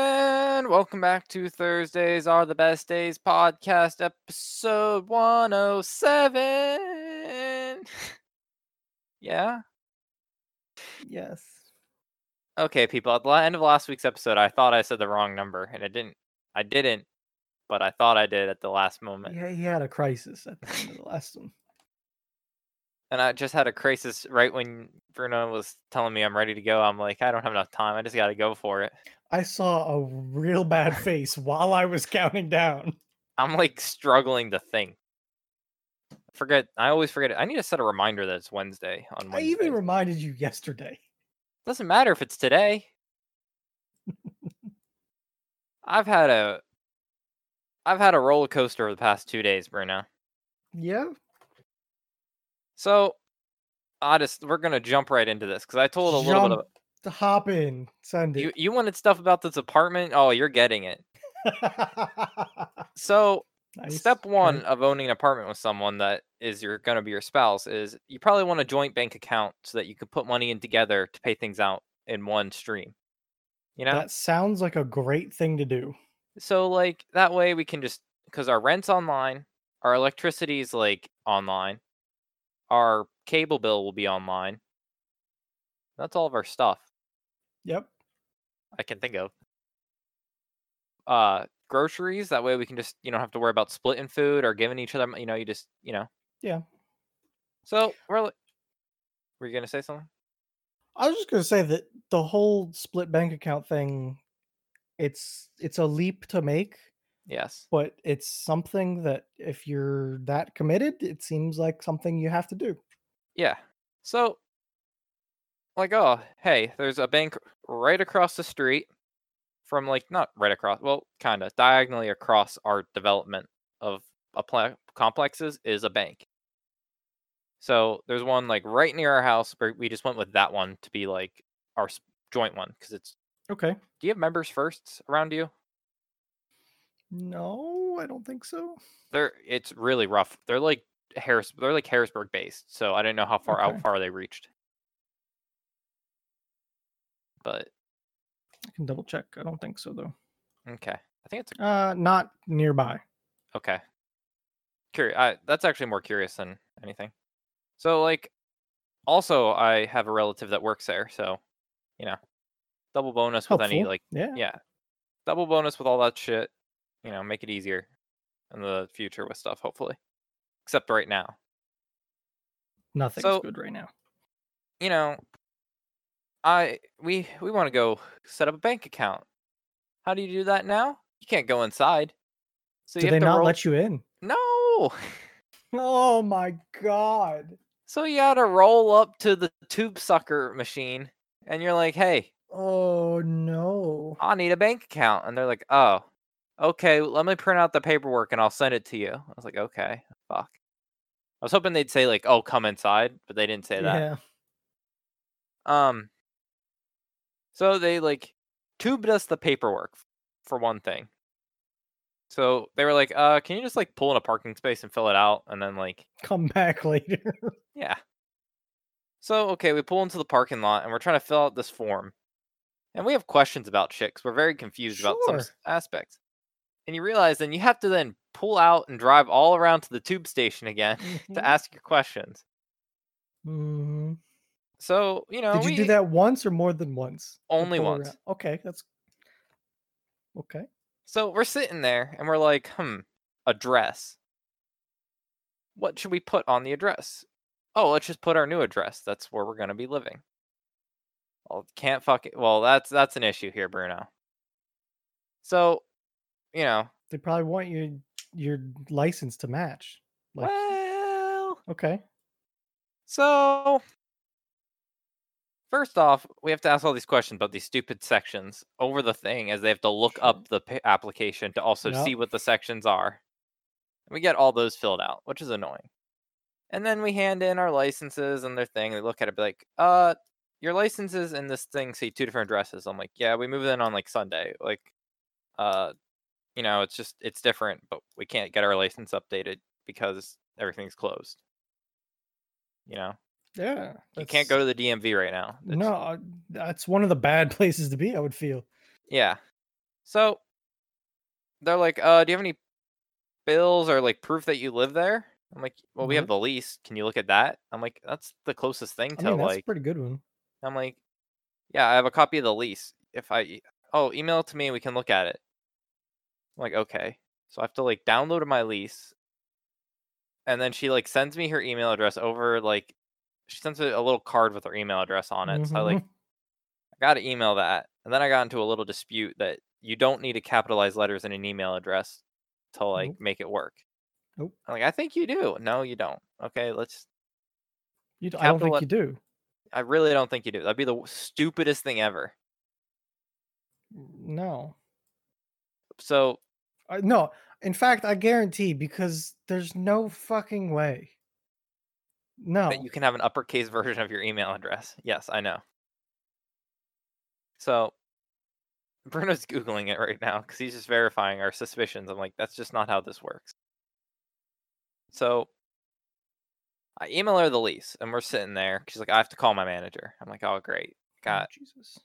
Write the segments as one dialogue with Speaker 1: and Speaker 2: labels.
Speaker 1: everyone. Welcome back to Thursdays Are the Best Days podcast, episode 107. yeah.
Speaker 2: Yes.
Speaker 1: Okay, people. At the la- end of last week's episode, I thought I said the wrong number, and I didn't. I didn't, but I thought I did at the last moment.
Speaker 2: Yeah, he had a crisis at the end of the last one.
Speaker 1: And I just had a crisis right when Bruno was telling me I'm ready to go. I'm like, I don't have enough time. I just got to go for it.
Speaker 2: I saw a real bad face while I was counting down.
Speaker 1: I'm like struggling to think. I forget. I always forget. it. I need to set a reminder that it's Wednesday on
Speaker 2: I
Speaker 1: Wednesday.
Speaker 2: even reminded you yesterday.
Speaker 1: Doesn't matter if it's today. I've had a I've had a roller coaster over the past two days, Bruno.
Speaker 2: Yeah.
Speaker 1: So I just we're gonna jump right into this because I told a little bit of
Speaker 2: to hop in, send it.
Speaker 1: you you wanted stuff about this apartment. Oh, you're getting it. So
Speaker 2: Nice.
Speaker 1: step
Speaker 2: Okay.
Speaker 1: one of owning an apartment with someone that is your gonna be your spouse is you probably want a joint bank account so that you can put money in together to pay things out in one stream. You know?
Speaker 2: That sounds like a great thing to do.
Speaker 1: So like that way we can just because our rent's online, our electricity's like online, our cable bill will be online. That's all of our stuff
Speaker 2: Yep.
Speaker 1: I can think of. Uh, groceries. That way we can just you don't have to worry about splitting food or giving each other. mon- You know, you just you know.
Speaker 2: Yeah.
Speaker 1: So we're. li- Were you gonna say something?
Speaker 2: I was just gonna say that the whole split bank account thing, it's it's a leap to make,
Speaker 1: Yes.
Speaker 2: but it's something that if you're that committed, it seems like something you have to do.
Speaker 1: Yeah. So, like, oh, hey, there's a bank right across the street from, like, not right across, well, kind of diagonally across our development of a pla- complexes is a bank. So there's one like right near our house, but we just went with that one to be like our s- joint one because it's.
Speaker 2: Okay.
Speaker 1: Do you have members firsts around you?
Speaker 2: No, I don't think so.
Speaker 1: They're it's really rough. They're like Harris. They're like Harrisburg based, so I didn't know how far
Speaker 2: Okay.
Speaker 1: out far they reached. But
Speaker 2: I can double check. I don't think so though.
Speaker 1: Okay. I think it's a,
Speaker 2: Uh not nearby.
Speaker 1: okay. Curious. I, that's actually more curious than anything. So like, also I have a relative that works there, so you know, double bonus with any
Speaker 2: Helpful.
Speaker 1: like,
Speaker 2: Yeah.
Speaker 1: yeah, double bonus with all that shit. You know, make it easier in the future with stuff, hopefully. Except right now,
Speaker 2: Nothing's
Speaker 1: So-
Speaker 2: good right now.
Speaker 1: you know, I we we want to go set up a bank account. How do you do that now? You can't go inside. So
Speaker 2: Do
Speaker 1: you
Speaker 2: they
Speaker 1: have to
Speaker 2: not
Speaker 1: roll...
Speaker 2: let you in?
Speaker 1: No.
Speaker 2: Oh my god.
Speaker 1: So you gotta roll up to the tube sucker machine and you're like, hey,
Speaker 2: Oh no.
Speaker 1: I need a bank account. And they're like, oh, okay, let me print out the paperwork and I'll send it to you. I was like, okay, fuck. I was hoping they'd say like, oh, come inside, but they didn't say that.
Speaker 2: Yeah.
Speaker 1: Um so they like tubed us the paperwork f- for one thing. So they were like, uh, can you just like pull in a parking space and fill it out? And then like
Speaker 2: Come back later.
Speaker 1: Yeah. So, okay, we pull into the parking lot and we're trying to fill out this form. And we have questions about shit 'cause we're very confused about some s-
Speaker 2: Sure.
Speaker 1: aspects. And you realize then you have to then pull out and drive all around to the tube station again
Speaker 2: Mhm.
Speaker 1: to ask your questions.
Speaker 2: Mhm.
Speaker 1: So, you know,
Speaker 2: Did you
Speaker 1: we
Speaker 2: do that once or more than once? The
Speaker 1: Only
Speaker 2: pull
Speaker 1: once.
Speaker 2: around- Okay, that's okay.
Speaker 1: So we're sitting there and we're like, hmm, address. What should we put on the address? Oh, let's just put our new address. That's where we're gonna be living. Well, can't fuck it. Well, that's that's an issue here, Bruno. So, you know,
Speaker 2: They probably want your your license to match. Like
Speaker 1: well,
Speaker 2: okay.
Speaker 1: so first off, we have to ask all these questions about these stupid sections over the thing, as they have to look
Speaker 2: Sure.
Speaker 1: up the pa- application to also
Speaker 2: Yep.
Speaker 1: see what the sections are. We get all those filled out, which is annoying. And then we hand in our licenses and their thing. They look at it, be like, "Uh, your licenses and this thing see two different addresses." I'm like, "Yeah, we moved in on like Sunday. Like, uh, you know, it's just it's different, but we can't get our license updated because everything's closed. You know,
Speaker 2: Yeah. uh,
Speaker 1: you can't go to the DMV right now. It's-
Speaker 2: No, I- that's one of the bad places to be, I would feel.
Speaker 1: Yeah. So they're like, uh, do you have any bills or like proof that you live there? I'm like, well, we have
Speaker 2: Mhm.
Speaker 1: the lease. Can you look at that? I'm like, that's the closest thing
Speaker 2: I
Speaker 1: to
Speaker 2: mean, that's
Speaker 1: like.
Speaker 2: a pretty good one.
Speaker 1: I'm like, yeah, I have a copy of the lease. If I, e- oh, email it to me. We can look at it. I'm like, okay. So I have to like download my lease. And then she like sends me her email address over like she sends me a little card with her email address on it. So I like
Speaker 2: Mhm.
Speaker 1: I got to email that. And then I got into a little dispute that you don't need to capitalize letters in an email address to like
Speaker 2: Nope.
Speaker 1: make it work.
Speaker 2: Nope.
Speaker 1: I'm like I think you do. No, you don't. Okay, let's
Speaker 2: You d- I don't
Speaker 1: capital
Speaker 2: think
Speaker 1: let-
Speaker 2: you do.
Speaker 1: I really don't think you do. That'd be the w- stupidest thing ever.
Speaker 2: No.
Speaker 1: So
Speaker 2: Uh, no, in fact, I guarantee because there's no fucking way. No,
Speaker 1: that you can have an uppercase version of your email address. Yes, I know. So Bruno's googling it right now because he's just verifying our suspicions. I'm like, that's just not how this works. So I email her the lease, and we're sitting there. She's like, I have to call my manager. I'm like, oh great,
Speaker 2: Oh,
Speaker 1: got
Speaker 2: Jesus.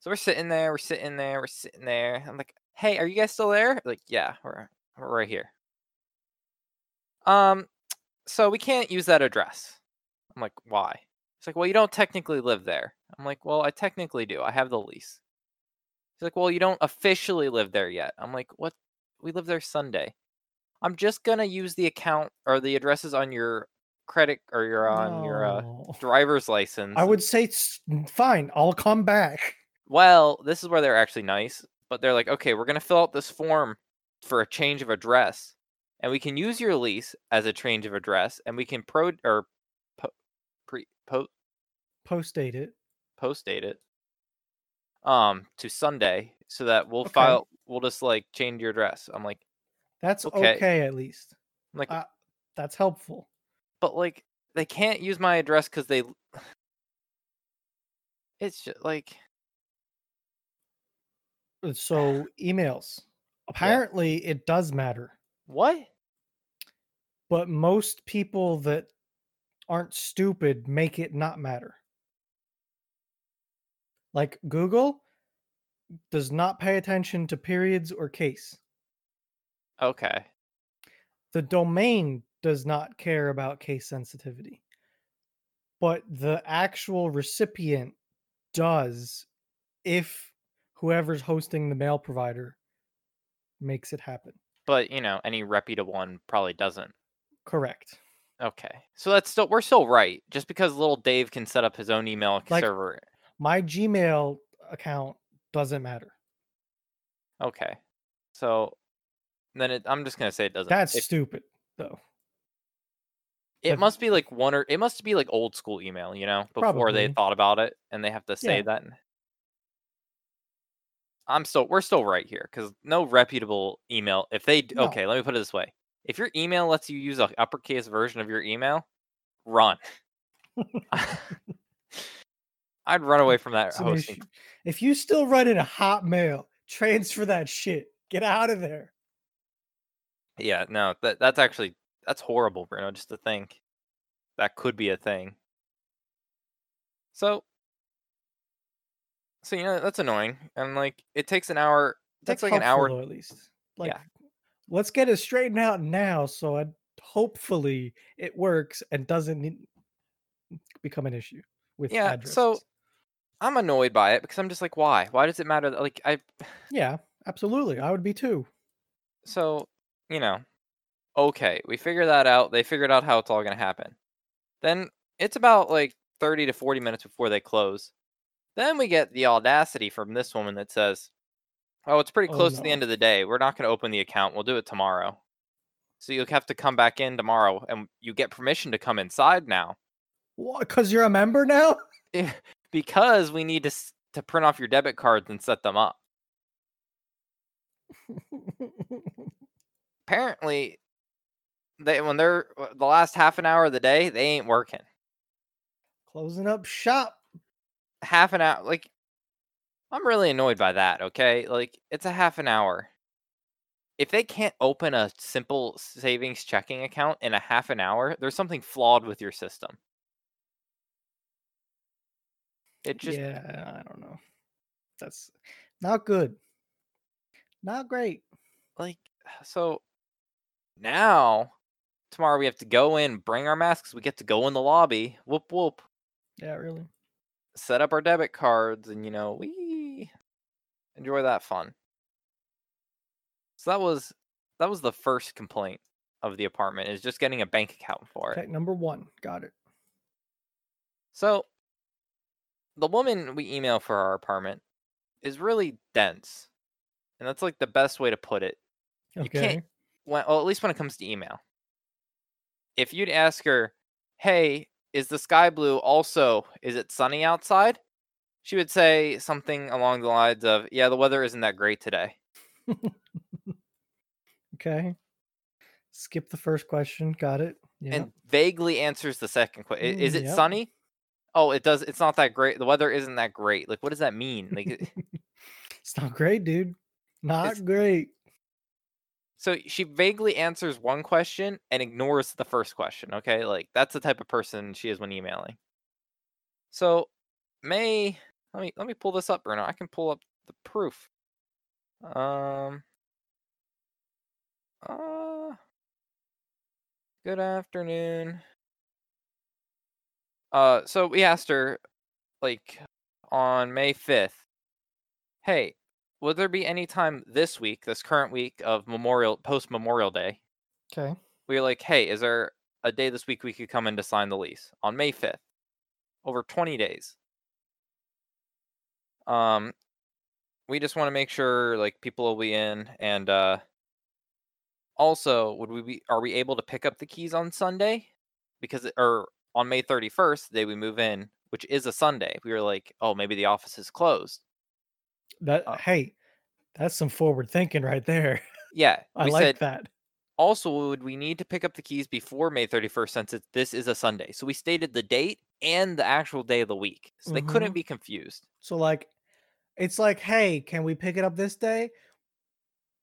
Speaker 1: So we're sitting there, we're sitting there, we're sitting there. I'm like, hey, are you guys still there? Like, yeah, we're we're right here. Um, so we can't use that address. I'm like, why? It's like, well, you don't technically live there. I'm like, well, I technically do. I have the lease. He's like, well, you don't officially live there yet. I'm like, what? We live there Sunday. I'm just gonna use the account or the addresses on your credit or your on your uh,
Speaker 2: No.
Speaker 1: driver's license.
Speaker 2: I would say s- fine. I'll come back.
Speaker 1: Well, this is where they're actually nice, but they're like, okay, we're going to fill out this form for a change of address, and we can use your lease as a change of address, and we can pro or po- pre po-
Speaker 2: Post date it.
Speaker 1: post date it um to Sunday so that we'll
Speaker 2: Okay.
Speaker 1: file we'll just like change your address. I'm like,
Speaker 2: That's okay.
Speaker 1: Okay.
Speaker 2: at least
Speaker 1: I'm like,
Speaker 2: Uh, that's helpful.
Speaker 1: but like they can't use my address because they. l- It's just like
Speaker 2: Uh, So emails. Apparently, it does matter,
Speaker 1: what?
Speaker 2: but most people that aren't stupid make it not matter. Like Google does not pay attention to periods or case.
Speaker 1: Okay,
Speaker 2: the domain does not care about case sensitivity, but the actual recipient does if whoever's hosting the mail provider makes it happen.
Speaker 1: but you know, any reputable one probably doesn't.
Speaker 2: Correct.
Speaker 1: Okay. So that's still we're still right. Just because little Dave can set up his own email
Speaker 2: Like-
Speaker 1: server.
Speaker 2: My Gmail account doesn't matter.
Speaker 1: Okay. So then it, I'm just gonna say it doesn't.
Speaker 2: That's
Speaker 1: it,
Speaker 2: stupid though.
Speaker 1: it
Speaker 2: if-
Speaker 1: must be like one or it must be like old school email, you know, before they
Speaker 2: Probably.
Speaker 1: thought about it and they have to say
Speaker 2: Yeah.
Speaker 1: that. in- I'm still we're still right here because no reputable email. If they d-
Speaker 2: No.
Speaker 1: okay, let me put it this way: if your email lets you use a uppercase version of your email, run. I'd run away from that
Speaker 2: It's an
Speaker 1: hosting
Speaker 2: issue. If you still run in a hotmail, transfer that shit. Get out of there.
Speaker 1: Yeah, no, that that's actually that's horrible, Bruno. Just to think that could be a thing. So, so you know that's annoying, and like it takes an hour. It takes
Speaker 2: That's
Speaker 1: like an
Speaker 2: helpful,
Speaker 1: hour.
Speaker 2: though, at least. Like,
Speaker 1: Yeah.
Speaker 2: let's get it straightened out now, so I hopefully it works and doesn't need, become an issue with
Speaker 1: Yeah,
Speaker 2: addresses.
Speaker 1: so- I'm annoyed by it because I'm just like, why? Why does it matter? that- Like I,
Speaker 2: yeah, absolutely, I would be too.
Speaker 1: so you know, okay, we figure that out. They figured out how it's all gonna happen. Then it's about like thirty to forty minutes before they close. Then we get the audacity from this woman that says, "Oh, it's pretty
Speaker 2: Oh,
Speaker 1: close to the
Speaker 2: no.
Speaker 1: end of the day. We're not going to open the account. We'll do it tomorrow." So you'll have to come back in tomorrow, and you get permission to come inside now
Speaker 2: Because you're a member now.
Speaker 1: because we need to s- to print off your debit cards and set them up. Apparently, they when they're w- the last half an hour of the day, they ain't working.
Speaker 2: Closing up shop.
Speaker 1: half an hour like i'm really annoyed by that okay like it's a half an hour if they can't open a simple savings checking account in a half an hour there's something flawed with your system it just
Speaker 2: yeah, I don't know. That's not good. Not great.
Speaker 1: Like, so now tomorrow we have to go in, bring our masks. We get to go in the lobby. Whoop whoop.
Speaker 2: Yeah, really.
Speaker 1: Set up our debit cards, and you know we enjoy that fun. So that was that was the first complaint of the apartment is just getting a bank account for it.
Speaker 2: Okay, number one. Got it.
Speaker 1: So the woman we email for our apartment is really dense. And that's like the best way to put it. You can't-
Speaker 2: Okay.
Speaker 1: When, well, at least when it comes to email. If you'd ask her, hey, is the sky blue also, is it sunny outside? She would say something along the lines of, yeah, the weather isn't that great today.
Speaker 2: Okay. Skip the first question. Got it. Yeah.
Speaker 1: and vaguely answers the second question. Is
Speaker 2: Mm,
Speaker 1: it
Speaker 2: yep.
Speaker 1: sunny? Oh, it does. It's not that great. The weather isn't that great. Like, what does that mean? Like, it-
Speaker 2: it's not great, dude. Not
Speaker 1: It's-
Speaker 2: great.
Speaker 1: so she vaguely answers one question and ignores the first question. Okay, like that's the type of person she is when emailing. So, May, let me let me pull this up, Bruno. I can pull up the proof. Um. Uh, good afternoon. Uh, so we asked her, like, on May fifth. Hey, will there be any time this week, this current week of Memorial post Memorial Day?
Speaker 2: Okay.
Speaker 1: We were like, hey, is there a day this week we could come in to sign the lease on May fifth? Over twenty days. Um, we just want to make sure like people will be in, and uh, also would we be are we able to pick up the keys on Sunday? Because it- or on May thirty first, the day we move in, which is a Sunday. We were like, oh, maybe the office is closed.
Speaker 2: That
Speaker 1: Uh,
Speaker 2: hey, that's some forward thinking right there.
Speaker 1: Yeah,
Speaker 2: I
Speaker 1: we
Speaker 2: like
Speaker 1: said
Speaker 2: that.
Speaker 1: also would we need to pick up the keys before may 31st since it, this is a sunday so we stated the date and the actual day of the week so they couldn't
Speaker 2: Mhm.
Speaker 1: be confused
Speaker 2: So like it's like, hey, can we pick it up this day?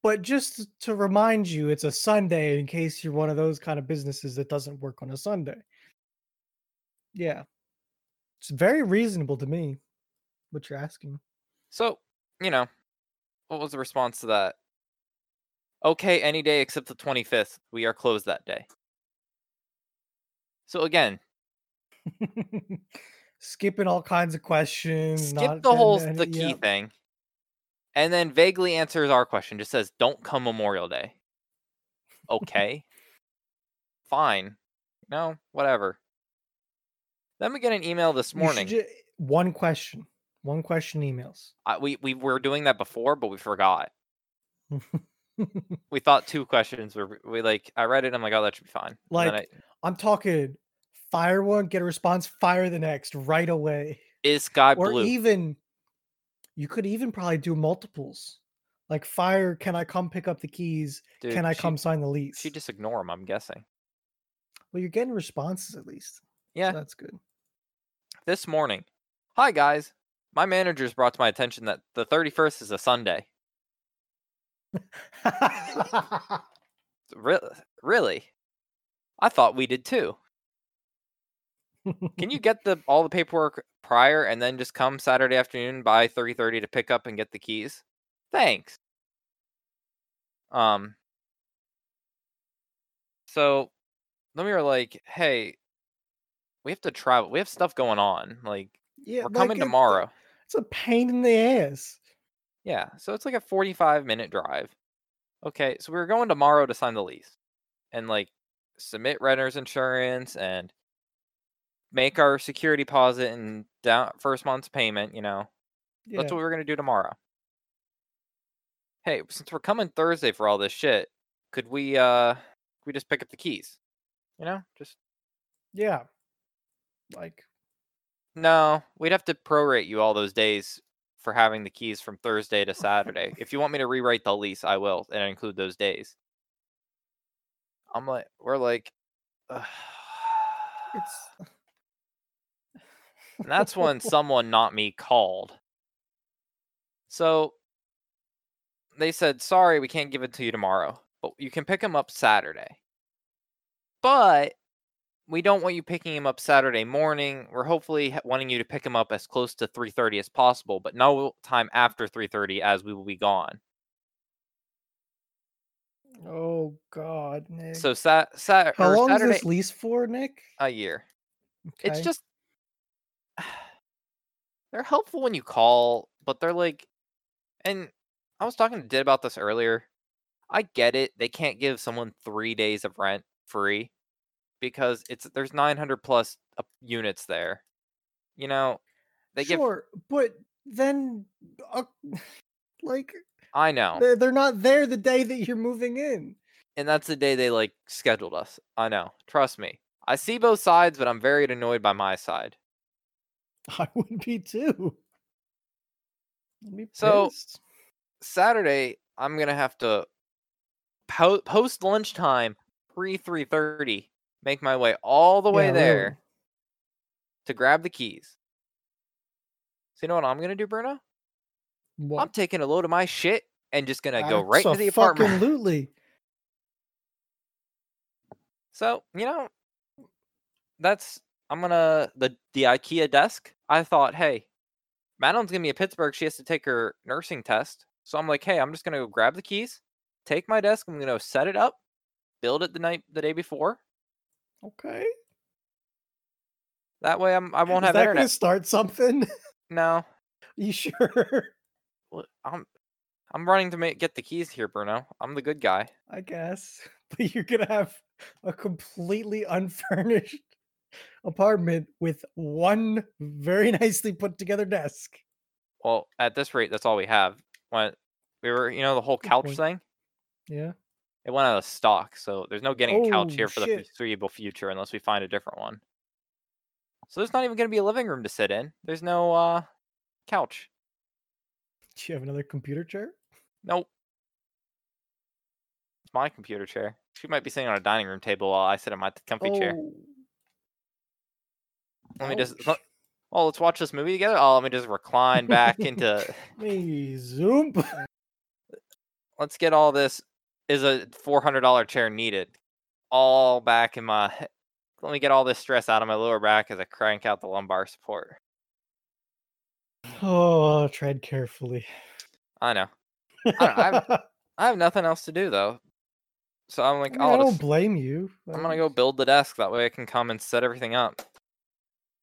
Speaker 2: But just to remind you, it's a Sunday in case you're one of those kind of businesses that doesn't work on a Sunday. Yeah. It's very reasonable to me what you're asking.
Speaker 1: so you know what was the response to that okay any day except the 25th we are closed that day so again
Speaker 2: Skipping all kinds of questions.
Speaker 1: skip
Speaker 2: not
Speaker 1: the
Speaker 2: getting
Speaker 1: whole
Speaker 2: to
Speaker 1: s-
Speaker 2: any-
Speaker 1: the key
Speaker 2: yep.
Speaker 1: thing and then vaguely answers our question just says don't come memorial day okay fine no whatever then we get an email this
Speaker 2: You should
Speaker 1: morning
Speaker 2: ju- one question. One question emails.
Speaker 1: I, we we were doing that before, but we forgot. We thought two questions were we like. I read it. I'm like, oh, that should be fine. And then
Speaker 2: Like-
Speaker 1: I-
Speaker 2: I'm talking fire one, get a response, fire the next right away.
Speaker 1: is sky
Speaker 2: or
Speaker 1: blue?
Speaker 2: even you could even probably do multiples like fire can i come pick up the keys
Speaker 1: Dude,
Speaker 2: can i
Speaker 1: she-
Speaker 2: come sign the lease
Speaker 1: She just ignore him. I'm guessing.
Speaker 2: well you're getting responses at least
Speaker 1: Yeah.
Speaker 2: so that's good
Speaker 1: This morning, hi guys. My managers brought to my attention that the 31st is a Sunday. Re- really? I thought we did too. Can you get the all the paperwork prior and then just come Saturday afternoon by 3:30 to pick up and get the keys? Thanks. Um So then we were like, "Hey, we have to travel. We have stuff going on. Like
Speaker 2: yeah
Speaker 1: we're
Speaker 2: like, uh,
Speaker 1: coming
Speaker 2: it-
Speaker 1: tomorrow."
Speaker 2: it's a pain in the ass
Speaker 1: Yeah, so it's like a 45 minute drive. Okay, so we were going tomorrow to sign the lease and like submit renter's insurance and make our security deposit and down first month's payment, you know.
Speaker 2: yeah.
Speaker 1: That's what we were going to do tomorrow. Hey, since we're coming Thursday for all this shit, could we uh could we just pick up the keys? You know, just
Speaker 2: yeah like
Speaker 1: no, we'd have to prorate you all those days for having the keys from Thursday to Saturday. if you want me to rewrite the lease, I will, and I include those days. I'm like, we're like, "Ugh."
Speaker 2: it's
Speaker 1: and that's when someone, not me, called. So they said, sorry, we can't give it to you tomorrow, but you can pick him up Saturday. But we don't want you picking him up Saturday morning. We're hopefully h- wanting you to pick him up as close to 3:30 as possible, but no time after 3:30 as we will be gone.
Speaker 2: Oh God, Nick.
Speaker 1: So sat, sat,
Speaker 2: how long
Speaker 1: Saturday
Speaker 2: is this lease for, Nick?
Speaker 1: a year. It's
Speaker 2: Okay.
Speaker 1: just they're helpful when you call, but they're like, and I was talking to Did about this earlier. I get it; they can't give someone three days of rent free because it's there's 900 plus up- units there. You know, they give.
Speaker 2: sure, but then, uh, like
Speaker 1: I know,
Speaker 2: they're, they're not there the day that you're moving in.
Speaker 1: and that's the day they like scheduled us. I know. Trust me. I see both sides, but I'm very annoyed by my side.
Speaker 2: I would be too. I'd be
Speaker 1: So-
Speaker 2: pissed.
Speaker 1: Saturday, I'm gonna have to po- post lunchtime, pre three thirty, make my way all the way
Speaker 2: Yeah, really.
Speaker 1: there to grab the keys. So you know what I'm gonna do, Bruno?
Speaker 2: What?
Speaker 1: I'm taking a load of my shit and just gonna go right to the apartment.
Speaker 2: Absolutely.
Speaker 1: So you know, that's I'm gonna the the IKEA desk. I thought, hey, Madeline's gonna be in Pittsburgh. She has to take her nursing test. So I'm like, hey, I'm just gonna go grab the keys, take my desk. I'm gonna go set it up, build it the night the day before.
Speaker 2: Okay.
Speaker 1: That way, I'm I won't
Speaker 2: Is
Speaker 1: have
Speaker 2: that
Speaker 1: internet.
Speaker 2: Gonna start something?
Speaker 1: No,
Speaker 2: you sure?
Speaker 1: Well, I'm I'm running to make, get the keys here, Bruno. I'm the good guy.
Speaker 2: I guess. But you're gonna have a completely unfurnished apartment with one very nicely put together desk.
Speaker 1: Well, at this rate, that's all we have. When we were, you know, the whole
Speaker 2: Good
Speaker 1: couch
Speaker 2: point.
Speaker 1: thing,
Speaker 2: Yeah.
Speaker 1: it went out of stock. So there's no getting a couch
Speaker 2: Oh,
Speaker 1: here for the
Speaker 2: shit.
Speaker 1: foreseeable future unless we find a different one. So there's not even going to be a living room to sit in. There's no uh couch.
Speaker 2: Do you have another computer chair?
Speaker 1: Nope. It's my computer chair. She might be sitting on a dining room table while I sit in my t- comfy chair.
Speaker 2: Oh.
Speaker 1: Let me just.
Speaker 2: ouch.
Speaker 1: Oh, let's watch this movie together. Oh, let me just recline back into.
Speaker 2: Me zoom.
Speaker 1: let's get all this is a $400 chair needed all back in my let me get all this stress out of my lower back as i crank out the lumbar support
Speaker 2: Oh, tread carefully.
Speaker 1: i know don't- i have nothing else to do though so i'm like
Speaker 2: I mean, I
Speaker 1: I'll
Speaker 2: don't
Speaker 1: just,
Speaker 2: blame you.
Speaker 1: i'm gonna go build the desk that way i can come and set everything up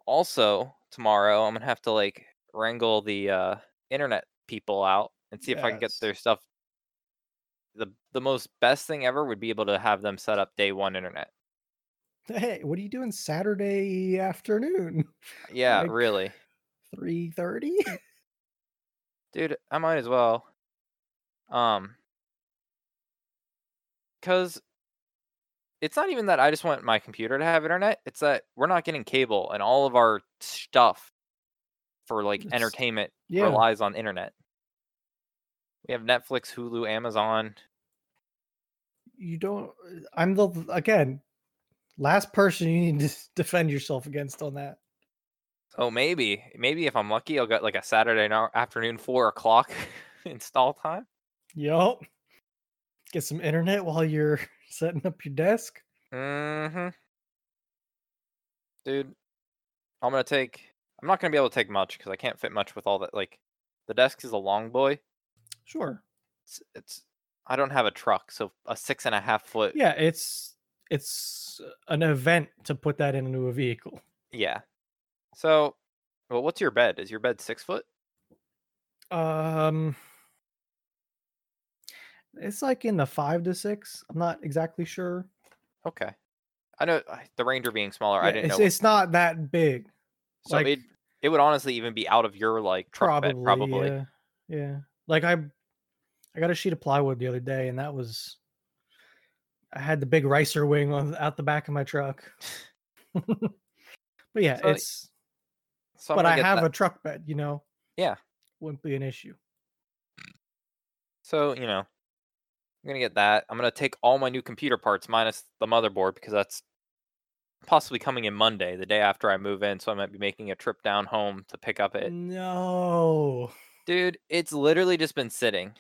Speaker 1: also tomorrow i'm gonna have to like wrangle the uh internet people out and see if i can get
Speaker 2: Yes.
Speaker 1: their stuff the the most best thing ever would be able to have them set up day one internet
Speaker 2: um, Hey, what are you doing Saturday afternoon?
Speaker 1: yeah
Speaker 2: Like,
Speaker 1: really
Speaker 2: Three thirty.
Speaker 1: dude i might as well um because it's not even that i just want my computer to have internet it's that we're not getting cable and all of our stuff for like
Speaker 2: It's-
Speaker 1: entertainment
Speaker 2: Yeah.
Speaker 1: relies on internet we have netflix hulu amazon
Speaker 2: you don't i'm the again last person you need to s- defend yourself against on that
Speaker 1: oh maybe maybe if i'm lucky i'll get like a saturday no- afternoon four o'clock install time
Speaker 2: yup get some internet while you're setting up your desk
Speaker 1: Mm-hmm. Dude, I'm gonna take. I'm not gonna be able to take much because I can't fit much with all that. Like, the desk is a long boy.
Speaker 2: sure
Speaker 1: It's. it's I don't have a truck, so a six and a half foot.
Speaker 2: yeah it's it's an event to put that into a vehicle
Speaker 1: Yeah. So, well, what's your bed? Is your bed six foot?
Speaker 2: um it's like in the five to six i'm not exactly sure
Speaker 1: Okay. I know I- the Ranger being smaller. Oh, I
Speaker 2: Yeah,
Speaker 1: didn't
Speaker 2: it's,
Speaker 1: know.
Speaker 2: it's not that big
Speaker 1: so
Speaker 2: like-
Speaker 1: it it would honestly even be out of your like truck
Speaker 2: probably,
Speaker 1: bed eh, probably.
Speaker 2: Yeah, yeah. Like I, I got a sheet of plywood the other day, and that was, I had the big ricer wing on out the back of my truck. but yeah,
Speaker 1: So,
Speaker 2: it's.
Speaker 1: So I'm
Speaker 2: But
Speaker 1: gonna
Speaker 2: I
Speaker 1: get
Speaker 2: have
Speaker 1: that-
Speaker 2: a truck bed, you know.
Speaker 1: Yeah.
Speaker 2: wouldn't be an issue.
Speaker 1: So, you know, I'm going to get that. I'm going to take all my new computer parts minus the motherboard because that's possibly coming in Monday, the day after I move in. So I might be making a trip down home to pick up
Speaker 2: Mm.
Speaker 1: it.
Speaker 2: No.
Speaker 1: Dude, it's literally just been sitting.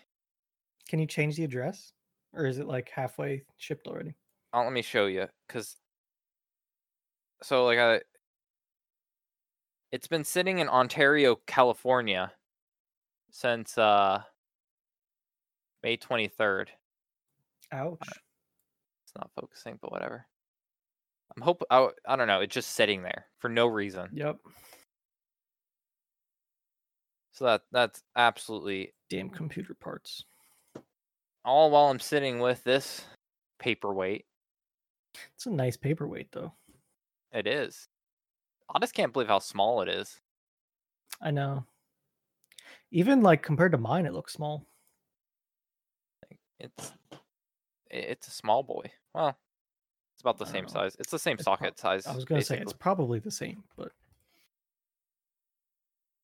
Speaker 2: Can you change the address, or is it like halfway shipped already?
Speaker 1: Oh, let me show you because so like I it's been sitting in Ontario, California since uh May 23rd.
Speaker 2: Ouch.
Speaker 1: It's not focusing, but whatever. I'm hope I, w- I don't know. It's just sitting there for no reason.
Speaker 2: Yep.
Speaker 1: So that that's absolutely
Speaker 2: Damn computer parts.
Speaker 1: all while I'm sitting with this paperweight.
Speaker 2: It's a nice paperweight though.
Speaker 1: It is. I just can't believe how small it is.
Speaker 2: I know. Even like compared to mine, it looks small.
Speaker 1: It's i- it's a small boy. Well, it's about the
Speaker 2: I
Speaker 1: same
Speaker 2: dunno.
Speaker 1: size. It's the same
Speaker 2: It's prob-
Speaker 1: socket size.
Speaker 2: I was gonna say it's
Speaker 1: basically.
Speaker 2: probably the same, but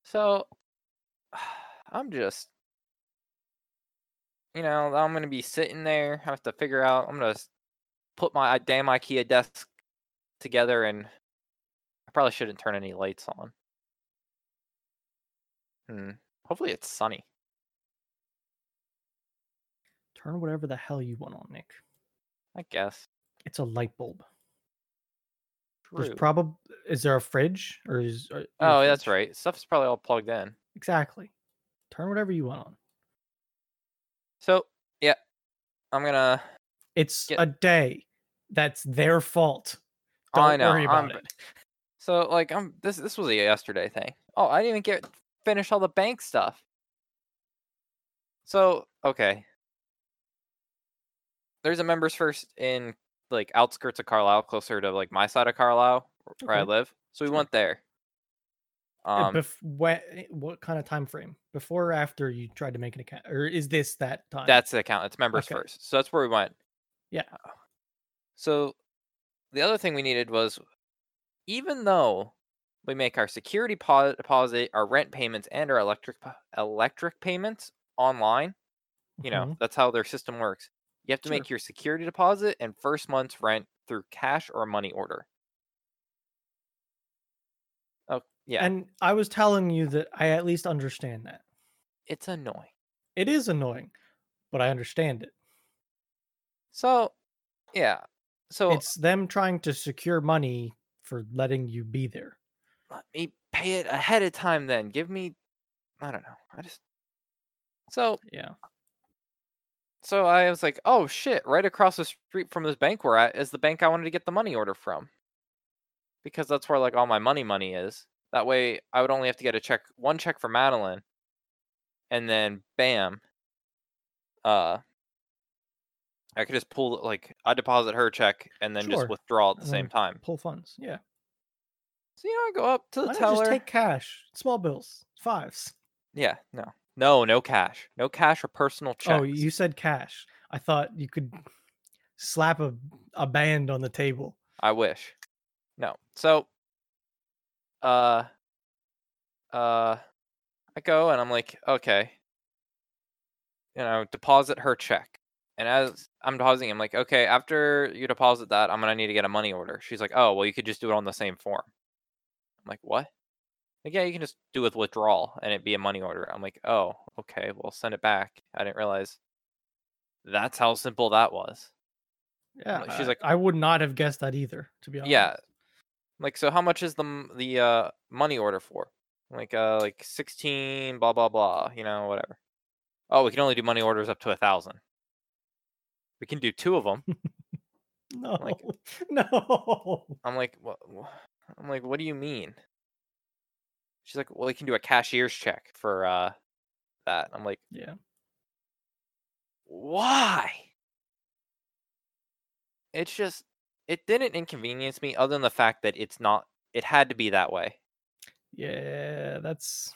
Speaker 1: so. I'm just, you know, I'm gonna be sitting there. I have to figure out. I'm gonna s- put my uh, damn IKEA desk together, and I probably shouldn't turn any lights on. Hmm. Hopefully it's sunny.
Speaker 2: turn whatever the hell you want on, Nick.
Speaker 1: I guess.
Speaker 2: It's a light bulb. There's
Speaker 1: True.
Speaker 2: probably is there a fridge or is or- yeah,
Speaker 1: oh, that's
Speaker 2: fridge.
Speaker 1: right. Stuff's probably all plugged in.
Speaker 2: Exactly. Turn whatever you want on.
Speaker 1: So yeah, I'm gonna.
Speaker 2: It's
Speaker 1: Get-
Speaker 2: a day. That's their fault. Don't
Speaker 1: I know.
Speaker 2: worry about
Speaker 1: I'm-
Speaker 2: it.
Speaker 1: So like I'm this this was a yesterday thing. Oh, I didn't even get finish all the bank stuff. So okay. There's a members first in like outskirts of Carlisle, closer to like my side of Carlisle wh- where I
Speaker 2: Okay,
Speaker 1: live. So we
Speaker 2: sure.
Speaker 1: went there.
Speaker 2: Um,
Speaker 1: Um,
Speaker 2: what, eh, what kind of time frame? Before or after you tried to make an account, or is this that time?
Speaker 1: that's the account. It's members
Speaker 2: Okay.
Speaker 1: first. So that's where we went.
Speaker 2: Yeah.
Speaker 1: So the other thing we needed was even though we make our security po- deposit, our rent payments, and our electric pa- electric payments online, you know,
Speaker 2: Mhm.
Speaker 1: that's how their system works. You have to
Speaker 2: Sure.
Speaker 1: make your security deposit and first month's rent through cash or money order. Oh, yeah.
Speaker 2: And I was telling you that I at least understand that
Speaker 1: it's annoying.
Speaker 2: it is annoying, but I understand it.
Speaker 1: So, yeah. So
Speaker 2: it's them trying to secure money for letting you be there.
Speaker 1: let me pay it ahead of time then. Give me I don't know. I just So
Speaker 2: Yeah.
Speaker 1: so I was like, "Oh shit, right across the street from this bank we're at is the bank I wanted to get the money order from." Because that's where like all my money money is. That way I would only have to get a check, one check for Madeline and then bam. Uh I could just pull like I deposit her check and then
Speaker 2: Sure.
Speaker 1: just withdraw at the
Speaker 2: And
Speaker 1: same
Speaker 2: then
Speaker 1: time.
Speaker 2: Pull funds. Yeah.
Speaker 1: So you know, I go up to the
Speaker 2: Why not
Speaker 1: teller.
Speaker 2: just take cash, small bills, fives?
Speaker 1: Yeah, no. No, no cash. No cash or personal checks.
Speaker 2: Oh, you said cash. I thought you could slap a, a band on the table.
Speaker 1: I wish. No. So uh uh I go and I'm like, okay. You know, deposit her check. And as I'm depositing, I'm like, okay, after you deposit that, I'm gonna need to get a money order. She's like, oh, well, you could just do it on the same form. I'm like, what? Like, yeah, you can just do with withdrawal and it be a money order. I'm like, oh, okay, well, send it back. I didn't realize that's how simple that was.
Speaker 2: Yeah.
Speaker 1: like- she's
Speaker 2: I-
Speaker 1: like-
Speaker 2: I would not have guessed that either, to be honest.
Speaker 1: Yeah. Like, so how much is the m- the uh, money order for? Like, uh, like sixteen, blah blah blah. You know, whatever. Oh, we can only do money orders up to a thousand. We can do two of them.
Speaker 2: No. no.
Speaker 1: I'm like, what? I'm like, what do you mean? She's like, well, we can do a cashier's check for uh that. I'm like,
Speaker 2: Yeah.
Speaker 1: why? It's just, it didn't inconvenience me other than the fact that it's not. It had to be that way.
Speaker 2: Yeah. That's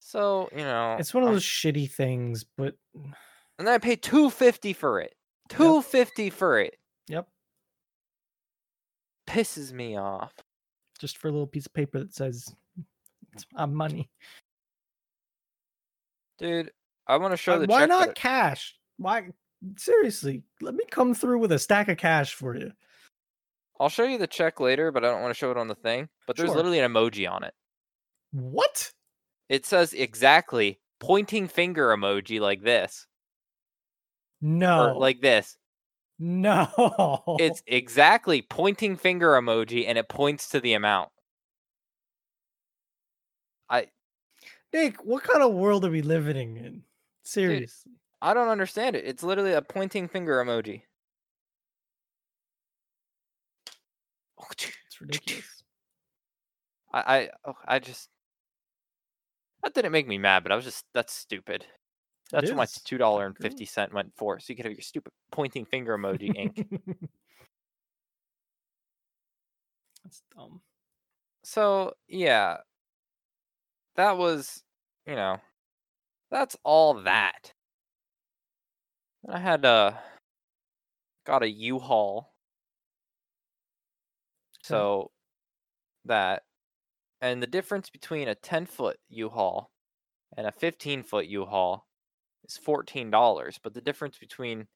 Speaker 1: So you know,
Speaker 2: it's one of
Speaker 1: I'm-
Speaker 2: those shitty things, but
Speaker 1: and then I paid two fifty for it. Two fifty for it
Speaker 2: yep.
Speaker 1: pisses me off.
Speaker 2: Just for a little piece of paper that says it's my money.
Speaker 1: Dude, I want to show
Speaker 2: Uh,
Speaker 1: the
Speaker 2: why
Speaker 1: check that
Speaker 2: not
Speaker 1: I-
Speaker 2: cash? Why seriously, let me come through with a stack of cash for you.
Speaker 1: I'll show you the check later, but I don't want to show it on the thing. But there's
Speaker 2: Sure.
Speaker 1: literally an emoji on it.
Speaker 2: What?
Speaker 1: It says exactly pointing finger emoji like this.
Speaker 2: No.
Speaker 1: Or
Speaker 2: Oh.
Speaker 1: like this.
Speaker 2: no.
Speaker 1: It's exactly pointing finger emoji and it points to the amount.
Speaker 2: Nick, what kind of world are we living in? Seriously.
Speaker 1: I don't understand it. It's literally a pointing finger emoji.
Speaker 2: It's ridiculous.
Speaker 1: I I, oh, I just that didn't make me mad, but I was just that's stupid. That's what my
Speaker 2: is.
Speaker 1: two dollar and fifty cent went for. So you could have your stupid pointing finger emoji ink.
Speaker 2: That's dumb.
Speaker 1: So yeah, that was you know, that's all that. Then I had uh got a U-Haul. So that and the difference between a 10 foot U-Haul and a 15 foot U-Haul is $14, but the difference between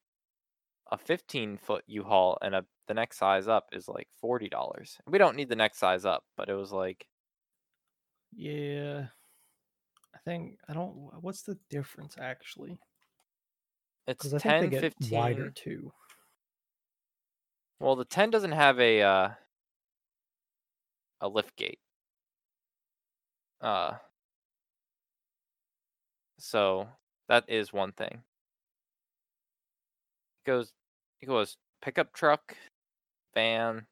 Speaker 1: a 15 foot U-Haul and a the next size up is like $40. We don't need the next size up, but it was like
Speaker 2: Yeah. I think I don't what's the difference actually?
Speaker 1: it's
Speaker 2: Because I
Speaker 1: 10
Speaker 2: think they get
Speaker 1: 15
Speaker 2: wider too.
Speaker 1: Well, the 10 doesn't have a uh a lift gate. Uh So that is one thing. It goes it goes pickup truck, van,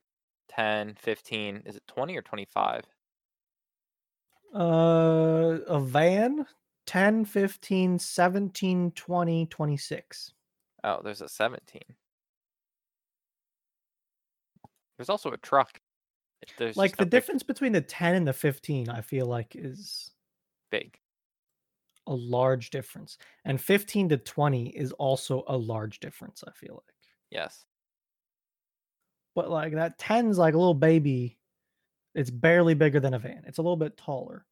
Speaker 1: 10, 15, is it 20 or 25?
Speaker 2: Uh a van 10, 15, 17, 20, 26.
Speaker 1: Oh, there's a 17. There's also a truck. It- There's
Speaker 2: like
Speaker 1: just
Speaker 2: the
Speaker 1: a big-
Speaker 2: difference between the 10 and the 15 I feel like is
Speaker 1: big.
Speaker 2: a large difference. And 15 to 20 is also a large difference I feel like.
Speaker 1: Yes.
Speaker 2: But like that 10's like a little baby. It's barely bigger than a van. It's a little bit taller.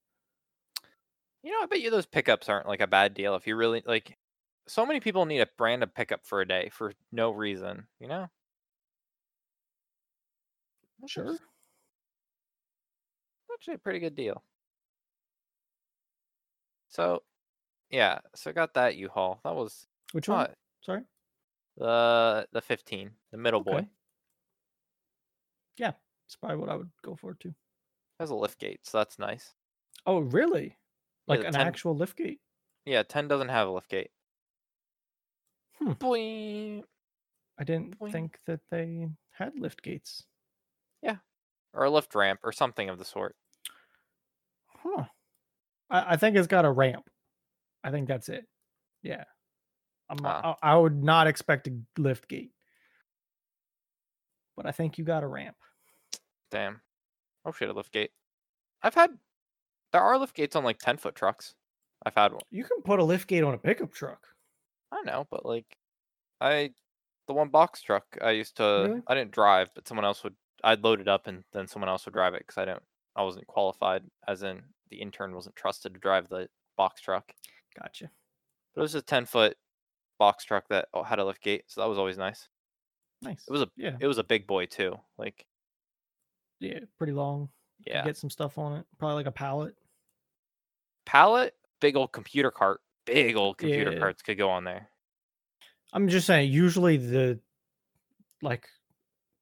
Speaker 1: You know, I bet you those pickups aren't like a bad deal if you really like. So many people need a brand of pickup for a day for no reason, you know. That's
Speaker 2: Sure.
Speaker 1: actu- actually a pretty good deal. So, yeah, so I got that U-Haul. That was
Speaker 2: Which one?
Speaker 1: not
Speaker 2: Sorry.
Speaker 1: the the fifteen, the middle
Speaker 2: Okay.
Speaker 1: boy.
Speaker 2: It's probably what I would go for too.
Speaker 1: has a lift gate, so that's nice.
Speaker 2: Oh, really?
Speaker 1: Yeah,
Speaker 2: Like
Speaker 1: the
Speaker 2: an
Speaker 1: 10
Speaker 2: actual lift gate?
Speaker 1: Yeah, ten doesn't have a lift gate.
Speaker 2: Hmm.
Speaker 1: Boing.
Speaker 2: I didn't
Speaker 1: Boing.
Speaker 2: think that they had lift gates.
Speaker 1: or a lift ramp or something of the sort.
Speaker 2: Huh. I, I think it's got a ramp. I think that's it. Yeah. I'm, not- I, I would not expect a lift gate. But I think you got a ramp.
Speaker 1: Damn. Oh shit, a lift gate. I've had there are lift gates on like ten foot trucks. I've had one.
Speaker 2: You can put a lift gate on a pickup truck.
Speaker 1: I know, but like I the one box truck I used to
Speaker 2: Really?
Speaker 1: I didn't drive, but someone else would I'd load it up and then someone else would drive it because I don't I wasn't qualified as in the intern wasn't trusted to drive the box truck.
Speaker 2: Gotcha.
Speaker 1: But it was a ten foot box truck that o- had a lift gate, so that was always nice.
Speaker 2: Nice.
Speaker 1: It was a
Speaker 2: yeah.
Speaker 1: it was a big boy too. Like
Speaker 2: Yeah. Pretty long. You
Speaker 1: yeah.
Speaker 2: Get some stuff on it. Probably like a pallet.
Speaker 1: Pallet, big old computer cart. Big old computer
Speaker 2: Yeah.
Speaker 1: carts could go on there.
Speaker 2: I'm just saying, usually the like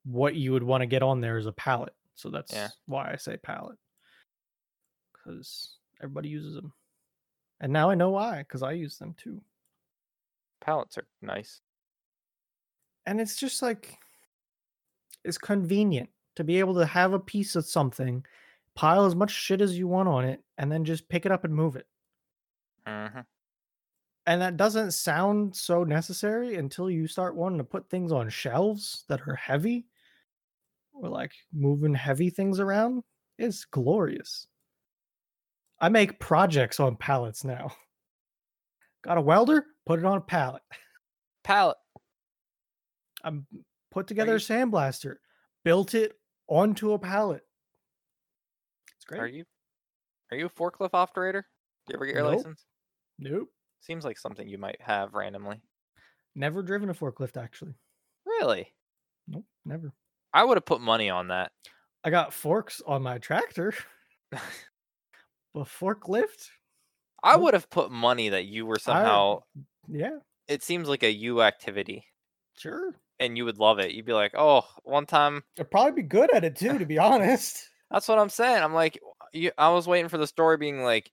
Speaker 2: what you would want to get on there is a pallet. So that's why I say pallet. Because everybody uses them. And now I know why, because I use them too.
Speaker 1: Pallets are nice.
Speaker 2: And it's just like it's convenient to be able to have a piece of something, pile as much shit as you want on it, and then just pick it up and move it.
Speaker 1: Mm-hmm.
Speaker 2: and that doesn't sound so necessary until you start wanting to put things on shelves that are heavy or like moving heavy things around it's glorious i make projects on pallets now got a welder put it on a pallet
Speaker 1: Pallet.
Speaker 2: i'm put together
Speaker 1: you-
Speaker 2: a sandblaster built it onto a pallet it's great
Speaker 1: Are you? Are you a forklift operator? Do you ever get your
Speaker 2: Nope.
Speaker 1: license?
Speaker 2: nope
Speaker 1: Seems like something you might have randomly.
Speaker 2: never driven a forklift actually
Speaker 1: Really?
Speaker 2: nope never
Speaker 1: I would have put money on that.
Speaker 2: i got forks on my tractor but forklift
Speaker 1: I
Speaker 2: Nope.
Speaker 1: would have put money that you were somehow.
Speaker 2: yeah
Speaker 1: It seems like a you activity,
Speaker 2: Sure.
Speaker 1: and you would love it. You'd be like, "Oh, one time."
Speaker 2: I'd probably be good at it too, to be honest.
Speaker 1: That's what I'm saying. I'm like, you, I was waiting for the story being like,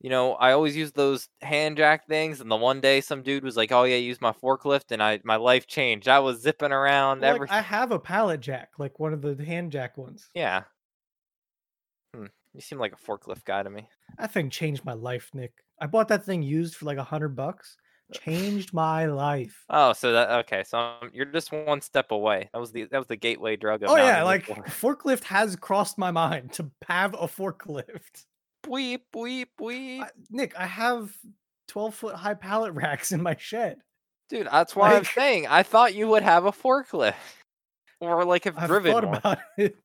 Speaker 1: you know, I always use those hand jack things. And the one day some dude was like, "Oh yeah, use my forklift," and I my life changed. I was zipping around
Speaker 2: Well, like,
Speaker 1: everything.
Speaker 2: I have a pallet jack, like one of the hand jack ones.
Speaker 1: Yeah. Hmm. You seem like
Speaker 2: Mm.
Speaker 1: a forklift guy to me.
Speaker 2: That thing changed my life, Nick. I bought that thing used for like a hundred bucks. Changed my life.
Speaker 1: Oh, so that okay. So um, you're just one step away. That was the that was the gateway drug. Of
Speaker 2: Oh yeah,
Speaker 1: mountain
Speaker 2: like
Speaker 1: before.
Speaker 2: forklift has crossed my mind to have a forklift.
Speaker 1: Weep, weep, weep.
Speaker 2: I- Nick, I have twelve foot high pallet racks in my shed.
Speaker 1: Dude, that's why I'm
Speaker 2: Like-
Speaker 1: saying I thought you would have a forklift, or like have
Speaker 2: I've
Speaker 1: driven
Speaker 2: thought
Speaker 1: one.
Speaker 2: about it.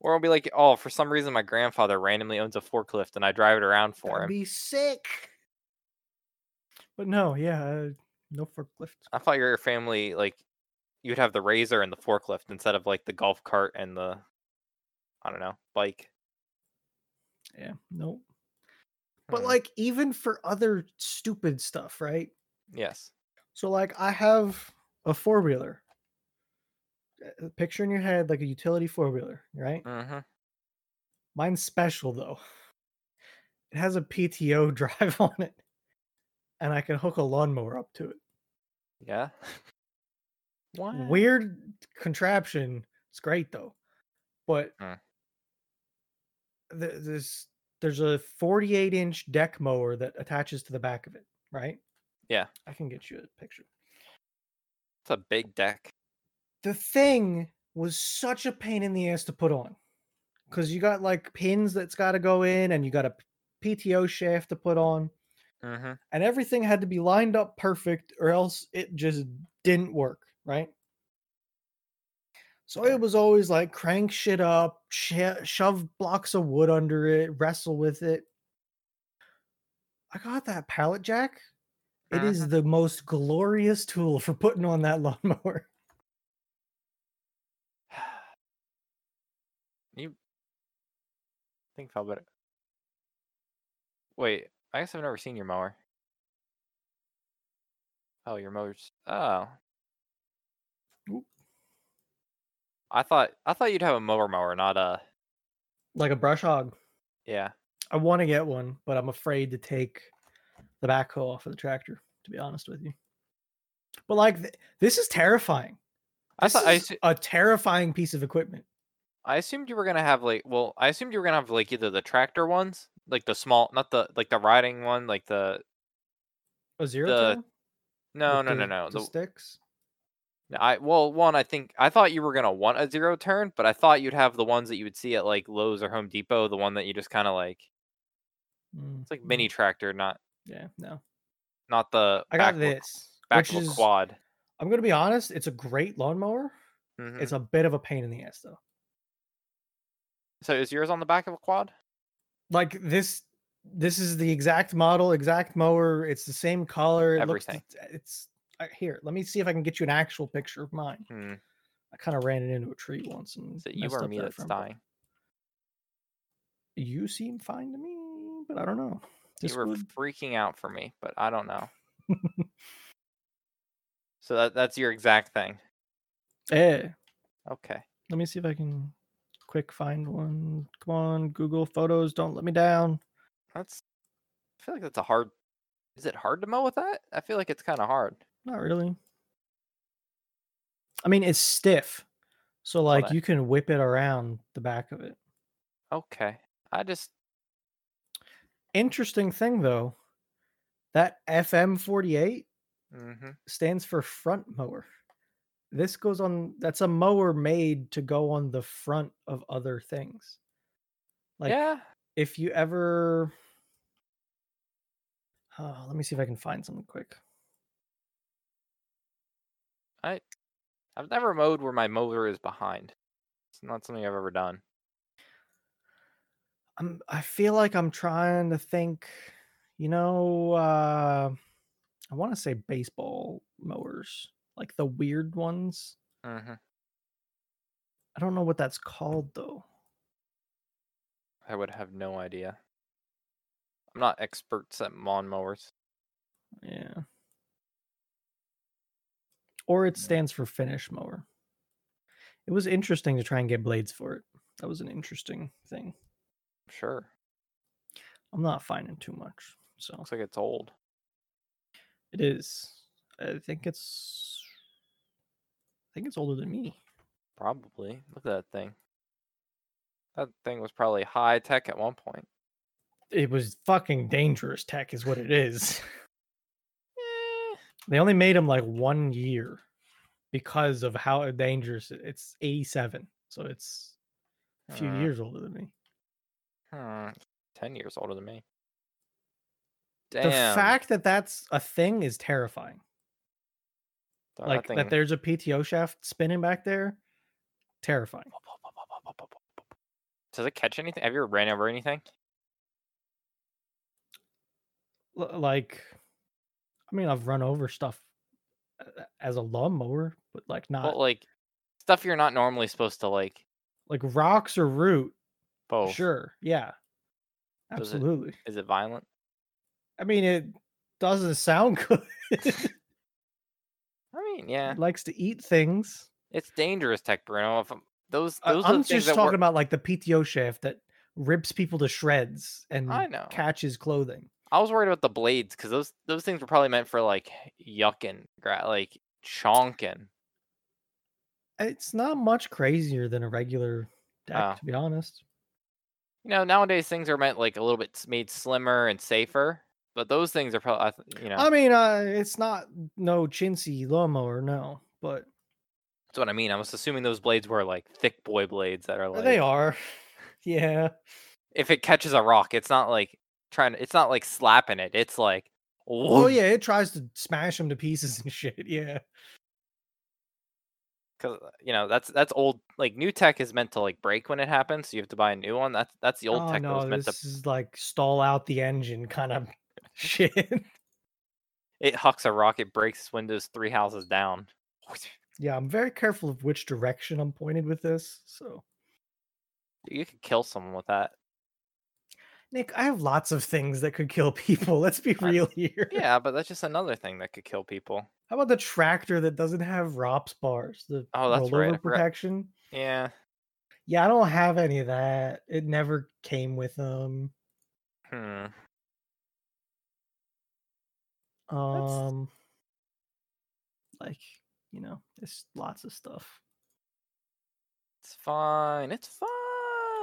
Speaker 1: Or I'll be like, oh, for some reason my grandfather randomly owns a forklift and I drive it around for
Speaker 2: That'd
Speaker 1: him.
Speaker 2: be sick. But no, yeah, uh, no forklift.
Speaker 1: I thought your family like you'd have the razor and the forklift instead of like the golf cart and the I don't know bike.
Speaker 2: Yeah, Uh no. But
Speaker 1: Hmm,
Speaker 2: like, even for other stupid stuff, right?
Speaker 1: yes,
Speaker 2: So like I have a four wheeler. Picture in your head like a utility four wheeler, right?
Speaker 1: hmm
Speaker 2: Mine's special though. It has a PTO drive on it. And I can hook a lawnmower up to it.
Speaker 1: yeah. what?
Speaker 2: Weird contraption. It's great though. But
Speaker 1: Mm.
Speaker 2: th- there's there's a 48 inch deck mower that attaches to the back of it, right?
Speaker 1: Yeah.
Speaker 2: I can get you a picture.
Speaker 1: It's a big deck.
Speaker 2: the thing was such a pain in the ass to put on because you got like pins that's got to go in and you got a PTO shaft to put on
Speaker 1: Mm-hmm.
Speaker 2: and everything had to be lined up perfect or else it just didn't work, right? So
Speaker 1: Yeah.
Speaker 2: it was always like crank shit up, sho- shove blocks of wood under it, wrestle with it. I got that pallet jack. It is the most glorious tool for putting on that lawnmower.
Speaker 1: mm-hmm. You think about better. Wait, I guess I've never seen your mower. Oh, your mower's oh.
Speaker 2: Oop.
Speaker 1: I thought I thought you'd have a mower mower, not a
Speaker 2: Like a brush hog.
Speaker 1: yeah.
Speaker 2: I want to get one, but I'm afraid to take the backhoe off of the tractor. To be honest with you, but like th- this is terrifying.
Speaker 1: I
Speaker 2: This
Speaker 1: thought I,
Speaker 2: is
Speaker 1: assu-
Speaker 2: a terrifying piece of equipment.
Speaker 1: I assumed you were gonna have like well I assumed you were gonna have like either the tractor ones like the small not the like the riding one like the
Speaker 2: A zero.
Speaker 1: The-
Speaker 2: turn
Speaker 1: no
Speaker 2: with
Speaker 1: no
Speaker 2: the-
Speaker 1: no no
Speaker 2: the
Speaker 1: the,
Speaker 2: sticks.
Speaker 1: No, I well, one, I think I thought you were gonna want a zero turn, but I thought you'd have the ones that you would see at like Lowe's or Home Depot, the one that you just kind of like
Speaker 2: Mm,
Speaker 1: it's like
Speaker 2: mm,
Speaker 1: mini tractor, not
Speaker 2: Yeah, no.
Speaker 1: not the
Speaker 2: I got
Speaker 1: backwood-
Speaker 2: this. Which
Speaker 1: backwood
Speaker 2: is,
Speaker 1: quad.
Speaker 2: I'm gonna be honest. It's a great lawnmower.
Speaker 1: Mhm.
Speaker 2: It's a bit of a pain in the ass though.
Speaker 1: So is yours on the back of a quad?
Speaker 2: Like this. This is the exact model, exact mower. It's the same color. It looks,
Speaker 1: Everything.
Speaker 2: it's- it's uh, here. Let me see if I can get you an actual picture of mine.
Speaker 1: Hmm.
Speaker 2: I kind of ran it into a tree once and
Speaker 1: Is it you
Speaker 2: messed
Speaker 1: or
Speaker 2: up
Speaker 1: me
Speaker 2: that
Speaker 1: that's
Speaker 2: front part.
Speaker 1: dying?
Speaker 2: You seem fine to me, but I don't know.
Speaker 1: You were
Speaker 2: Discord?
Speaker 1: freaking out for me, but I don't know. so that that's your exact thing.
Speaker 2: Eh,
Speaker 1: Okay.
Speaker 2: let me see if I can quick find one. Come on, Google Photos, don't let me down.
Speaker 1: That's I feel like that's a hard is it hard to mow with that? I feel like it's kinda hard.
Speaker 2: Not really. I mean, it's stiff, so like
Speaker 1: that.
Speaker 2: you can whip it around the back of it.
Speaker 1: Okay. I just
Speaker 2: Interesting thing though, that FM48
Speaker 1: hmm
Speaker 2: stands for front mower. This goes on that's a mower made to go on the front of other things. Like
Speaker 1: yeah.
Speaker 2: if you ever oh, let me see if I can find something quick.
Speaker 1: I've never mowed where my mower is behind. It's not something I've ever done.
Speaker 2: I'm I feel like I'm trying to think, you know, uh I want to say baseball mowers, like the weird ones.
Speaker 1: hmm
Speaker 2: I don't know what that's called though.
Speaker 1: I would have no idea. I'm not experts at lawn mowers.
Speaker 2: Yeah. Or it stands for finish mower. It was interesting to try and get blades for it. That was an interesting thing.
Speaker 1: Sure.
Speaker 2: I'm not finding too much. So
Speaker 1: Looks like it's old.
Speaker 2: it is. I think it's. I think it's older than me.
Speaker 1: Probably. Look at that thing. That thing was probably high tech at one point.
Speaker 2: It was fucking dangerous tech, is what it is.
Speaker 1: Eh,
Speaker 2: They only made him like one year because of how dangerous it- it's 87. So it's a few
Speaker 1: Uh,
Speaker 2: years older than me.
Speaker 1: hmm, Ten years older than me.
Speaker 2: The
Speaker 1: Damn.
Speaker 2: fact that that's a thing is terrifying.
Speaker 1: Throw
Speaker 2: like
Speaker 1: thing-
Speaker 2: that there's a PTO shaft spinning back there, terrifying.
Speaker 1: Does it catch anything? Have you ever ran over anything?
Speaker 2: L- like, I mean, I've run over stuff a- as a lawnmower, but like not
Speaker 1: Well, like stuff you're not normally supposed to like.
Speaker 2: like rocks or root.
Speaker 1: Both.
Speaker 2: Sure, yeah,
Speaker 1: Oh. Does it-
Speaker 2: absolutely.
Speaker 1: Is it violent?
Speaker 2: I mean, it doesn't sound good. it
Speaker 1: I mean, yeah,
Speaker 2: likes to eat things.
Speaker 1: it's dangerous tech, Bruno. If I'm- those,
Speaker 2: I-
Speaker 1: those are the
Speaker 2: I'm
Speaker 1: things
Speaker 2: just
Speaker 1: that
Speaker 2: talking
Speaker 1: work-
Speaker 2: about like the PTO shaft that rips people to shreds and
Speaker 1: I know.
Speaker 2: catches clothing.
Speaker 1: I was worried about the blades because those those things were probably meant for like yucking, gra- like chonking.
Speaker 2: It's not much crazier than a regular deck,
Speaker 1: Oh.
Speaker 2: to be honest.
Speaker 1: You know, nowadays things are meant like a little bit s- made slimmer and safer, but those things are probably, you know,
Speaker 2: I mean, uh, it's not no chintzy lawnmower, no, but
Speaker 1: that's what I mean. I was assuming those blades were like thick boy blades that are like
Speaker 2: they are. yeah,
Speaker 1: If it catches a rock, it's not like trying. to It's not like slapping it. It's like
Speaker 2: oh yeah, it tries to smash them to pieces and shit. Yeah,
Speaker 1: because uh, you know that's that's old. Like new tech is meant to like break when it happens. So you have to buy a new one. That's that's the old
Speaker 2: oh
Speaker 1: tech that was
Speaker 2: no,
Speaker 1: meant
Speaker 2: this
Speaker 1: to.
Speaker 2: is like stall out the engine kind of shit.
Speaker 1: It hucks a rock. It breaks windows three houses down.
Speaker 2: yeah, I'm very careful of which direction I'm pointed with this. So,
Speaker 1: You could kill someone with that.
Speaker 2: Nick, I have lots of things that could kill people. Let's be
Speaker 1: I-
Speaker 2: real here.
Speaker 1: Yeah, but that's just another thing that could kill people.
Speaker 2: How about the tractor that doesn't have ROPS bars? The
Speaker 1: Oh, that's right, I forgot.
Speaker 2: rollover protection.
Speaker 1: Yeah.
Speaker 2: Yeah, I don't have any of that. It never came with them.
Speaker 1: Hmm.
Speaker 2: Um, like you know, there's lots of stuff.
Speaker 1: It's fine. It's
Speaker 2: It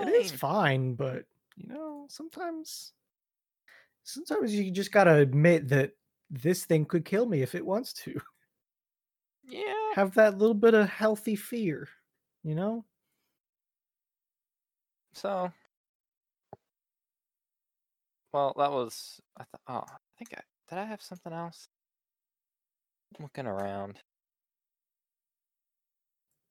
Speaker 1: fine.
Speaker 2: is fine, but you know, sometimes, sometimes you just gotta admit that this thing could kill me if it wants to.
Speaker 1: Yeah.
Speaker 2: Have that little bit of healthy fear, you know.
Speaker 1: So. Well, that was. I th- oh, I think I did. I have something else. I'm looking around. I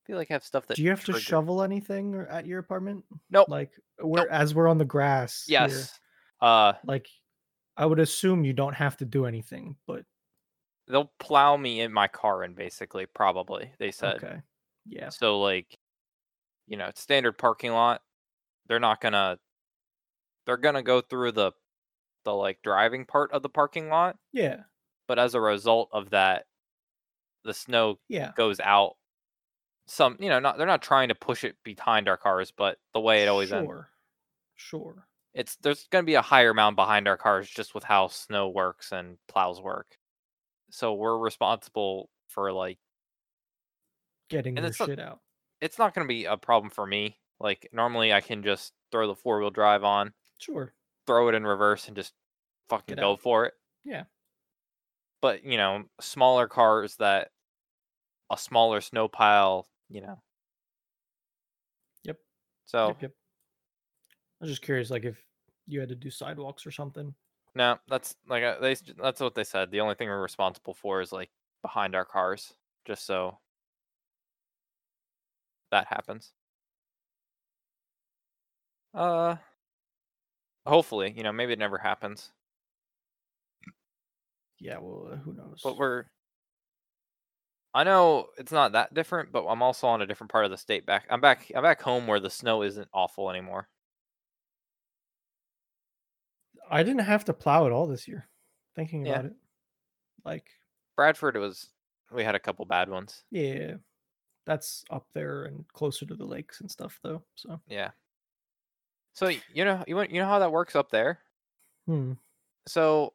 Speaker 1: feel like I have stuff that.
Speaker 2: Do you have to
Speaker 1: triggered-
Speaker 2: shovel anything or at your apartment?
Speaker 1: Nope.
Speaker 2: Like we're as we're on the grass. here,
Speaker 1: Yes. Uh,
Speaker 2: like I would assume you don't have to do anything, but
Speaker 1: they'll plow me in my car, and basically, probably they said.
Speaker 2: okay. Yeah.
Speaker 1: So like, you know, it's standard parking lot. They're not gonna. They're gonna go through the, the like driving part of the parking lot,
Speaker 2: Yeah.
Speaker 1: but as a result of that, the snow
Speaker 2: Yeah.
Speaker 1: goes out. Some, you know, not they're not trying to push it behind our cars, but the way it always
Speaker 2: sure.
Speaker 1: ends,
Speaker 2: Sure.
Speaker 1: it's there's gonna be a higher mound behind our cars just with how snow works and plows work. So we're responsible for like
Speaker 2: Getting
Speaker 1: And
Speaker 2: your
Speaker 1: it's not-
Speaker 2: shit out.
Speaker 1: it's not going to be a problem for me. Like normally, I can just throw the four wheel drive on,
Speaker 2: Sure.
Speaker 1: throw it in reverse, and just fucking
Speaker 2: Get
Speaker 1: go
Speaker 2: out.
Speaker 1: for it.
Speaker 2: Yeah.
Speaker 1: But you know, smaller cars that a smaller snow pile, you know.
Speaker 2: Yep.
Speaker 1: So
Speaker 2: Yep, yep. I was just curious, like if you had to do sidewalks or something.
Speaker 1: no, that's like uh, they. s- That's what they said. The only thing we're responsible for is like behind our cars, just so that happens. Uh, hopefully, you know, maybe it never happens.
Speaker 2: Yeah. Well, uh, who knows?
Speaker 1: but we're i know it's not that different but i'm also on a different part of the state back i'm back i'm back home where the snow isn't awful anymore
Speaker 2: I didn't have to plow at all this year. Thinking
Speaker 1: Yeah.
Speaker 2: about it, like
Speaker 1: bradford was we had a couple bad ones
Speaker 2: yeah, that's up there and closer to the lakes and stuff, though. So
Speaker 1: yeah so y- you know you, want- you know how that works up there
Speaker 2: Hmm.
Speaker 1: So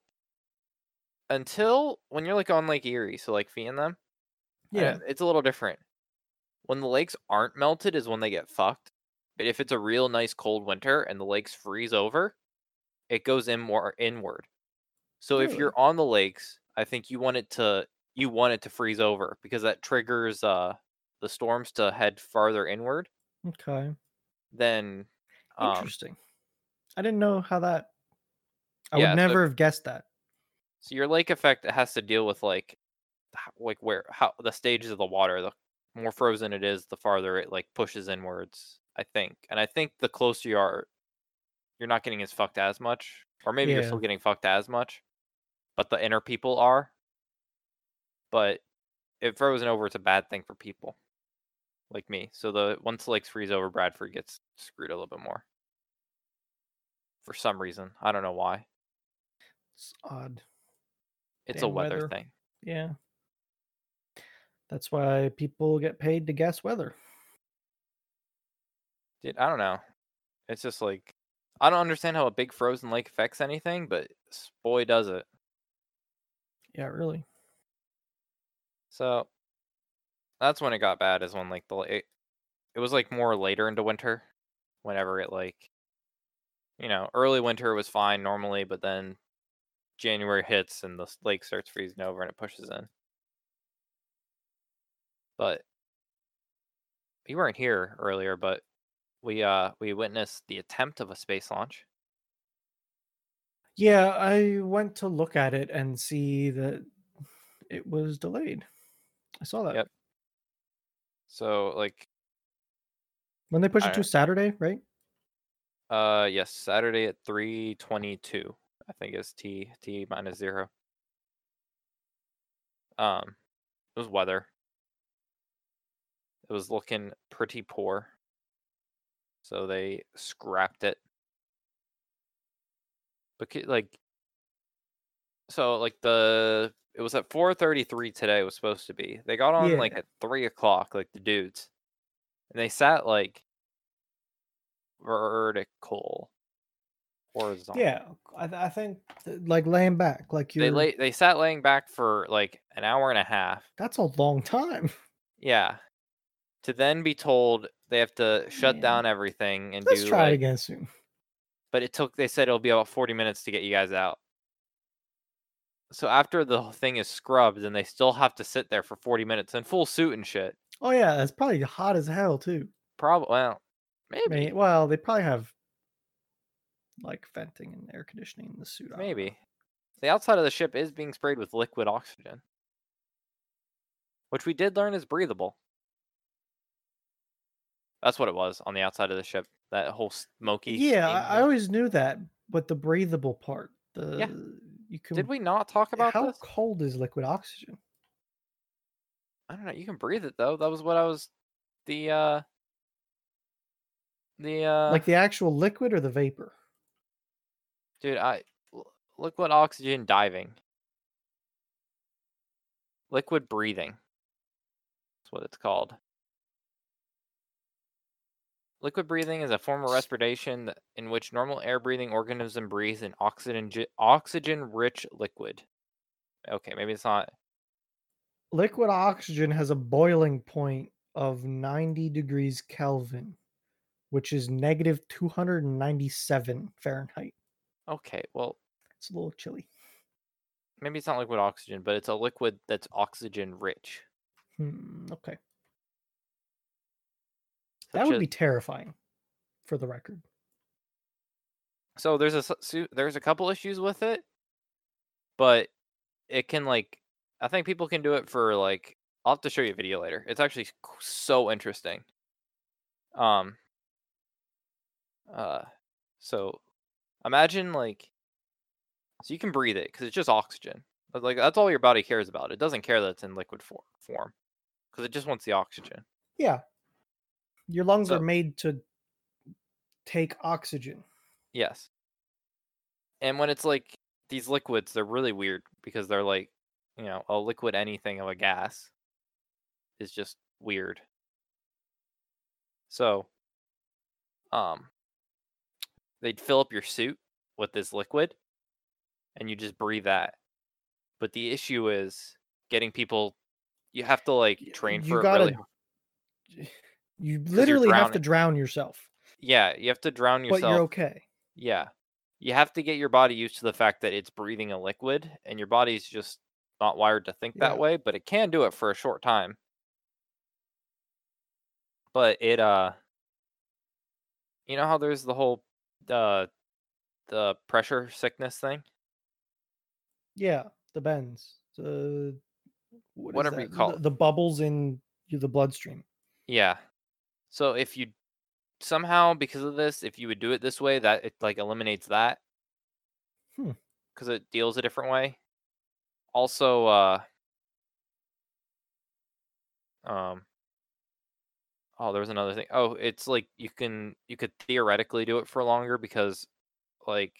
Speaker 1: until when you're like on Lake Erie, so like Fee and them, uh,
Speaker 2: Yeah.
Speaker 1: it's a little different. When the lakes aren't melted is when they get fucked. But if it's a real nice cold winter and the lakes freeze over, it goes in more inward. So if you're on the lakes, I think you want it to you want it to freeze over because that triggers uh the storms to head farther inward
Speaker 2: Okay.
Speaker 1: than um
Speaker 2: Interesting. I didn't know how that. I
Speaker 1: yeah, so-
Speaker 2: would never have guessed that.
Speaker 1: so your lake effect has to deal with like h- like where how the stages of the water the more frozen it is the farther it like pushes inwards i think and i think the closer you are you're not getting as fucked as much or maybe you're
Speaker 2: Yeah.
Speaker 1: still getting fucked as much but the inner people are but if frozen over it's a bad thing for people like me so the once the lakes freeze over bradford gets screwed a little bit more for some reason i don't know why
Speaker 2: It's odd.
Speaker 1: it's a
Speaker 2: Damn
Speaker 1: weather,
Speaker 2: weather.
Speaker 1: thing
Speaker 2: Yeah. That's why people get paid to guess weather.
Speaker 1: Dude, I don't know. It's just like I don't understand how a big frozen lake affects anything, but s- boy does it.
Speaker 2: Yeah, really.
Speaker 1: So that's when it got bad. Is when like the la- it, it was like more later into winter, whenever it like you know early winter was fine normally, but then January hits and the s- lake starts freezing over and it pushes in. But you weren't here earlier, but we uh we witnessed the attempt of a space launch.
Speaker 2: Yeah, I went to look at it and see that it was delayed. I saw that.
Speaker 1: Yep. So like
Speaker 2: When they push it
Speaker 1: I-
Speaker 2: to Saturday, right?
Speaker 1: Uh, yes, Saturday at three twenty-two. I think is t t minus zero. Um, it was weather. It was looking pretty poor, so they scrapped it. But ca- like, so like the it was at four thirty-three today was supposed to be. They got on like
Speaker 2: Yeah.
Speaker 1: at three o'clock, like the dudes, and they sat like vertical, horizontal.
Speaker 2: Yeah. I, th- I think, th- like, laying back, like you.
Speaker 1: They lay, they sat laying back for like an hour and a half.
Speaker 2: That's a long time.
Speaker 1: Yeah. To then be told they have to shut
Speaker 2: Yeah.
Speaker 1: down everything and
Speaker 2: Let's
Speaker 1: do
Speaker 2: try
Speaker 1: like-
Speaker 2: it again soon.
Speaker 1: but it took they said it'll be about 40 minutes to get you guys out. So after the whole thing is scrubbed and they still have to sit there for 40 minutes in full suit and shit.
Speaker 2: Oh, yeah. It's probably hot as hell, too.
Speaker 1: Probably well,
Speaker 2: I
Speaker 1: maybe
Speaker 2: mean, well, they probably have like venting and air conditioning in the suit. I don't know.
Speaker 1: maybe. The outside of the ship is being sprayed with liquid oxygen. Which we did learn is breathable. That's what it was on the outside of the ship. That whole smoky.
Speaker 2: Yeah,
Speaker 1: steam
Speaker 2: I, I
Speaker 1: thing.
Speaker 2: always knew that, but the breathable part, the you can. eh,
Speaker 1: Did we not talk about
Speaker 2: how
Speaker 1: this?
Speaker 2: cold is liquid oxygen?
Speaker 1: I don't know. You can breathe it though. That was what I was. The uh. The uh.
Speaker 2: like the actual liquid or the vapor?
Speaker 1: dude, I l- liquid oxygen diving. Liquid breathing. That's what it's called. Liquid breathing is a form of respiration that- in which normal air breathing organism breathes in oxygen oxygen rich liquid. Okay, maybe it's not
Speaker 2: Liquid oxygen has a boiling point of 90 degrees Kelvin, which is negative 297 Fahrenheit.
Speaker 1: okay. Well,
Speaker 2: It's a little chilly.
Speaker 1: maybe it's not liquid oxygen, but it's a liquid that's oxygen rich.
Speaker 2: Hmm, okay.
Speaker 1: such
Speaker 2: That would
Speaker 1: as-
Speaker 2: be terrifying for the record.
Speaker 1: so there's a s- su- there's a couple issues with it but it can like i think people can do it for like i'll have to show you a video later it's actually c- so interesting um uh so imagine like so you can breathe it because it's just oxygen but, like that's all your body cares about it doesn't care that it's in liquid for- form because it just wants the oxygen
Speaker 2: Yeah. Your lungs
Speaker 1: So-
Speaker 2: are made to take oxygen.
Speaker 1: Yes. And when it's like these liquids, they're really weird because they're like, you know, a liquid anything of a gas is just weird. So, um, they'd fill up your suit with this liquid and you just breathe that. But the issue is getting people. You have to like
Speaker 2: Y-
Speaker 1: train
Speaker 2: you
Speaker 1: for
Speaker 2: gotta-
Speaker 1: it. Really.
Speaker 2: You
Speaker 1: you're
Speaker 2: literally have to drown yourself,
Speaker 1: Yeah, you have to drown yourself.
Speaker 2: but you're okay.
Speaker 1: Yeah. You have to get your body used to the fact that it's breathing a liquid and your body's just not wired to think
Speaker 2: Yeah.
Speaker 1: that way, but it can do it for a short time. But it uh you know how there's the whole uh the pressure sickness thing?
Speaker 2: Yeah, the bends, the what is
Speaker 1: Whatever you
Speaker 2: that?
Speaker 1: call
Speaker 2: the,
Speaker 1: it.
Speaker 2: the bubbles in the bloodstream.
Speaker 1: Yeah. So if you somehow because of this, if you would do it this way, that it like eliminates that.
Speaker 2: Hmm.
Speaker 1: Because it deals a different way. Also, uh um Oh, there was another thing. Oh, it's like you can you could theoretically do it for longer because like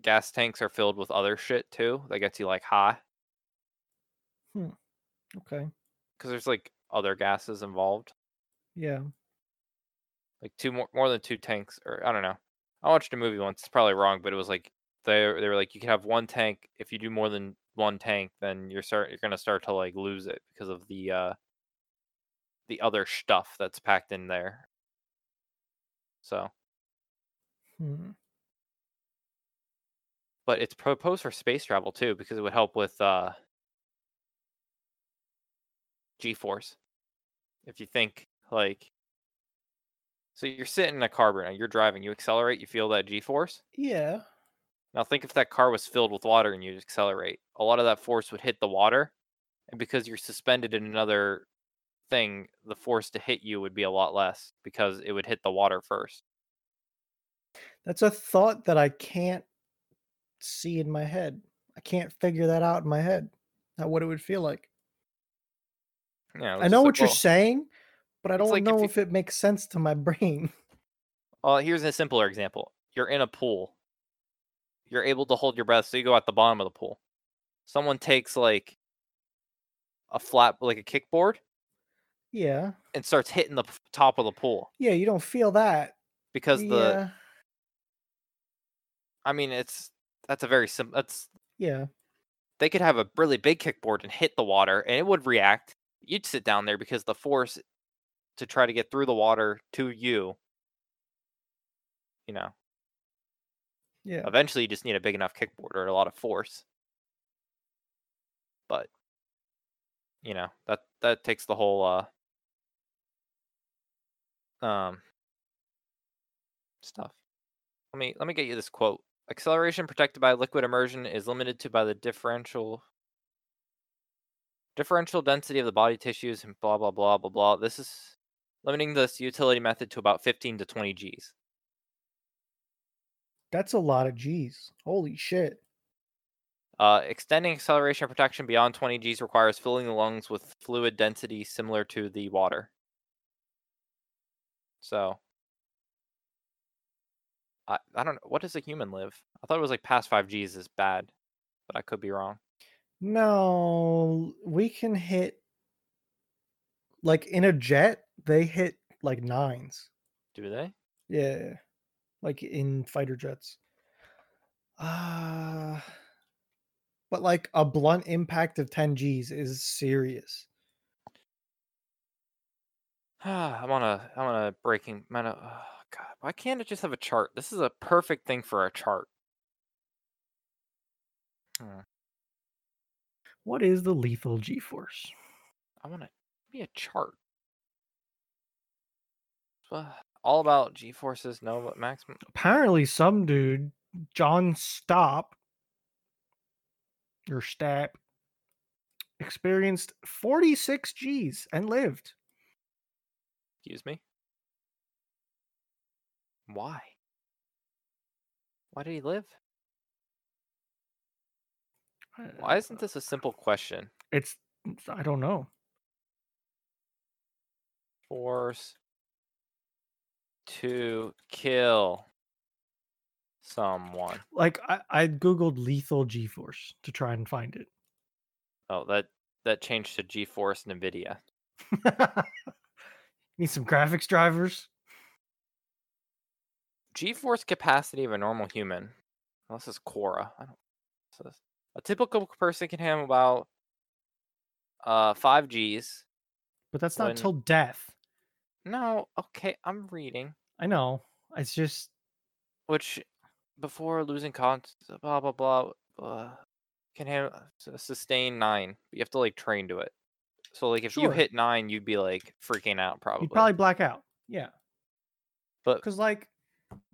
Speaker 1: gas tanks are filled with other shit too that gets you like high
Speaker 2: Okay,
Speaker 1: because there's like other gases involved.
Speaker 2: yeah,
Speaker 1: like two more more than two tanks or I don't know. I watched a movie once. It's probably wrong, but it was like they they were like you can have one tank. If you do more than one tank, then you're start you're gonna start to like lose it because of the uh the other stuff that's packed in there. So,
Speaker 2: hmm.
Speaker 1: but it's proposed for space travel too because it would help with uh G-force. If you think like so you're sitting in a car right now, you're driving, you accelerate, you feel that G-force.
Speaker 2: yeah,
Speaker 1: Now think if that car was filled with water and you accelerate, a lot of that force would hit the water, and because you're suspended in another thing, the force to hit you would be a lot less because it would hit the water first.
Speaker 2: that's a thought that I can't see in my head. I can't figure that out in my head. Not what it would feel like.
Speaker 1: Yeah,
Speaker 2: I know what you're saying, but I
Speaker 1: it's
Speaker 2: don't
Speaker 1: like if
Speaker 2: know
Speaker 1: you-
Speaker 2: if it makes sense to my brain.
Speaker 1: Well, here's a simpler example. You're in a pool. You're able to hold your breath, so you go at the bottom of the pool. Someone takes like a flat, like a kickboard,
Speaker 2: Yeah.
Speaker 1: and starts hitting the p- top of the pool
Speaker 2: Yeah, you don't feel that.
Speaker 1: because the.
Speaker 2: yeah.
Speaker 1: I mean, it's that's a very simple. That's
Speaker 2: Yeah.
Speaker 1: they could have a really big kickboard and hit the water and it would react. You'd sit down there because the force to try to get through the water to you, you know,
Speaker 2: Yeah.
Speaker 1: eventually you just need a big enough kickboard or a lot of force. But you know, that that takes the whole uh um stuff. Let me let me get you this quote. Acceleration protected by liquid immersion is limited to by the differential differential density of the body tissues and blah blah blah blah blah. This is limiting this utility method to about 15 to 20 Gs.
Speaker 2: That's a lot of G's. Holy shit.
Speaker 1: Uh, extending acceleration protection beyond 20 Gs requires filling the lungs with fluid density similar to the water. So, I, I don't know. What does a human live? I thought it was like past 5 Gs is bad, but I could be wrong.
Speaker 2: No, we can hit like in a jet, they hit like nines.
Speaker 1: Do they?
Speaker 2: Yeah. Like in fighter jets. Uh but like a blunt impact of 10 G's is serious.
Speaker 1: I'm on a I'm on a breaking man. Oh God, why can't it just have a chart? This is a perfect thing for a chart.
Speaker 2: What is the lethal G force?
Speaker 1: I want to be a chart. Uh, All about G forces, no but maximum.
Speaker 2: apparently some dude john Stopp, or Stapp, experienced 46 g's and lived
Speaker 1: Excuse me? Why? Why did he live? Why isn't this a simple question?
Speaker 2: it's i don't know
Speaker 1: Force to kill someone.
Speaker 2: like i, I googled lethal g force to try and find it
Speaker 1: Oh, that that changed to GeForce NVIDIA.
Speaker 2: need some graphics drivers
Speaker 1: GeForce capacity of a normal human. Unless it's Quora. I don't process. A typical person can have about uh five G's.
Speaker 2: But that's not
Speaker 1: When-
Speaker 2: till death.
Speaker 1: No, okay, I'm reading.
Speaker 2: I know. It's just
Speaker 1: Which before losing cons blah blah blah blah can have s- uh, sustain nine. But you have to like train to it. So like if you
Speaker 2: Sure.
Speaker 1: hit nine, you'd be like freaking out probably.
Speaker 2: you'd probably black out. Yeah.
Speaker 1: But
Speaker 2: because like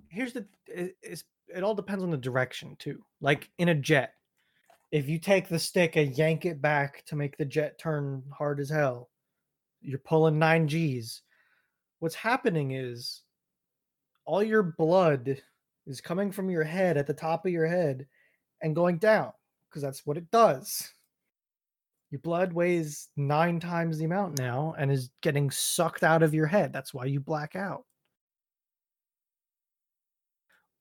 Speaker 2: here's the it, it's, it all depends on the direction too like in a jet if you take the stick and yank it back to make the jet turn hard as hell you're pulling nine g's what's happening is all your blood is coming from your head at the top of your head and going down because that's what it does your blood weighs nine times the amount now and is getting sucked out of your head that's why you black out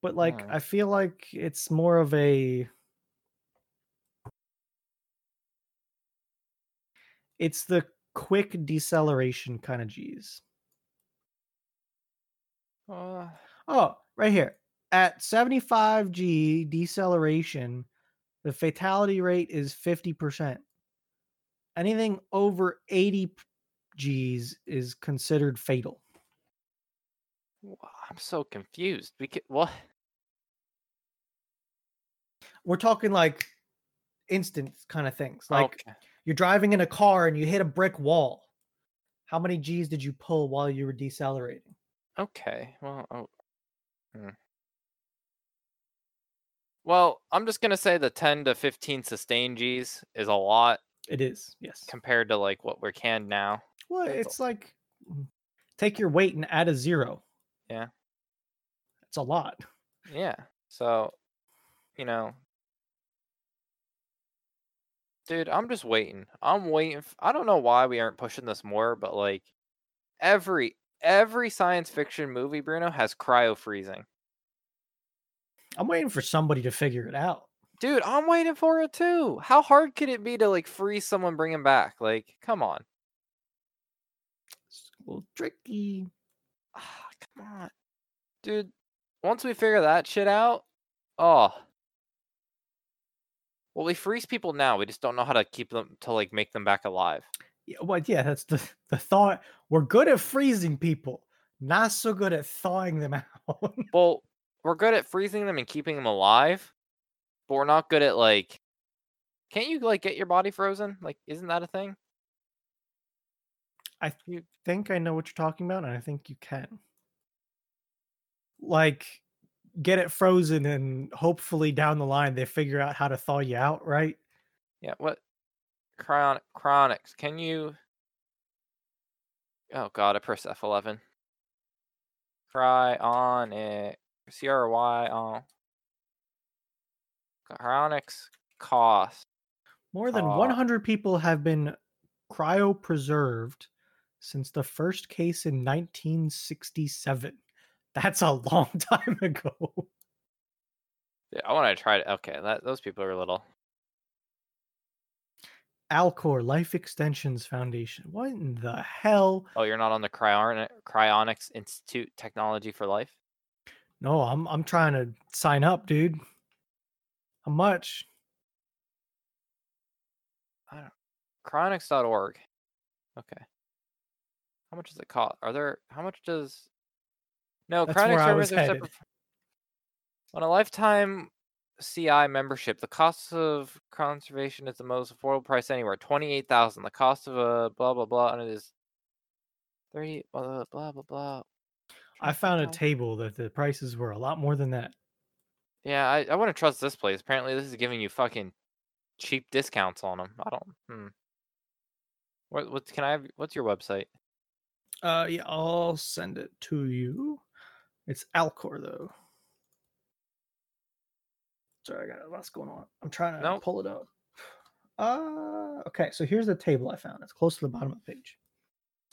Speaker 2: but like
Speaker 1: Hmm.
Speaker 2: i feel like it's more of a it's the quick deceleration kind of g's
Speaker 1: uh,
Speaker 2: oh right here at 75 g deceleration the fatality rate is 50% anything over 80 p- g's is considered fatal
Speaker 1: wha- I'm so confused. We ca- what?
Speaker 2: we're talking like instant kind of things like
Speaker 1: okay.
Speaker 2: you're driving in a car and you hit a brick wall. How many G's did you pull while you were decelerating?
Speaker 1: Okay. Well, oh. hmm. Well, I'm just gonna say the 10 to 15 sustain G's is a lot
Speaker 2: It is, yes.
Speaker 1: compared to like what we're canned now.
Speaker 2: Well,
Speaker 1: that's a-
Speaker 2: it's like mm, take your weight and add a zero.
Speaker 1: Yeah.
Speaker 2: It's a lot.
Speaker 1: Yeah. So, you know, dude, I'm just waiting. I'm waiting. F- I don't know why we aren't pushing this more, but like every every science fiction movie, Bruno has cryo freezing.
Speaker 2: I'm waiting for somebody to figure it out.
Speaker 1: Dude, I'm waiting for it too. How hard could it be to like freeze someone, bring him back? Like, come on.
Speaker 2: It's a little tricky.
Speaker 1: Ah, come on. Dude, once we figure that shit out, oh. Well, we freeze people now. We just don't know how to keep them to like make them back alive.
Speaker 2: Yeah, well, yeah, that's the, the thought. We're good at freezing people, not so good at thawing them out.
Speaker 1: Well, we're good at freezing them and keeping them alive, but we're not good at like can't you like get your body frozen? Like isn't that a thing?
Speaker 2: I th- think I know what you're talking about, and I think you can. Like, get it frozen, and hopefully down the line they figure out how to thaw you out, right?
Speaker 1: Yeah, what chronic chronics. Can you Oh god, I pressed F eleven. Cry on it. C R Y on chronics cost.
Speaker 2: More than
Speaker 1: Uh,
Speaker 2: 100 people have been cryopreserved since the first case in 1967. That's a long time ago.
Speaker 1: Yeah, I wanna try to okay, that those people are little.
Speaker 2: Alcor Life Extensions Foundation. What in the hell?
Speaker 1: Oh, you're not on the cryonic cryonics institute technology for life?
Speaker 2: No, I'm I'm trying to sign up, dude. How much?
Speaker 1: Chronics.org. Okay. How much does it cost? Are there how much does No,
Speaker 2: That's
Speaker 1: chronic
Speaker 2: where I
Speaker 1: services
Speaker 2: was
Speaker 1: are
Speaker 2: headed.
Speaker 1: separate. from- On a lifetime CI membership, the cost of conservation is the most affordable price anywhere. Twenty eight thousand. The cost of a blah blah blah and it is thirty blah blah blah blah.
Speaker 2: I found a
Speaker 1: table.
Speaker 2: table that the prices were a lot more than that.
Speaker 1: Yeah, I, I wouldn't trust this place. Apparently, this is giving you fucking cheap discounts on them. I don't. Hmm. What? What can I? Have, what's your website?
Speaker 2: Uh, yeah, I'll send it to you. It's Alcor though. Sorry, I got lots going on. I'm trying to
Speaker 1: Nope.
Speaker 2: pull it up. Uh, okay. So here's the table I found. It's close to the bottom of the page.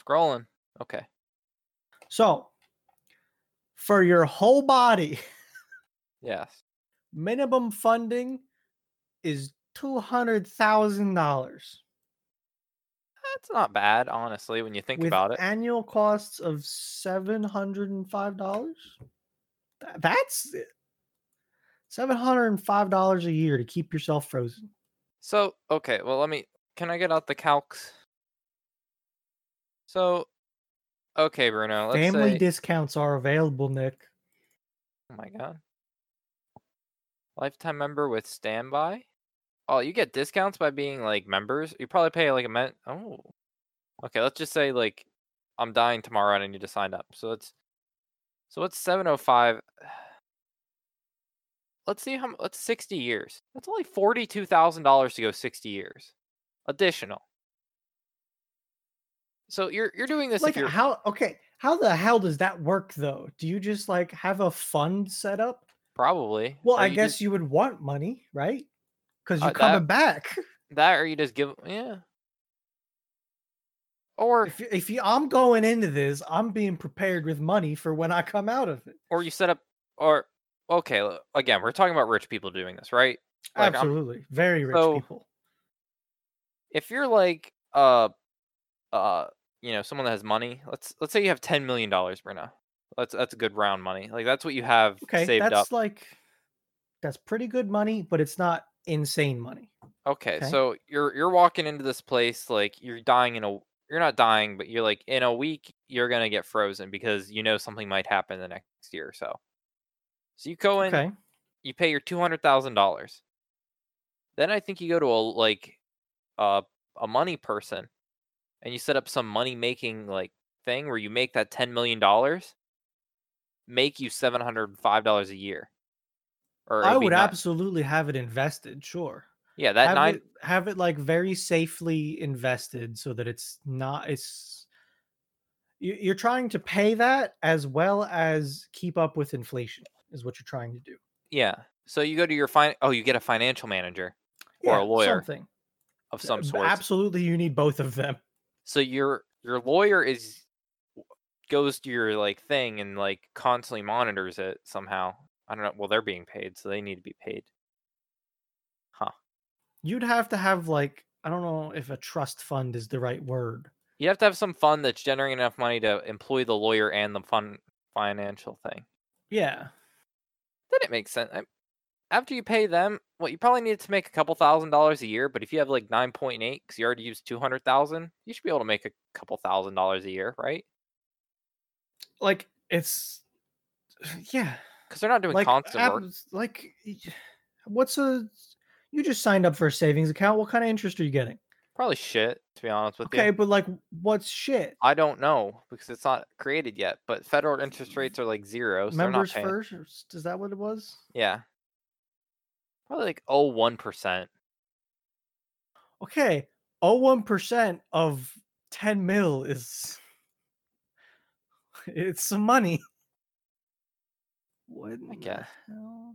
Speaker 1: Scrolling. Okay.
Speaker 2: So, for your whole body,
Speaker 1: Yes.
Speaker 2: minimum funding is two hundred thousand dollars.
Speaker 1: That's not bad, honestly, when you think
Speaker 2: with
Speaker 1: about it.
Speaker 2: Annual costs of eh, seven hundred and five dollars. That's $705 a year to keep yourself frozen.
Speaker 1: So okay, well let me. Can I get out the calcs? So, okay, Bruno. Let's
Speaker 2: Family
Speaker 1: say,
Speaker 2: discounts are available, Nick.
Speaker 1: Oh my god. Lifetime member with standby? Oh, you get discounts by being like members. You probably pay like a men oh. Okay, let's just say like I'm dying tomorrow and I need to sign up. So it's so what's seven oh five? Let's see how mu- let's sixty years. That's only forty two thousand dollars to go sixty years. Additional. So you're you're doing this
Speaker 2: Like
Speaker 1: if you're
Speaker 2: how okay, how the hell does that work though? Do you just like have a fund set up?
Speaker 1: probably
Speaker 2: Well,
Speaker 1: or
Speaker 2: I
Speaker 1: you
Speaker 2: guess
Speaker 1: just-
Speaker 2: you would want money, right? Because you're
Speaker 1: Uh, that-
Speaker 2: coming back.
Speaker 1: that or you just give yeah. Or
Speaker 2: If you- if you, I'm going into this, I'm being prepared with money for when I come out of it.
Speaker 1: or you set up or okay l- again we're talking about rich people doing this right Like, I'm-
Speaker 2: Absolutely, very rich
Speaker 1: so-
Speaker 2: people.
Speaker 1: if you're like uh uh you know someone that has money let's let's say you have 10 million dollars Bruno that's that's a good round money like that's what you have
Speaker 2: Okay,
Speaker 1: saved
Speaker 2: that's
Speaker 1: up
Speaker 2: like that's pretty good money, but it's not insane money.
Speaker 1: okay,
Speaker 2: okay.
Speaker 1: so you're you're walking into this place like you're dying in a you're not dying but you're like in a week you're going to get frozen because you know something might happen the next year or so so you go in
Speaker 2: Okay,
Speaker 1: you pay your two hundred thousand dollars. Then I think you go to a like uh, a money person, and you set up some money making like thing where you make that ten million dollars, make you seven hundred five dollars a year. Or
Speaker 2: I
Speaker 1: it'll be
Speaker 2: would
Speaker 1: nine-
Speaker 2: absolutely have it invested. Sure,
Speaker 1: yeah that
Speaker 2: have
Speaker 1: nine
Speaker 2: it, have it like very safely invested so that it's not it's you- you're trying to pay that as well as keep up with inflation is what you're trying to do
Speaker 1: yeah. So you go to your fin oh you get a financial manager Or a lawyer
Speaker 2: something
Speaker 1: of some
Speaker 2: B-
Speaker 1: sort.
Speaker 2: absolutely you need both of them
Speaker 1: so your your lawyer is w- goes to your like thing and like constantly monitors it somehow. I don't know. Well, they're being paid, so they need to be paid.
Speaker 2: you'd have to have like i don't know if a trust fund is the right word
Speaker 1: You have to have some fund that's generating enough money to employ the lawyer and the fun financial thing.
Speaker 2: yeah
Speaker 1: Then it makes sense. I- After you pay them, well, you probably need to make a couple thousand dollars a year. But if you have like nine point eight, because you already used two hundred thousand, you should be able to make a couple thousand dollars a year, right?
Speaker 2: like it's yeah
Speaker 1: Because they're not doing
Speaker 2: like
Speaker 1: constant work.
Speaker 2: abs- like y- what's a you just signed up for a savings account what kind of interest are you getting
Speaker 1: Probably shit, to be honest with
Speaker 2: Okay,
Speaker 1: you.
Speaker 2: but like, what's shit?
Speaker 1: I don't know because it's not created yet. But federal interest rates are like zero, so
Speaker 2: Members
Speaker 1: they're not paying.
Speaker 2: first? or s- Is that what it was?
Speaker 1: Yeah, probably like oh one percent.
Speaker 2: Okay, oh one percent of ten mil is it's some money. What? in the
Speaker 1: guess.
Speaker 2: hell?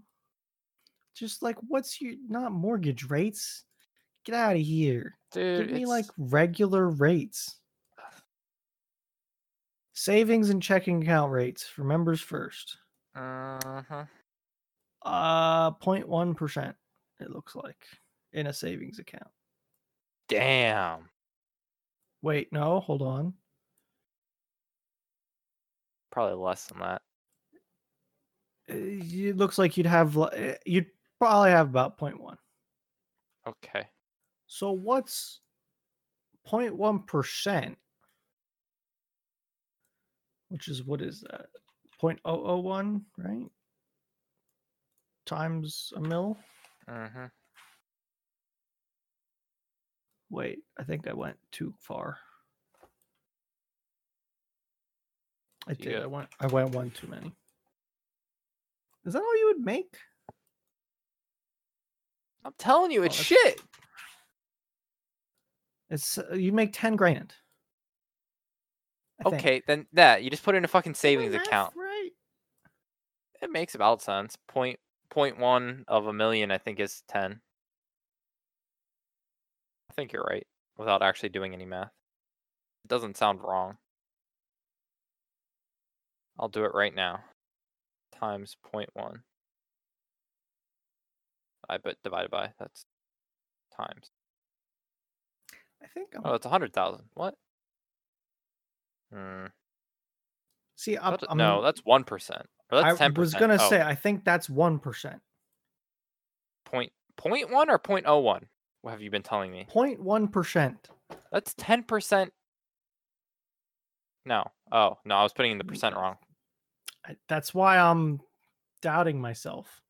Speaker 2: Just like, what's your not mortgage rates? Get out of here.
Speaker 1: Dude,
Speaker 2: Give me
Speaker 1: it's-
Speaker 2: like regular rates. Savings and checking account rates for members first.
Speaker 1: uh-huh.
Speaker 2: Uh, 0.1 percent. It looks like in a savings account.
Speaker 1: damn.
Speaker 2: Wait, no, hold on.
Speaker 1: probably less than that.
Speaker 2: Uh, It looks like you'd have li- uh, you'd probably have about 0.1.
Speaker 1: Okay.
Speaker 2: So what's 0.1 percent? Which is what is that? 0.001, right? Times a mil.
Speaker 1: Mm-hmm.
Speaker 2: Wait, I think I went too far. I
Speaker 1: So you
Speaker 2: did.
Speaker 1: got-
Speaker 2: I went. I went one too many. Is that all you would make?
Speaker 1: I'm telling you, it's
Speaker 2: that's-
Speaker 1: shit.
Speaker 2: It's uh, you make ten grand. I think.
Speaker 1: Okay, then that you just put in a fucking
Speaker 2: Am I
Speaker 1: savings
Speaker 2: math
Speaker 1: account.
Speaker 2: right?
Speaker 1: It makes about sense. Point point one of a million, I think, is ten. I think you're right. Without actually doing any math, it doesn't sound wrong. I'll do it right now. Times point one. I bet divided by that's times.
Speaker 2: I think. I'm,
Speaker 1: Oh, it's a hundred thousand. What? Hmm.
Speaker 2: see, I'm,
Speaker 1: That's-
Speaker 2: I'm,
Speaker 1: no, that's one percent. Or that's
Speaker 2: I
Speaker 1: ten percent. Oh,
Speaker 2: was gonna say. I think that's one percent.
Speaker 1: point point one or point oh one? What have you been telling me?
Speaker 2: 0.1%.
Speaker 1: That's ten percent. No. Oh no, I was putting in the percent wrong.
Speaker 2: I- That's why I'm doubting myself.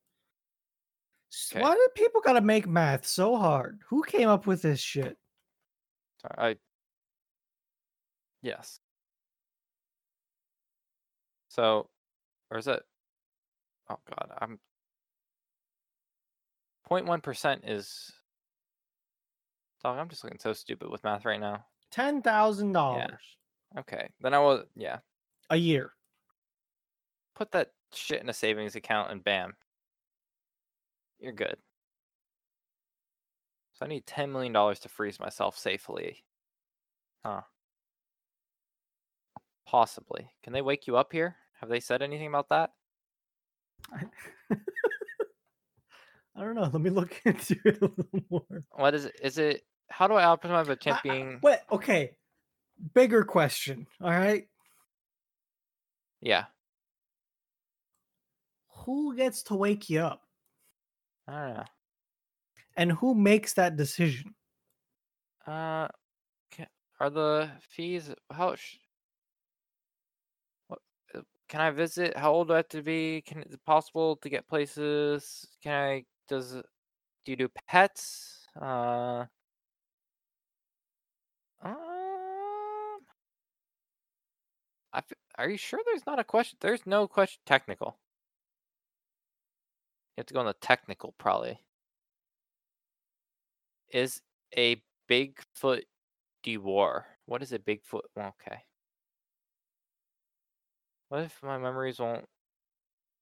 Speaker 2: S-
Speaker 1: Okay.
Speaker 2: Why do people got to make math so hard? Who came up with this shit?
Speaker 1: Sorry, I. Yes. So, or is it? Oh God, I'm. 0.1 percent is. Dog, I'm just looking so stupid with math right now.
Speaker 2: $10,000
Speaker 1: Okay, then I will. Yeah,
Speaker 2: a year.
Speaker 1: put that shit in a savings account and bam, you're good. So I need ten million dollars to freeze myself safely. Huh. Possibly. Can they wake you up here? Have they said anything about that?
Speaker 2: I don't know. Let me look into it a little more.
Speaker 1: What is it? Is it? How do I optimize my
Speaker 2: I-
Speaker 1: chimp
Speaker 2: I-
Speaker 1: being?
Speaker 2: Wait, okay. Bigger question. All right.
Speaker 1: Yeah.
Speaker 2: Who gets to wake you up
Speaker 1: I don't
Speaker 2: and who makes that decision?
Speaker 1: know. Uh, ca- are the fees? How? Sh- what? uh, Can I visit? How old do I have to be? Can is it possible to get places? Can I? Does it- do you do pets? Uh. Um, I f- are you sure there's not a question? There's no question. Technical. You have to go on the technical, probably. Is a Bigfoot Dewar. What is a Bigfoot? Well, okay. What if my memories won't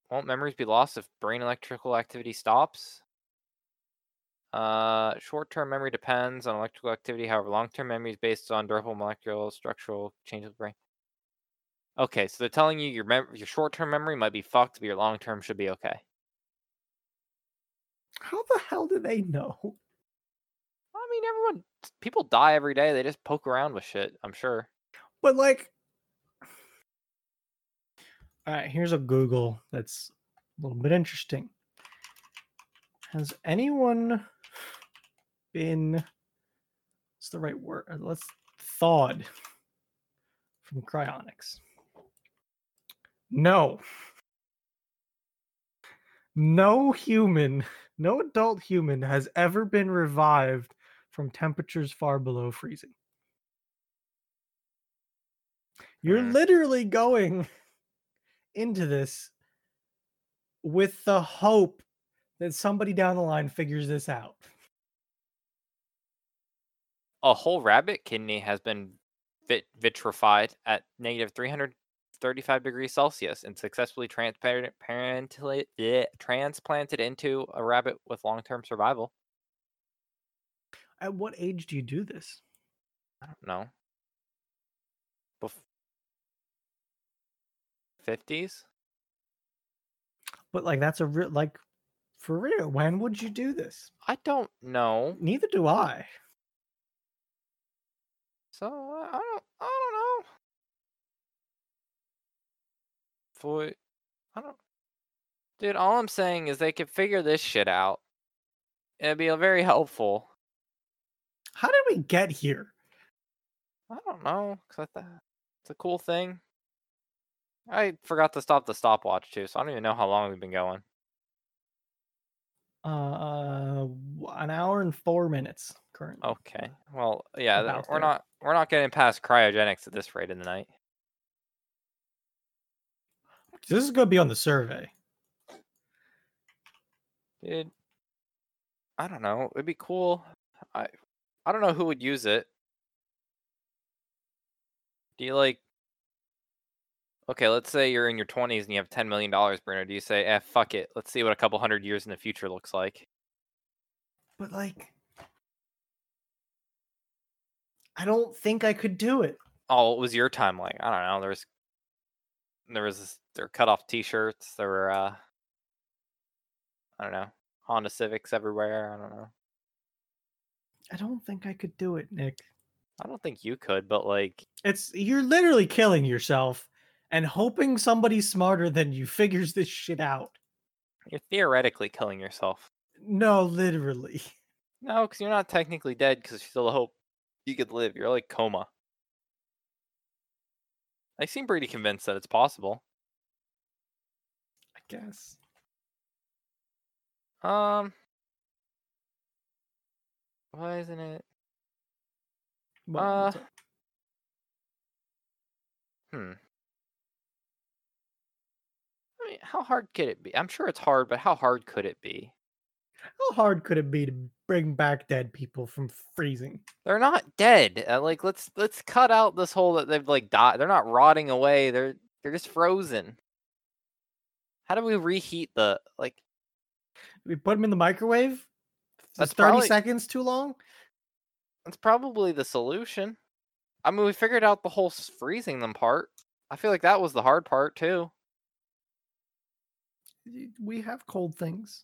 Speaker 1: won't memories be lost if brain electrical activity stops? Uh, short-term memory depends on electrical activity. However, long-term memory is based on durable molecular structural changes of the brain. Okay, so they're telling you your mem- your short-term memory might be fucked, but your long-term should be okay.
Speaker 2: How the hell do they know?
Speaker 1: I mean, everyone, people die every day. They just poke around with shit. I'm sure.
Speaker 2: But like, all right, here's a Google that's a little bit interesting. Has anyone been? What's the right word? Uh, Let's thawed from cryonics. No. No human, no adult human has ever been revived from temperatures far below freezing. You're
Speaker 1: Mm.
Speaker 2: literally going into this with the hope that somebody down the line figures this out.
Speaker 1: a whole rabbit kidney has been vit- vitrified at negative 335 degrees Celsius and successfully transpar- parentally- bleh, transplanted into a rabbit with long term survival.
Speaker 2: At what age do you do this?
Speaker 1: I don't know. Bef- 50s?
Speaker 2: But like that's a real like for real. When would you do this?
Speaker 1: I don't know.
Speaker 2: Neither do I.
Speaker 1: So I I don't. I don't know. For, I don't. Dude, all I'm saying is they could figure this shit out. It'd be very helpful.
Speaker 2: How did we get here?
Speaker 1: I don't know, cause I thought it's a cool thing. I forgot to stop the stopwatch too, so I don't even know how long we've been going.
Speaker 2: Uh, w- an hour and four minutes currently.
Speaker 1: Okay, well, yeah, th-
Speaker 2: Mm, About
Speaker 1: we're
Speaker 2: there.
Speaker 1: not we're not getting past cryogenics at this rate in the night.
Speaker 2: this is gonna be on the survey.
Speaker 1: Dude, I don't know. It'd be cool. I I don't know who would use it. Do you like Okay, let's say you're in your 20s and you have 10 million dollars, Bruno. Do you say, "Eh, fuck it. Let's see what a couple hundred years in the future looks like."
Speaker 2: But like, I don't think I could do it.
Speaker 1: oh, it was your time like? I don't know. There was there was this, there were cut off T-shirts. There were uh, I don't know Honda Civics everywhere. I don't know.
Speaker 2: I don't think I could do it, Nick.
Speaker 1: I don't think you could, but like,
Speaker 2: It's you're literally killing yourself and hoping somebody smarter than you figures this shit out.
Speaker 1: you're theoretically killing yourself.
Speaker 2: No, literally.
Speaker 1: No, because you're not technically dead because you still hope you could live. You're like coma. I seem pretty convinced that it's possible.
Speaker 2: I guess.
Speaker 1: Um, why isn't it?
Speaker 2: What-
Speaker 1: Uh,
Speaker 2: what's up?
Speaker 1: Hmm. I mean, how hard could it be? I'm sure it's hard, but how hard could it be?
Speaker 2: How hard could it be to bring back dead people from freezing?
Speaker 1: They're not dead. Uh, like let's let's cut out this whole that they've like died. They're not rotting away. They're they're just frozen. How do we reheat the like?
Speaker 2: We put them in the microwave. Is
Speaker 1: That's
Speaker 2: 30
Speaker 1: probably-
Speaker 2: seconds too long.
Speaker 1: That's probably the solution. I mean, we figured out the whole s- freezing them part. I feel like that was the hard part too.
Speaker 2: Y- We have cold things.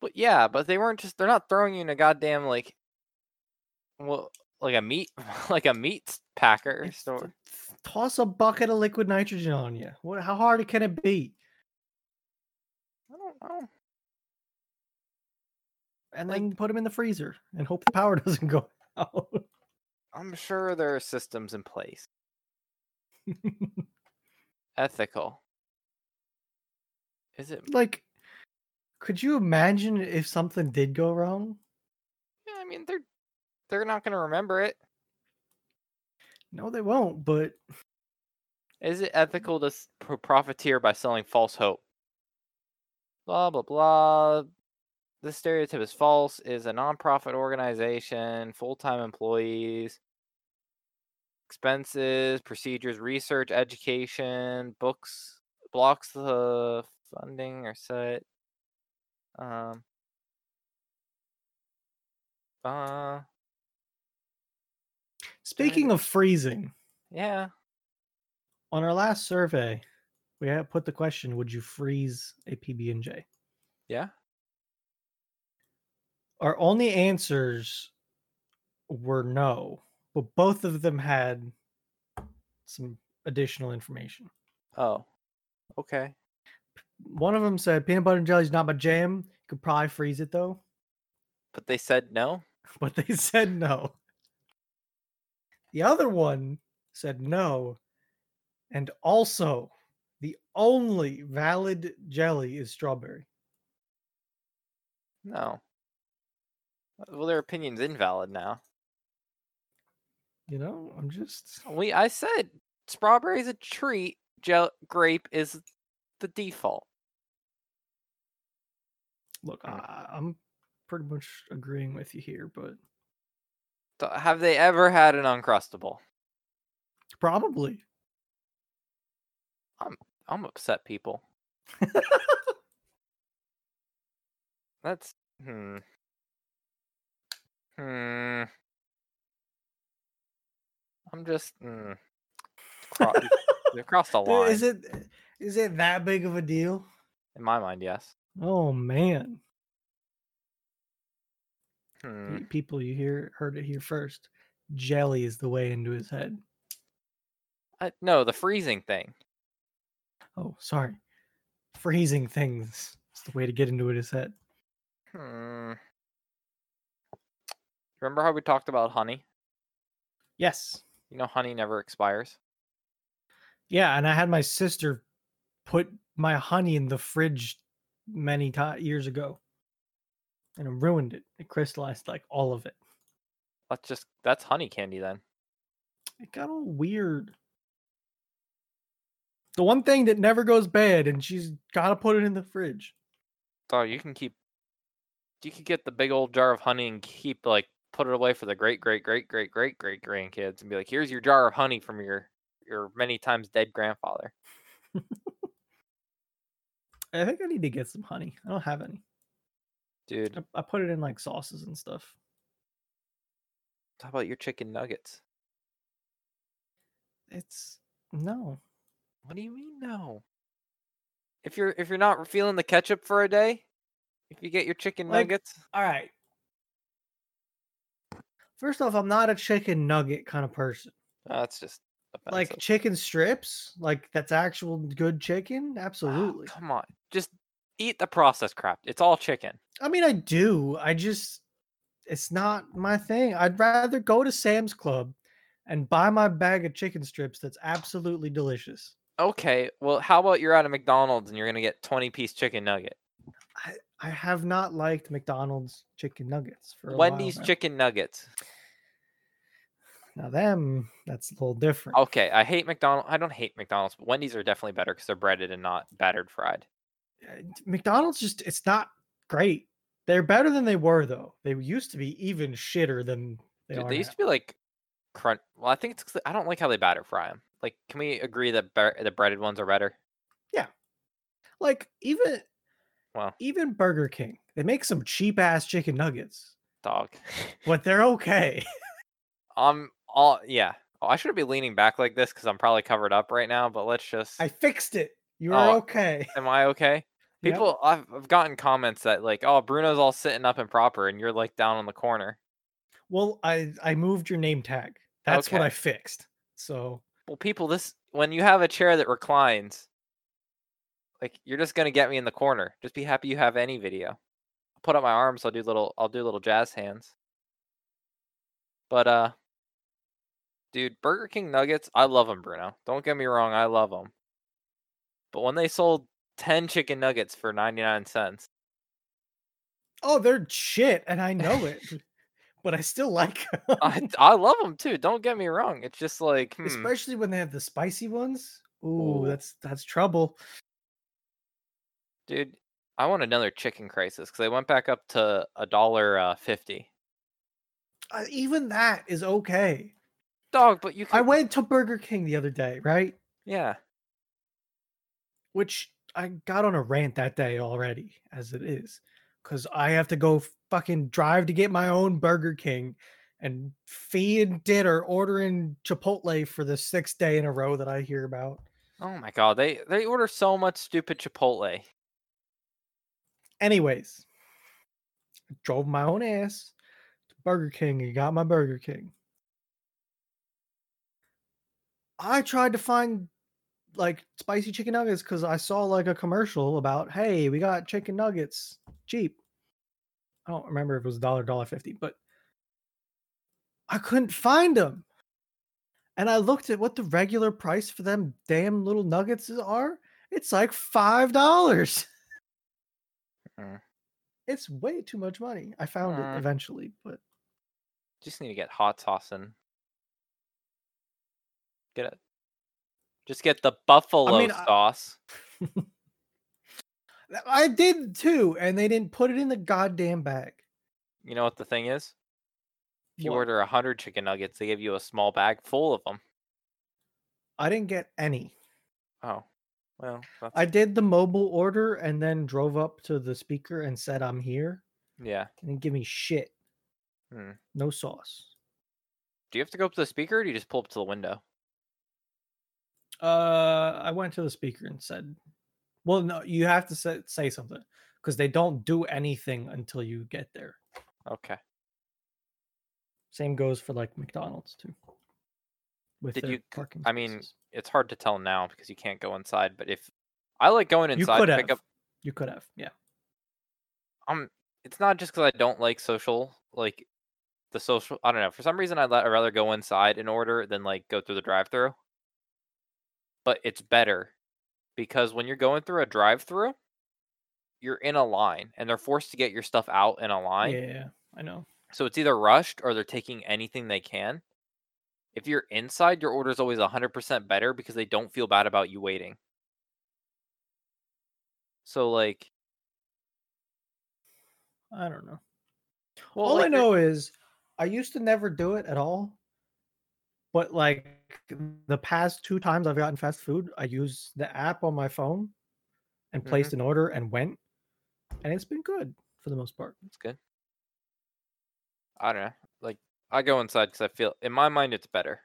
Speaker 1: But yeah, but they weren't just they're not throwing you in a goddamn like well like a meat like a meat s- packer
Speaker 2: It's-
Speaker 1: store.
Speaker 2: it's- Toss a bucket of liquid nitrogen on you. What? How hard can it be?
Speaker 1: I don't know.
Speaker 2: And
Speaker 1: Like-
Speaker 2: then put them in the freezer and hope the power doesn't go out.
Speaker 1: I'm sure there are systems in place. Ethical. Is it
Speaker 2: like, could you imagine if something did go wrong?
Speaker 1: yeah, I mean they're they're not gonna remember it.
Speaker 2: No, they won't. But
Speaker 1: Is it ethical to s- pro- profiteer by selling false hope? Blah blah blah. This stereotype is false. Is a nonprofit organization, full-time employees, expenses, procedures, research, education, books blocks the funding or set. Um. Uh.
Speaker 2: speaking of freezing,
Speaker 1: Yeah.
Speaker 2: on our last survey, we had put the question: Would you freeze a PB and J?
Speaker 1: Yeah.
Speaker 2: Our only answers were no, but both of them had some additional information.
Speaker 1: Oh. Okay.
Speaker 2: One of them said peanut butter and jelly is not my jam. Could probably freeze it though,
Speaker 1: But they said no.
Speaker 2: but they said no. The other one said no, and also the only valid jelly is strawberry.
Speaker 1: No. Well, their opinion's invalid now.
Speaker 2: You know, I'm just
Speaker 1: We, I said, strawberry's a treat. Gel- grape is the default.
Speaker 2: look.
Speaker 1: Mm.
Speaker 2: I, I'm pretty much agreeing with you here, but
Speaker 1: So have they ever had an uncrustable?
Speaker 2: probably
Speaker 1: I'm upset, people. That's hmm. Hmm. I'm just hmm. Cro- they crossed the line
Speaker 2: is it is it that big of a deal?
Speaker 1: in my mind. Yes.
Speaker 2: Oh man,
Speaker 1: Hmm. Mm.
Speaker 2: Pe- people, you hear heard it here first. Jelly is the way into his head.
Speaker 1: I, no, the freezing thing.
Speaker 2: Oh, sorry. Freezing things is the way to get into it, is that?
Speaker 1: Hmm. Remember how we talked about honey?
Speaker 2: Yes.
Speaker 1: You know, honey never expires.
Speaker 2: Yeah, and I had my sister put my honey in the fridge many ti years ago, and it ruined it. It crystallized like all of it.
Speaker 1: That's just that's honey candy then.
Speaker 2: It got all weird. The one thing that never goes bad, and she's got to put it in the fridge.
Speaker 1: So you can keep, you could get the big old jar of honey and keep like put it away for the great great great great great great grandkids and be like, here's your jar of honey from your your many times dead grandfather.
Speaker 2: I think I need to get some honey. I don't have any.
Speaker 1: Dude,
Speaker 2: I, I put it in like sauces and stuff.
Speaker 1: how about your chicken nuggets?
Speaker 2: It's no.
Speaker 1: What do you mean no? If you're if you're not feeling the ketchup for a day, if you get your chicken
Speaker 2: Like,
Speaker 1: nuggets,
Speaker 2: All right. First off, I'm not a chicken nugget kind of person.
Speaker 1: uh, that's just offensive.
Speaker 2: Like chicken strips, like that's actual good chicken,
Speaker 1: Ah,
Speaker 2: absolutely.
Speaker 1: come on. Just eat the processed crap. It's all chicken.
Speaker 2: I mean, I do. I just, it's not my thing. I'd rather go to Sam's Club and buy my bag of chicken strips that's absolutely delicious.
Speaker 1: Okay, well, how about you're at a McDonald's and you're gonna get twenty piece chicken nugget?
Speaker 2: I have not liked McDonald's chicken nuggets for a while
Speaker 1: Wendy's
Speaker 2: now.
Speaker 1: chicken nuggets.
Speaker 2: Now them, that's a little different.
Speaker 1: Okay, I hate McDonald's. I don't hate McDonald's, but Wendy's are definitely better because they're breaded and not battered fried.
Speaker 2: Uh, McDonald's just it's not great. They're better than they were though. They used to be even shitter than they
Speaker 1: Dude,
Speaker 2: are.
Speaker 1: they used to be like crunch. Well, I think it's 'cause I don't like how they batter fry them. Like, can we agree that bre- the breaded ones are better?
Speaker 2: now. Like even
Speaker 1: Wow.
Speaker 2: even Burger King, they make some cheap ass chicken nuggets,
Speaker 1: Dog.
Speaker 2: but they're okay.
Speaker 1: I'm all yeah. Oh, I shouldn't be leaning back like this because I'm probably covered up right now. But let's just.
Speaker 2: I fixed it. You are
Speaker 1: Oh,
Speaker 2: okay.
Speaker 1: Am I okay?
Speaker 2: Yep.
Speaker 1: People, I've, I've gotten comments that like, oh, Bruno's all sitting up and proper, and you're like down on the corner.
Speaker 2: Well, I I moved your name tag. That's what
Speaker 1: Okay.
Speaker 2: I fixed. So
Speaker 1: Well, people, this when you have a chair that reclines, like you're just gonna get me in the corner. Just be happy you have any video. I'll put up my arms. I'll do little. I'll do little jazz hands. But uh, dude, Burger King nuggets. I love them, Bruno. Don't get me wrong. I love them. But when they sold ten chicken nuggets for ninety nine cents,
Speaker 2: oh, they're shit, and I know it, but I still like 'em.
Speaker 1: I I love them too. Don't get me wrong. It's just like hmm,
Speaker 2: especially when they have the spicy ones. Ooh,
Speaker 1: Ooh.
Speaker 2: that's that's trouble.
Speaker 1: Dude, I want another chicken crisis because they went back up to a dollar uh, fifty.
Speaker 2: Uh, even that is okay.
Speaker 1: Dog, but you. Could,
Speaker 2: I went to Burger King the other day, right?
Speaker 1: Yeah,
Speaker 2: Which I got on a rant that day already, as it is, because I have to go fucking drive to get my own Burger King and feed dinner ordering Chipotle for the sixth day in a row that I hear about.
Speaker 1: Oh my god, they they order so much stupid Chipotle.
Speaker 2: Anyways, I drove my own ass to Burger King and got my Burger King. I tried to find like spicy chicken nuggets because I saw like a commercial about, hey, we got chicken nuggets cheap. I don't remember if it was dollar, dollar fifty, but I couldn't find them. And I looked at what the regular price for them damn little nuggets is- are. It's like five dollars.
Speaker 1: Mm.
Speaker 2: It's way too much money. I found
Speaker 1: Mm.
Speaker 2: it eventually, but
Speaker 1: Just need to get hot sauce and get it. Just get the buffalo
Speaker 2: I-
Speaker 1: sauce.
Speaker 2: I did too, and they didn't put it in the goddamn bag.
Speaker 1: You know what the thing is? If you
Speaker 2: What?
Speaker 1: order a hundred chicken nuggets, they give you a small bag full of them.
Speaker 2: I didn't get any.
Speaker 1: Oh, well, that's,
Speaker 2: I did the mobile order and then drove up to the speaker and said, I'm here.
Speaker 1: yeah.
Speaker 2: And they give me shit.
Speaker 1: Hmm.
Speaker 2: No sauce.
Speaker 1: Do you have to go up to the speaker, or do you just pull up to the window?
Speaker 2: Uh, I went to the speaker and said, Well, no, you have to say, say something because they don't do anything until you get there.
Speaker 1: Okay.
Speaker 2: Same goes for like McDonald's too. With
Speaker 1: Did
Speaker 2: their
Speaker 1: you c-
Speaker 2: parking
Speaker 1: I mean,
Speaker 2: spaces.
Speaker 1: It's hard to tell now because you can't go inside. But if I like going
Speaker 2: you
Speaker 1: inside,
Speaker 2: could
Speaker 1: to
Speaker 2: have.
Speaker 1: pick up
Speaker 2: You could have, yeah.
Speaker 1: I'm it's not just because I don't like social like the social I don't know for some reason I'd, la- I'd rather go inside and order than like go through the drive through but it's better because when you're going through a drive through you're in a line and they're forced to get your stuff out in a line
Speaker 2: Yeah, I know.
Speaker 1: so it's either rushed or they're taking anything they can if you're inside your order is always 100% better because they don't feel bad about you waiting so like
Speaker 2: I don't know.
Speaker 1: well,
Speaker 2: all
Speaker 1: like
Speaker 2: I
Speaker 1: you're-
Speaker 2: know is I used to never do it at all. But like the past two times I've gotten fast food, I used the app on my phone and
Speaker 1: Mhm.
Speaker 2: placed an order and went. And it's been good for the most part.
Speaker 1: That's good. I don't know. Like I go inside because I feel in my mind it's better.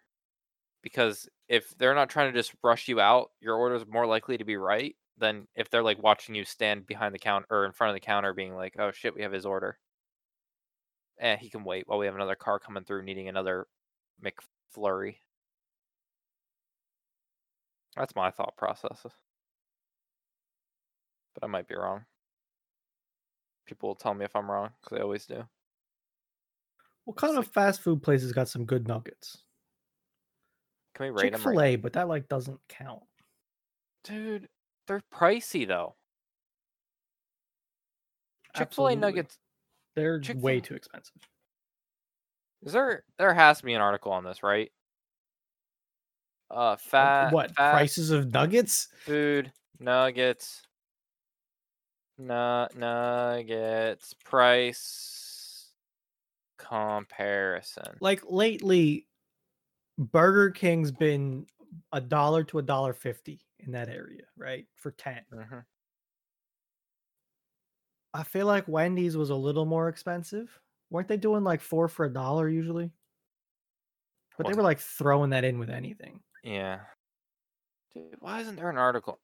Speaker 1: Because if they're not trying to just rush you out, your order's more likely to be right than if they're like watching you stand behind the counter or in front of the counter being like, Oh shit, we have his order. Eh, he can wait while we have another car coming through needing another McFlurry. That's my thought process. But I might be wrong. People will tell me if I'm wrong because they always do.
Speaker 2: What kind of fast food place has got some good nuggets?
Speaker 1: Can we rate
Speaker 2: Chick
Speaker 1: them?
Speaker 2: Fil A, but that like doesn't count.
Speaker 1: Dude, they're pricey though. Chick Fil A
Speaker 2: Absolutely.
Speaker 1: nuggets.
Speaker 2: They're way
Speaker 1: Chick-fil-A.
Speaker 2: too expensive.
Speaker 1: Is there? There has to be an article on this, right? Uh, fat
Speaker 2: what
Speaker 1: fat
Speaker 2: prices of nuggets?
Speaker 1: food nuggets. Nu- nuggets price comparison.
Speaker 2: Like lately, Burger King's been a dollar to a dollar fifty in that area, right? For ten,
Speaker 1: Mhm.
Speaker 2: I feel like Wendy's was a little more expensive. weren't they doing like four for a dollar usually? But they
Speaker 1: Wasn't-
Speaker 2: were like throwing that in with anything.
Speaker 1: Yeah. Dude, why isn't there an article?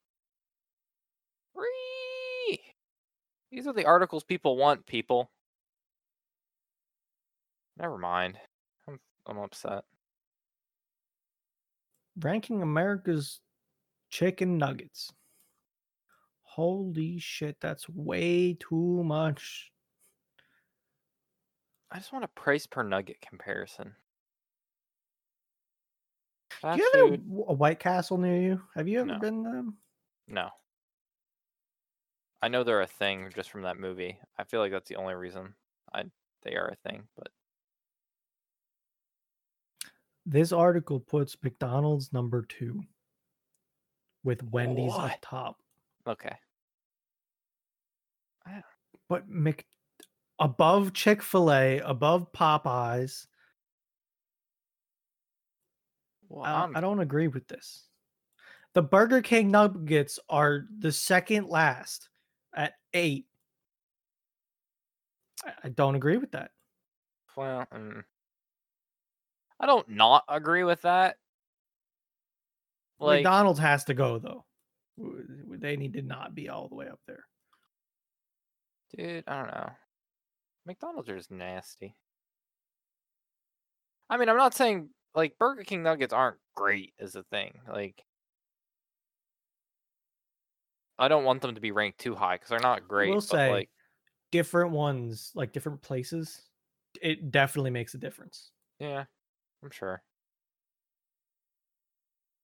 Speaker 1: Free. These are the articles people want, people. Never mind. I'm I'm upset.
Speaker 2: Ranking America's chicken nuggets. Holy shit, that's way too much.
Speaker 1: I just want a price per nugget comparison. Fast
Speaker 2: Do you have any,
Speaker 1: food?
Speaker 2: a White Castle near you? Have you ever
Speaker 1: No.
Speaker 2: been to them?
Speaker 1: No. I know they're a thing just from that movie. I feel like that's the only reason I they are a thing, but
Speaker 2: This article puts McDonald's number two with Wendy's
Speaker 1: What?
Speaker 2: up top.
Speaker 1: okay.
Speaker 2: But Mc above Chick Fil A, above Popeyes.
Speaker 1: Well,
Speaker 2: I
Speaker 1: I'm-
Speaker 2: don't, Uh, I don't agree with this. The Burger King nuggets are the second last at eight. I, I don't agree with that.
Speaker 1: Well, mm. I don't not agree with that. Like,
Speaker 2: McDonald's has to go though. W- They need to not be all the way up there.
Speaker 1: dude, I don't know. McDonald's are just nasty. I mean, I'm not saying like Burger King nuggets aren't great as a thing. Like, I don't want them to be ranked too high because they're not great. but,
Speaker 2: say-
Speaker 1: like,
Speaker 2: Different ones, like different places, it definitely makes a difference.
Speaker 1: yeah, I'm sure.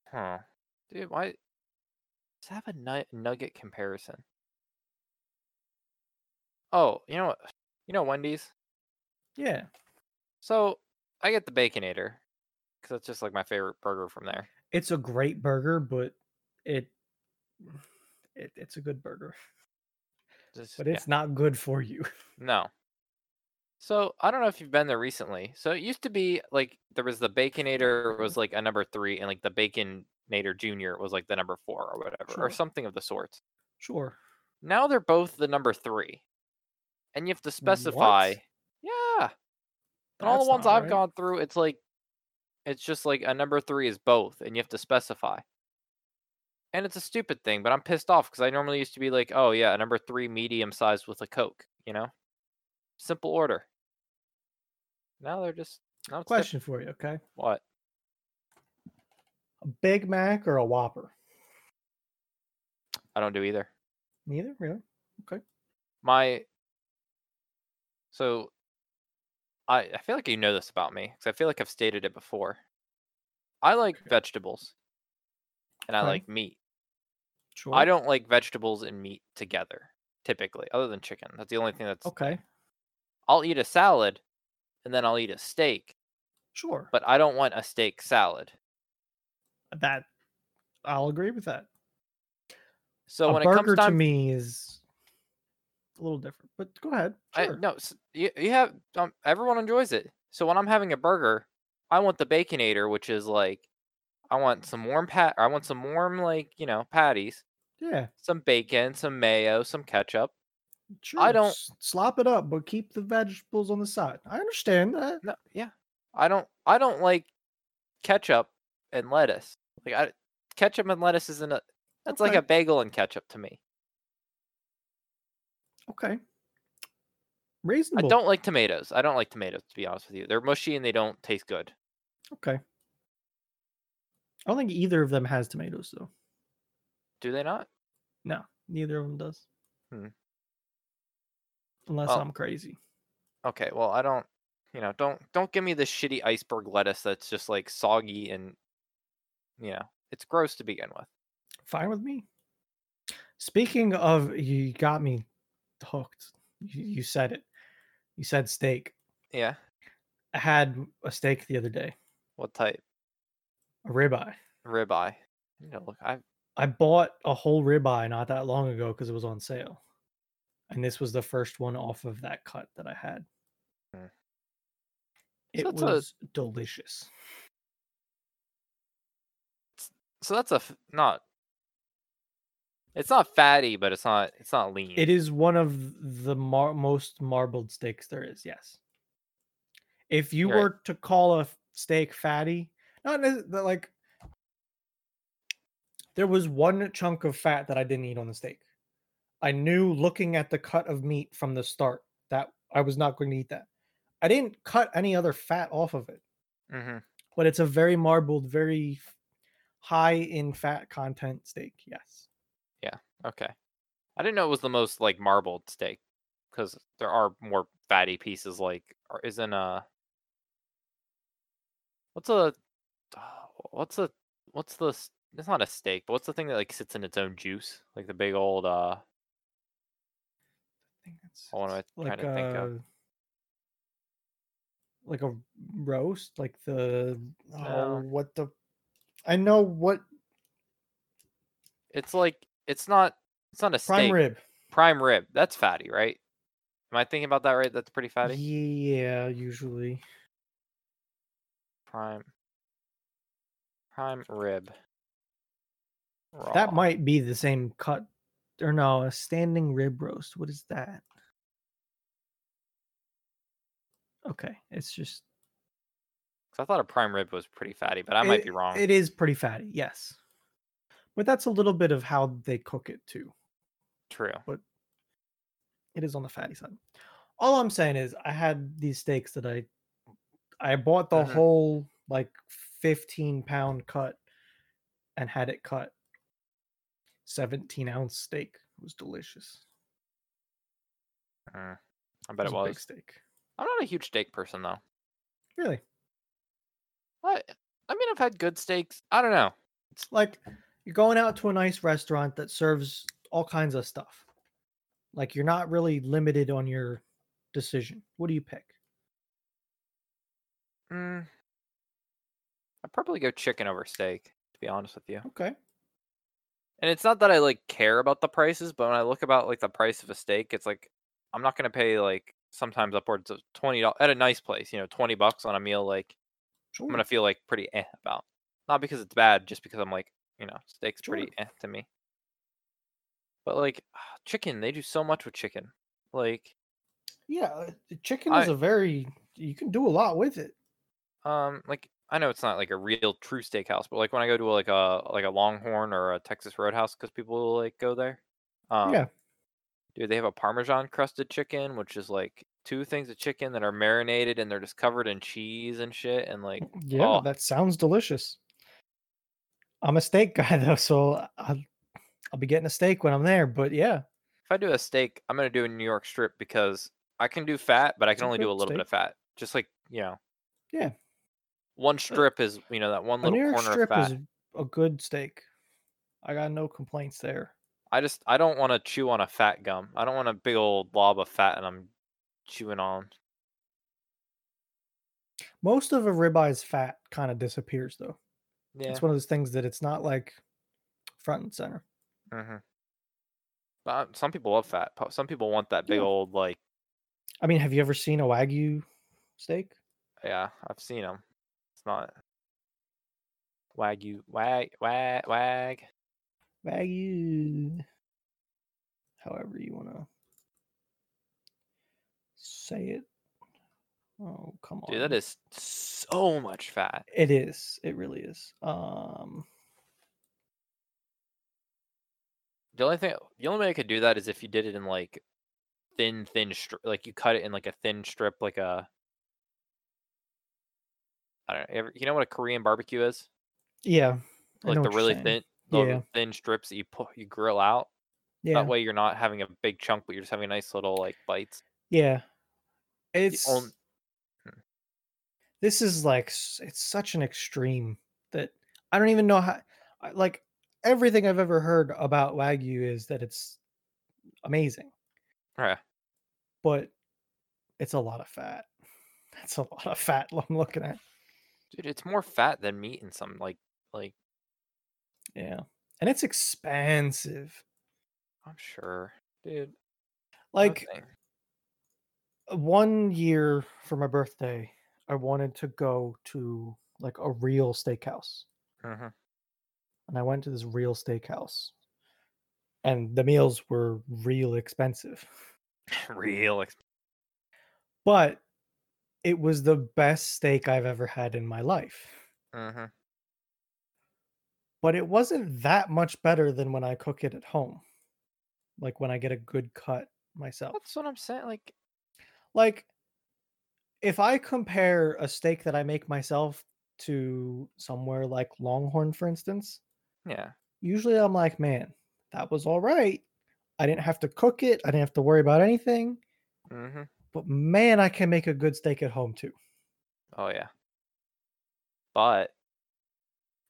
Speaker 1: Huh, dude, why? Does have a nut- nugget comparison? Oh, you know what? You know Wendy's.
Speaker 2: Yeah.
Speaker 1: So I get the Baconator because that's just like my favorite burger from there.
Speaker 2: It's a great burger, but it, it it's a good burger,
Speaker 1: Just-
Speaker 2: but
Speaker 1: yeah,
Speaker 2: it's not good for you.
Speaker 1: no. So I don't know if you've been there recently. So it used to be like there was the Baconator was like a number three, and like the Baconator Junior was like the number four or whatever,
Speaker 2: Sure.
Speaker 1: or something of the sorts.
Speaker 2: Sure.
Speaker 1: Now they're both the number three, and you have to specify. Yeah, and all
Speaker 2: That's
Speaker 1: the ones
Speaker 2: not
Speaker 1: I've
Speaker 2: right.
Speaker 1: gone through, it's like, it's just like a number three is both, and you have to specify. And it's a stupid thing, but I'm pissed off because I normally used to be like, oh yeah, a number three medium sized with a coke, you know, simple order. Now they're just now it's diff-
Speaker 2: Question for you, okay?
Speaker 1: What?
Speaker 2: A Big Mac or a Whopper?
Speaker 1: I don't do either.
Speaker 2: Neither, really.
Speaker 1: my so i i feel like you know this about me because i feel like i've stated it before i like vegetables and i
Speaker 2: Okay.
Speaker 1: like meat
Speaker 2: Sure.
Speaker 1: i don't like vegetables and meat together typically other than chicken that's the only thing that's
Speaker 2: Okay.
Speaker 1: i'll eat a salad and then i'll eat a steak
Speaker 2: Sure.
Speaker 1: but i don't want a steak salad
Speaker 2: that I'll agree with that.
Speaker 1: so
Speaker 2: a
Speaker 1: when it
Speaker 2: burger
Speaker 1: comes
Speaker 2: to
Speaker 1: time
Speaker 2: me is a little different, but go ahead.
Speaker 1: I,
Speaker 2: Sure.
Speaker 1: no, s- you, you have um, everyone enjoys it. So when I'm having a burger, I want the baconator, which is like, I want some warm pat, I want some warm like you know patties,
Speaker 2: Yeah,
Speaker 1: some bacon, some mayo, some ketchup.
Speaker 2: sure.
Speaker 1: don't-
Speaker 2: s- slop it up, but keep the vegetables on the side. I understand that.
Speaker 1: No, yeah, I don't, I don't like ketchup and lettuce. Like I, ketchup and lettuce isn't a, that's like
Speaker 2: Okay.
Speaker 1: a bagel and ketchup to me.
Speaker 2: Okay. Reasonable.
Speaker 1: I don't like tomatoes. I don't like tomatoes to be honest with you. They're mushy and they don't taste good.
Speaker 2: Okay. I don't think either of them has tomatoes though.
Speaker 1: Do they not?
Speaker 2: No, neither of them does.
Speaker 1: Hmm.
Speaker 2: unless
Speaker 1: Well,
Speaker 2: I'm crazy.
Speaker 1: Okay, well, I don't, you know, don't don't give me the shitty iceberg lettuce that's just like soggy and, you know, it's gross to begin with.
Speaker 2: Fine with me. Speaking of, you got me hooked. You, you said it. You said steak.
Speaker 1: Yeah.
Speaker 2: I had a steak the other day,
Speaker 1: What type?
Speaker 2: a ribeye.
Speaker 1: Ribeye. You know, look, I
Speaker 2: I bought a whole ribeye not that long ago because it was on sale. And this was the first one off of that cut that I had.
Speaker 1: Hmm.
Speaker 2: It
Speaker 1: that's a-
Speaker 2: was delicious.
Speaker 1: so that's a f- not. It's not fatty, but it's not it's not lean.
Speaker 2: It is one of the mar- most marbled steaks there is. Yes. If you
Speaker 1: You're right.
Speaker 2: were to call a f- steak fatty, not nec- but like there was one chunk of fat that I didn't eat on the steak. I knew looking at the cut of meat from the start that I was not going to eat that. I didn't cut any other fat off of it,
Speaker 1: hmm
Speaker 2: but it's a very marbled, very f- high in fat content steak. Yes.
Speaker 1: Okay. I didn't know it was the most like marbled steak because there are more fatty pieces. Like, or isn't a what's a oh, what's a what's the s- it's not a steak, but what's the thing that like sits in its own juice, like the big old uh
Speaker 2: think that's
Speaker 1: Oh, what am
Speaker 2: it's
Speaker 1: I trying to think of?
Speaker 2: a- Like a roast, like the oh,
Speaker 1: No.
Speaker 2: what the I know what
Speaker 1: it's like it's not it's not a
Speaker 2: prime
Speaker 1: steak.
Speaker 2: rib.
Speaker 1: Prime rib. That's fatty, right? Am I thinking about that right? That's pretty fatty.
Speaker 2: Yeah, usually
Speaker 1: Prime prime rib.
Speaker 2: that
Speaker 1: Raw.
Speaker 2: might be the same cut or no, a standing rib roast. What is that? Okay, it's just
Speaker 1: 'Cause I thought a prime rib was pretty fatty, but I might
Speaker 2: it-
Speaker 1: be wrong.
Speaker 2: It is pretty fatty, yes, but that's a little bit of how they cook it too.
Speaker 1: True.
Speaker 2: it is on the fatty side. All I'm saying is I had these steaks that I I bought the
Speaker 1: Mhm.
Speaker 2: whole like 15 pound cut and had it cut. 17 ounce steak it was delicious.
Speaker 1: Mm, I bet it
Speaker 2: a
Speaker 1: was.
Speaker 2: big steak.
Speaker 1: I'm not a huge steak person though.
Speaker 2: Really?
Speaker 1: I I mean I've had good steaks. I don't know.
Speaker 2: Like you're going out to a nice restaurant that serves all kinds of stuff. Like you're not really limited on your decision. What do you pick?
Speaker 1: Mm, I'd probably go chicken over steak, to be honest with you.
Speaker 2: Okay.
Speaker 1: And it's not that I like care about the prices, but when I look about like the price of a steak, it's like I'm not gonna pay like sometimes upwards of twenty dollars at a nice place, you know, twenty bucks on a meal like
Speaker 2: Sure.
Speaker 1: I'm gonna feel like pretty eh about. Not because it's bad, just because I'm like, you know, steak's pretty
Speaker 2: Sure.
Speaker 1: eh to me. But like chicken, they do so much with chicken. Like
Speaker 2: yeah, uh, chicken
Speaker 1: I-
Speaker 2: is a very you can do a lot with it.
Speaker 1: Um, like I know it's not like a real true steakhouse, but like when I go to like a like a Longhorn or a Texas Roadhouse, because people like go there. Um,
Speaker 2: yeah.
Speaker 1: Dude, they have a Parmesan crusted chicken, which is like two things of chicken that are marinated and they're just covered in cheese and shit. And like,
Speaker 2: Yeah,
Speaker 1: Oh.
Speaker 2: that sounds delicious. I'm a steak guy though, so I'll, I'll be getting a steak when I'm there. But yeah,
Speaker 1: if I do a steak, I'm gonna do a New York strip because I can do fat, but I can
Speaker 2: a
Speaker 1: only do
Speaker 2: good
Speaker 1: a little bit
Speaker 2: steak.
Speaker 1: of fat. Just like you know.
Speaker 2: Yeah.
Speaker 1: One strip is you know that one
Speaker 2: a
Speaker 1: little
Speaker 2: New York
Speaker 1: corner
Speaker 2: strip
Speaker 1: of fat.
Speaker 2: is a good steak. I got no complaints there.
Speaker 1: I just I don't want to chew on a fat gum. I don't want a big old blob of fat and I'm chewing on.
Speaker 2: Most of a ribeye's fat kind of disappears though.
Speaker 1: Yeah.
Speaker 2: It's one of those things that it's not like front and center.
Speaker 1: hmm But uh, some people love fat. po- Some people want that big
Speaker 2: Yeah.
Speaker 1: old like
Speaker 2: I mean, have you ever seen a wagyu steak?
Speaker 1: yeah. I've seen them. It's not wagyu wag wag wag.
Speaker 2: Wagyu, however you want to say it. Oh come on,
Speaker 1: Dude, that is so much fat.
Speaker 2: It is. It really is. Um,
Speaker 1: The only thing the only way I could do that is if you did it in like thin thin strip, like you cut it in like a thin strip, like a. I don't know. You know what a Korean barbecue is?
Speaker 2: yeah. I know
Speaker 1: like the
Speaker 2: what you're
Speaker 1: really
Speaker 2: saying.
Speaker 1: thin, the
Speaker 2: Yeah.
Speaker 1: thin strips that you put, you grill out.
Speaker 2: Yeah.
Speaker 1: That way, you're not having a big chunk, but you're just having nice little like bites.
Speaker 2: Yeah. It's
Speaker 1: on-
Speaker 2: this is like s- it's such an extreme that I don't even know how I- like everything I've ever heard about wagyu is that it's amazing.
Speaker 1: Yeah.
Speaker 2: But it's a lot of fat. That's a lot of fat I'm looking at.
Speaker 1: Dude, it's more fat than meat in some like like
Speaker 2: Yeah. And it's expensive.
Speaker 1: I'm sure. Dude. no
Speaker 2: Like
Speaker 1: thing.
Speaker 2: one year for my birthday, I wanted to go to like a real steakhouse.
Speaker 1: Mhm.
Speaker 2: And I went to this real steakhouse. And the meals were real expensive.
Speaker 1: real ex-
Speaker 2: But it was the best steak I've ever had in my life.
Speaker 1: Mhm.
Speaker 2: But it wasn't that much better than when I cook it at home. Like when I get a good cut myself.
Speaker 1: That's what I'm saying. Like
Speaker 2: like if I compare a steak that I make myself to somewhere like Longhorn, for instance,
Speaker 1: yeah.
Speaker 2: usually I'm like, man, that was all right. I didn't have to cook it. I didn't have to worry about anything.
Speaker 1: Mhm.
Speaker 2: But man, I can make a good steak at home too.
Speaker 1: Oh yeah. But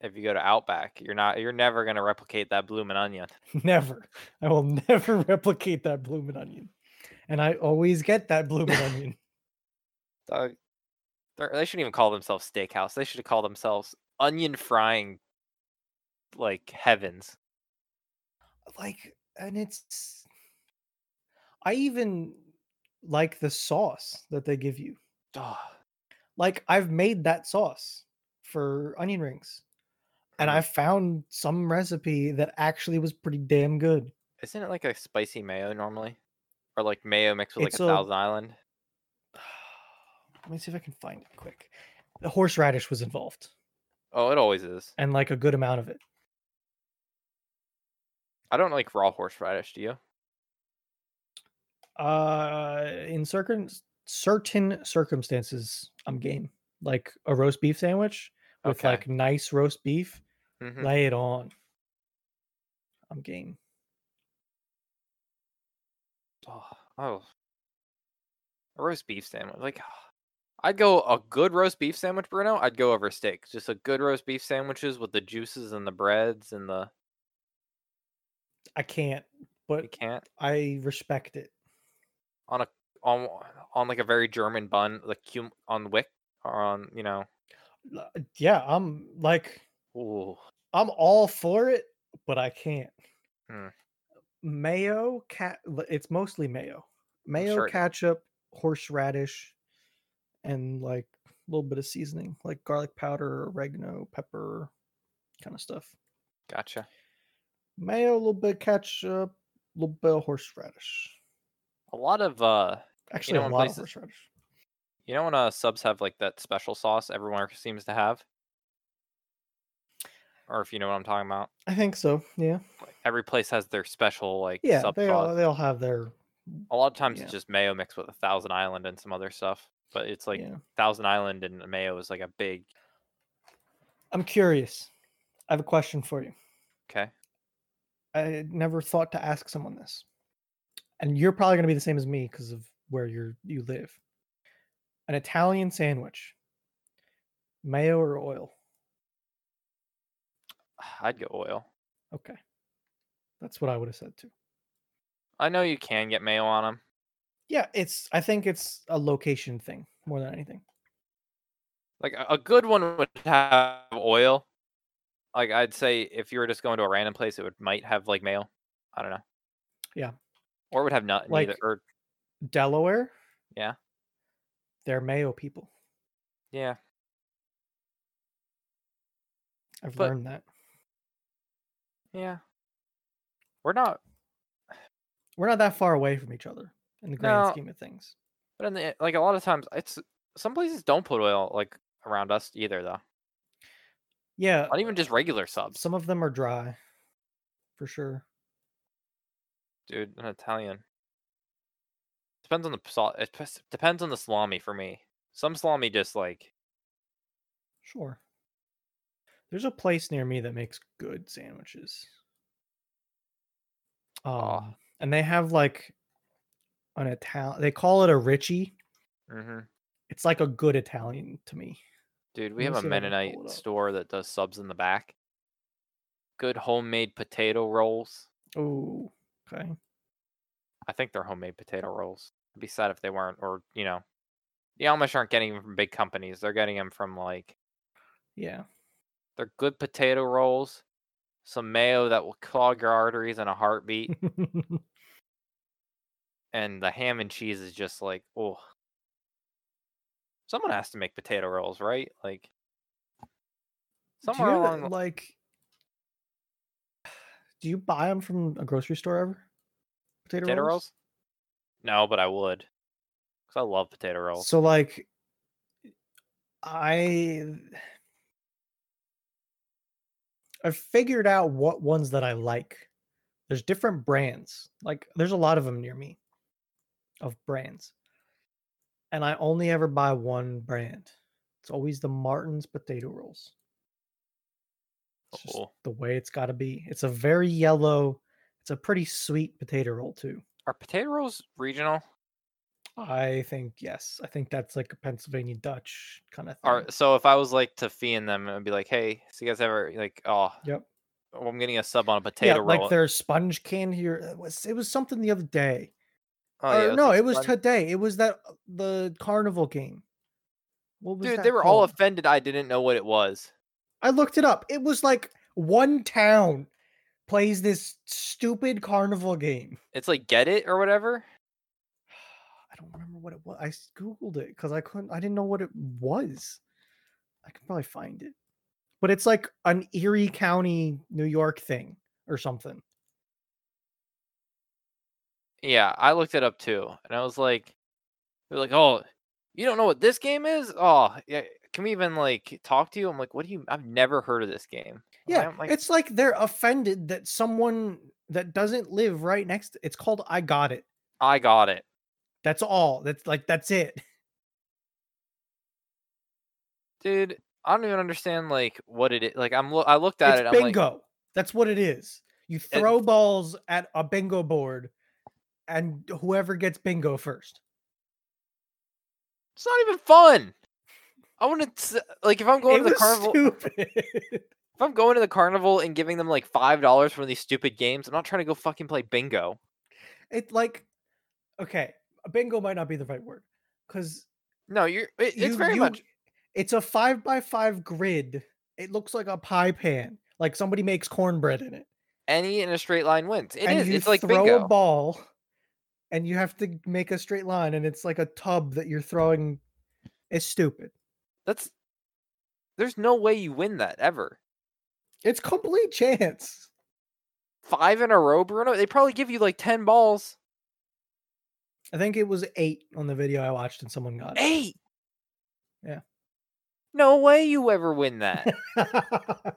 Speaker 1: if you go to Outback, you're not you're never gonna replicate that bloomin' onion.
Speaker 2: Never. I will never replicate that bloomin' onion. And I always get that bloomin' onion.
Speaker 1: Dog. They're- They shouldn't even call themselves steakhouse. They should call themselves onion frying like heavens.
Speaker 2: Like, and it's. I even like the sauce that they give you.
Speaker 1: Oh,
Speaker 2: like I've made that sauce for onion rings and
Speaker 1: Mhm.
Speaker 2: I found some recipe that actually was pretty damn good.
Speaker 1: isn't it like a spicy mayo normally? Or like mayo mixed with like
Speaker 2: It's
Speaker 1: a
Speaker 2: a-
Speaker 1: Thousand Island?
Speaker 2: Let me see if I can find it quick. The horseradish was involved
Speaker 1: Oh, it always is.
Speaker 2: and like a good amount of it.
Speaker 1: I don't like raw horseradish, do you?
Speaker 2: Uh in certain certain circumstances I'm game. Like a roast beef sandwich with
Speaker 1: Okay.
Speaker 2: like nice roast beef,
Speaker 1: Mhm.
Speaker 2: lay it on. I'm game.
Speaker 1: Oh, oh. A roast beef sandwich. Like, I'd go a good roast beef sandwich, Bruno. I'd go over steak. Just a good roast beef sandwiches with the juices and the breads and the.
Speaker 2: I can't,
Speaker 1: You
Speaker 2: but
Speaker 1: can't
Speaker 2: I respect it.
Speaker 1: on on like a very German bun, like cum- on wick or on you know.
Speaker 2: L- Yeah, I'm like
Speaker 1: Ooh,
Speaker 2: I'm all for it, but I can't.
Speaker 1: Hmm.
Speaker 2: Mayo, cat. It's mostly mayo, mayo,
Speaker 1: sure it is.
Speaker 2: ketchup, horseradish, and like a little bit of seasoning, like garlic powder, oregano, pepper, kind of stuff.
Speaker 1: gotcha.
Speaker 2: Mayo, a little bit of ketchup, a little bit of horseradish.
Speaker 1: A lot of uh,
Speaker 2: Actually,
Speaker 1: know, in
Speaker 2: a lot
Speaker 1: places-
Speaker 2: of horseradish.
Speaker 1: you know when uh subs have like that special sauce everyone seems to have, or if you know what I'm talking about,
Speaker 2: I think so. Yeah,
Speaker 1: like, every place has their special like
Speaker 2: yeah.
Speaker 1: sub
Speaker 2: They
Speaker 1: sauce.
Speaker 2: all they all have their
Speaker 1: A lot of times
Speaker 2: Yeah.
Speaker 1: it's just mayo mixed with a Thousand Island and some other stuff, but it's like
Speaker 2: yeah.
Speaker 1: Thousand Island and mayo is like a big
Speaker 2: I'm curious. I have a question for you.
Speaker 1: okay.
Speaker 2: I had never thought to ask someone this. And you're probably going to be the same as me because of where you're you live. An Italian sandwich, mayo or oil?
Speaker 1: I'd go oil.
Speaker 2: Okay, that's what I would have said too.
Speaker 1: I know you can get mayo on them.
Speaker 2: Yeah, it's. I think it's a location thing more than anything.
Speaker 1: Like a a good one would have oil. Like I'd say if you were just going to a random place, it would might have like mayo. I don't know.
Speaker 2: Yeah.
Speaker 1: Or it would have not neither.
Speaker 2: Like-
Speaker 1: Or
Speaker 2: Delaware.
Speaker 1: Yeah.
Speaker 2: they're mayo people.
Speaker 1: yeah,
Speaker 2: I've
Speaker 1: But-
Speaker 2: learned that.
Speaker 1: yeah. We're not,
Speaker 2: We're not that far away from each other in the grand
Speaker 1: No.
Speaker 2: scheme of things.
Speaker 1: but in the eh, like a lot of times it's some places don't put oil like around us either though.
Speaker 2: Yeah,
Speaker 1: Not even just regular subs,
Speaker 2: some of them are dry, for sure.
Speaker 1: dude. An Italian depends on the salt. It pes- depends on the salami for me. Some salami just like
Speaker 2: Sure. There's a place near me that makes good sandwiches. Um,
Speaker 1: Aw.
Speaker 2: and they have like an Italian. They call it a Richie.
Speaker 1: Mm-hmm.
Speaker 2: It's like a good Italian to me.
Speaker 1: Dude, we
Speaker 2: Let
Speaker 1: have
Speaker 2: me see
Speaker 1: a
Speaker 2: if I can pull
Speaker 1: Mennonite
Speaker 2: it up.
Speaker 1: store that does subs in the back. Good homemade potato rolls.
Speaker 2: Oh, okay.
Speaker 1: I think they're homemade potato rolls. I'd be sad if they weren't, or you know, the Amish aren't getting them from big companies. They're getting them from like
Speaker 2: Yeah.
Speaker 1: they're good potato rolls, some mayo that will clog your arteries in a heartbeat, and the ham and cheese is just like, oh. Someone has to make potato rolls, right? Like somewhere
Speaker 2: do you
Speaker 1: along the
Speaker 2: ever, like do you buy them from a grocery store ever potato,
Speaker 1: potato rolls? No, but I would, because I love potato rolls.
Speaker 2: so like i i figured out what ones that i like there's different brands like there's a lot of them near me of brands and i only ever buy one brand it's always the martin's potato rolls It's just
Speaker 1: Oh.
Speaker 2: the way it's got to be. It's a very yellow. It's a pretty sweet potato roll too.
Speaker 1: Are potato rolls regional?
Speaker 2: I think yes. I think that's like a Pennsylvania Dutch kind of thing.
Speaker 1: Are so if I was like to fee in them, I'd be like, hey, so you guys ever like, oh,
Speaker 2: Yep.
Speaker 1: well, I'm getting a sub on a potato
Speaker 2: yeah,
Speaker 1: roll.
Speaker 2: like their sponge can here. It was it was something the other day.
Speaker 1: Oh,
Speaker 2: Or
Speaker 1: yeah, it's
Speaker 2: no,
Speaker 1: like
Speaker 2: it was
Speaker 1: sponge-
Speaker 2: today. It was that uh, the carnival game. What was
Speaker 1: dude.
Speaker 2: that
Speaker 1: They were all
Speaker 2: called?
Speaker 1: offended. I didn't know what it was.
Speaker 2: I looked it up. It was like one town plays this stupid carnival game.
Speaker 1: It's like get it or whatever.
Speaker 2: I don't remember what it was. I s- googled it because I couldn't. I didn't know what it was. I can probably find it, but it's like an Erie County, New York thing or something.
Speaker 1: Yeah, I looked it up too, and I was like, they're like, oh, you don't know what this game is? Oh, yeah. Can we even like talk to you? I'm like, what do you? I've never heard of this game. I
Speaker 2: Yeah,
Speaker 1: don't like-
Speaker 2: it's like they're offended that someone that doesn't live right next. It's called I got it.
Speaker 1: I got it.
Speaker 2: That's all. That's like that's it.
Speaker 1: dude i don't even understand like what it is like i'm lo- i looked at
Speaker 2: it's
Speaker 1: it i'm
Speaker 2: bingo.
Speaker 1: like
Speaker 2: that's what it is. You throw balls at a bingo board, and whoever gets bingo first.
Speaker 1: it's not even fun i want to like if i'm going to
Speaker 2: it
Speaker 1: the
Speaker 2: was
Speaker 1: carnival
Speaker 2: stupid.
Speaker 1: if i'm going to the carnival and giving them like five dollars for these stupid games i'm not trying to go fucking play bingo
Speaker 2: it like okay a bingo might not be the right word because
Speaker 1: no you're it, it's very much
Speaker 2: it's a five by five grid it looks like a pie pan like somebody makes cornbread in it
Speaker 1: any in a straight line wins It is.
Speaker 2: and you
Speaker 1: it's like
Speaker 2: throw
Speaker 1: bingo
Speaker 2: a ball and you have to make a straight line and it's like a tub that you're throwing it's stupid
Speaker 1: that's there's no way you win that ever
Speaker 2: it's complete chance
Speaker 1: five in a row bruno they probably give you like 10 balls
Speaker 2: i think it was eight on the video i watched and someone got it
Speaker 1: eight
Speaker 2: Yeah.
Speaker 1: no way you ever win that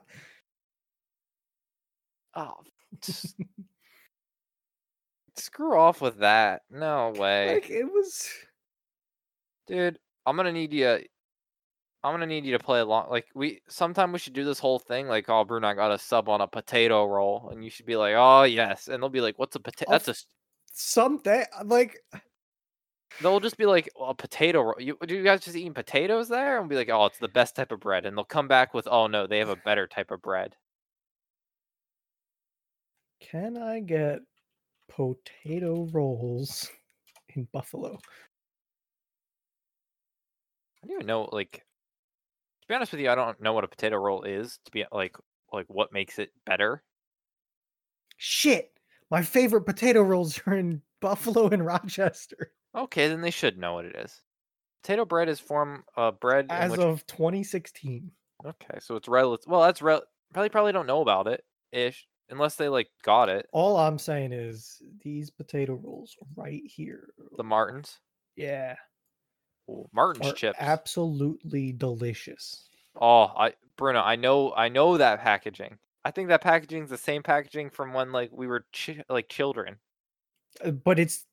Speaker 1: Oh, s- screw off with that. No way,
Speaker 2: like it was
Speaker 1: dude. I'm gonna need you. I'm gonna need you to play along. Like we, sometime we should do this whole thing. Like, oh, Bruno, I got a sub on a potato roll, and you should be like, oh yes, and they'll be like, what's a potato? That's a. s-
Speaker 2: something like
Speaker 1: They'll just be like, well, a potato roll. You, do you guys just eating potatoes there? And be like, oh, it's the best type of bread. And they'll come back with, oh no, they have a better type of bread.
Speaker 2: Can I get potato rolls in Buffalo?
Speaker 1: I don't even know. Like, to be honest with you, I don't know what a potato roll is. To be like, like what makes it better.
Speaker 2: Shit! My favorite potato rolls are in Buffalo and Rochester
Speaker 1: Okay, then they should know what it is. Potato bread is form uh bread in
Speaker 2: as
Speaker 1: which,
Speaker 2: of 2016.
Speaker 1: okay, so it's relative. Well, that's rel- probably probably don't know about it ish unless they like got it.
Speaker 2: All I'm saying is these potato rolls right here.
Speaker 1: The Martins,
Speaker 2: yeah.
Speaker 1: Ooh, Martins
Speaker 2: Are
Speaker 1: chips.
Speaker 2: absolutely delicious.
Speaker 1: oh, I Bruno, I know I know that packaging. I think that packaging's the same packaging from when like we were chi- like children.
Speaker 2: Uh, But it's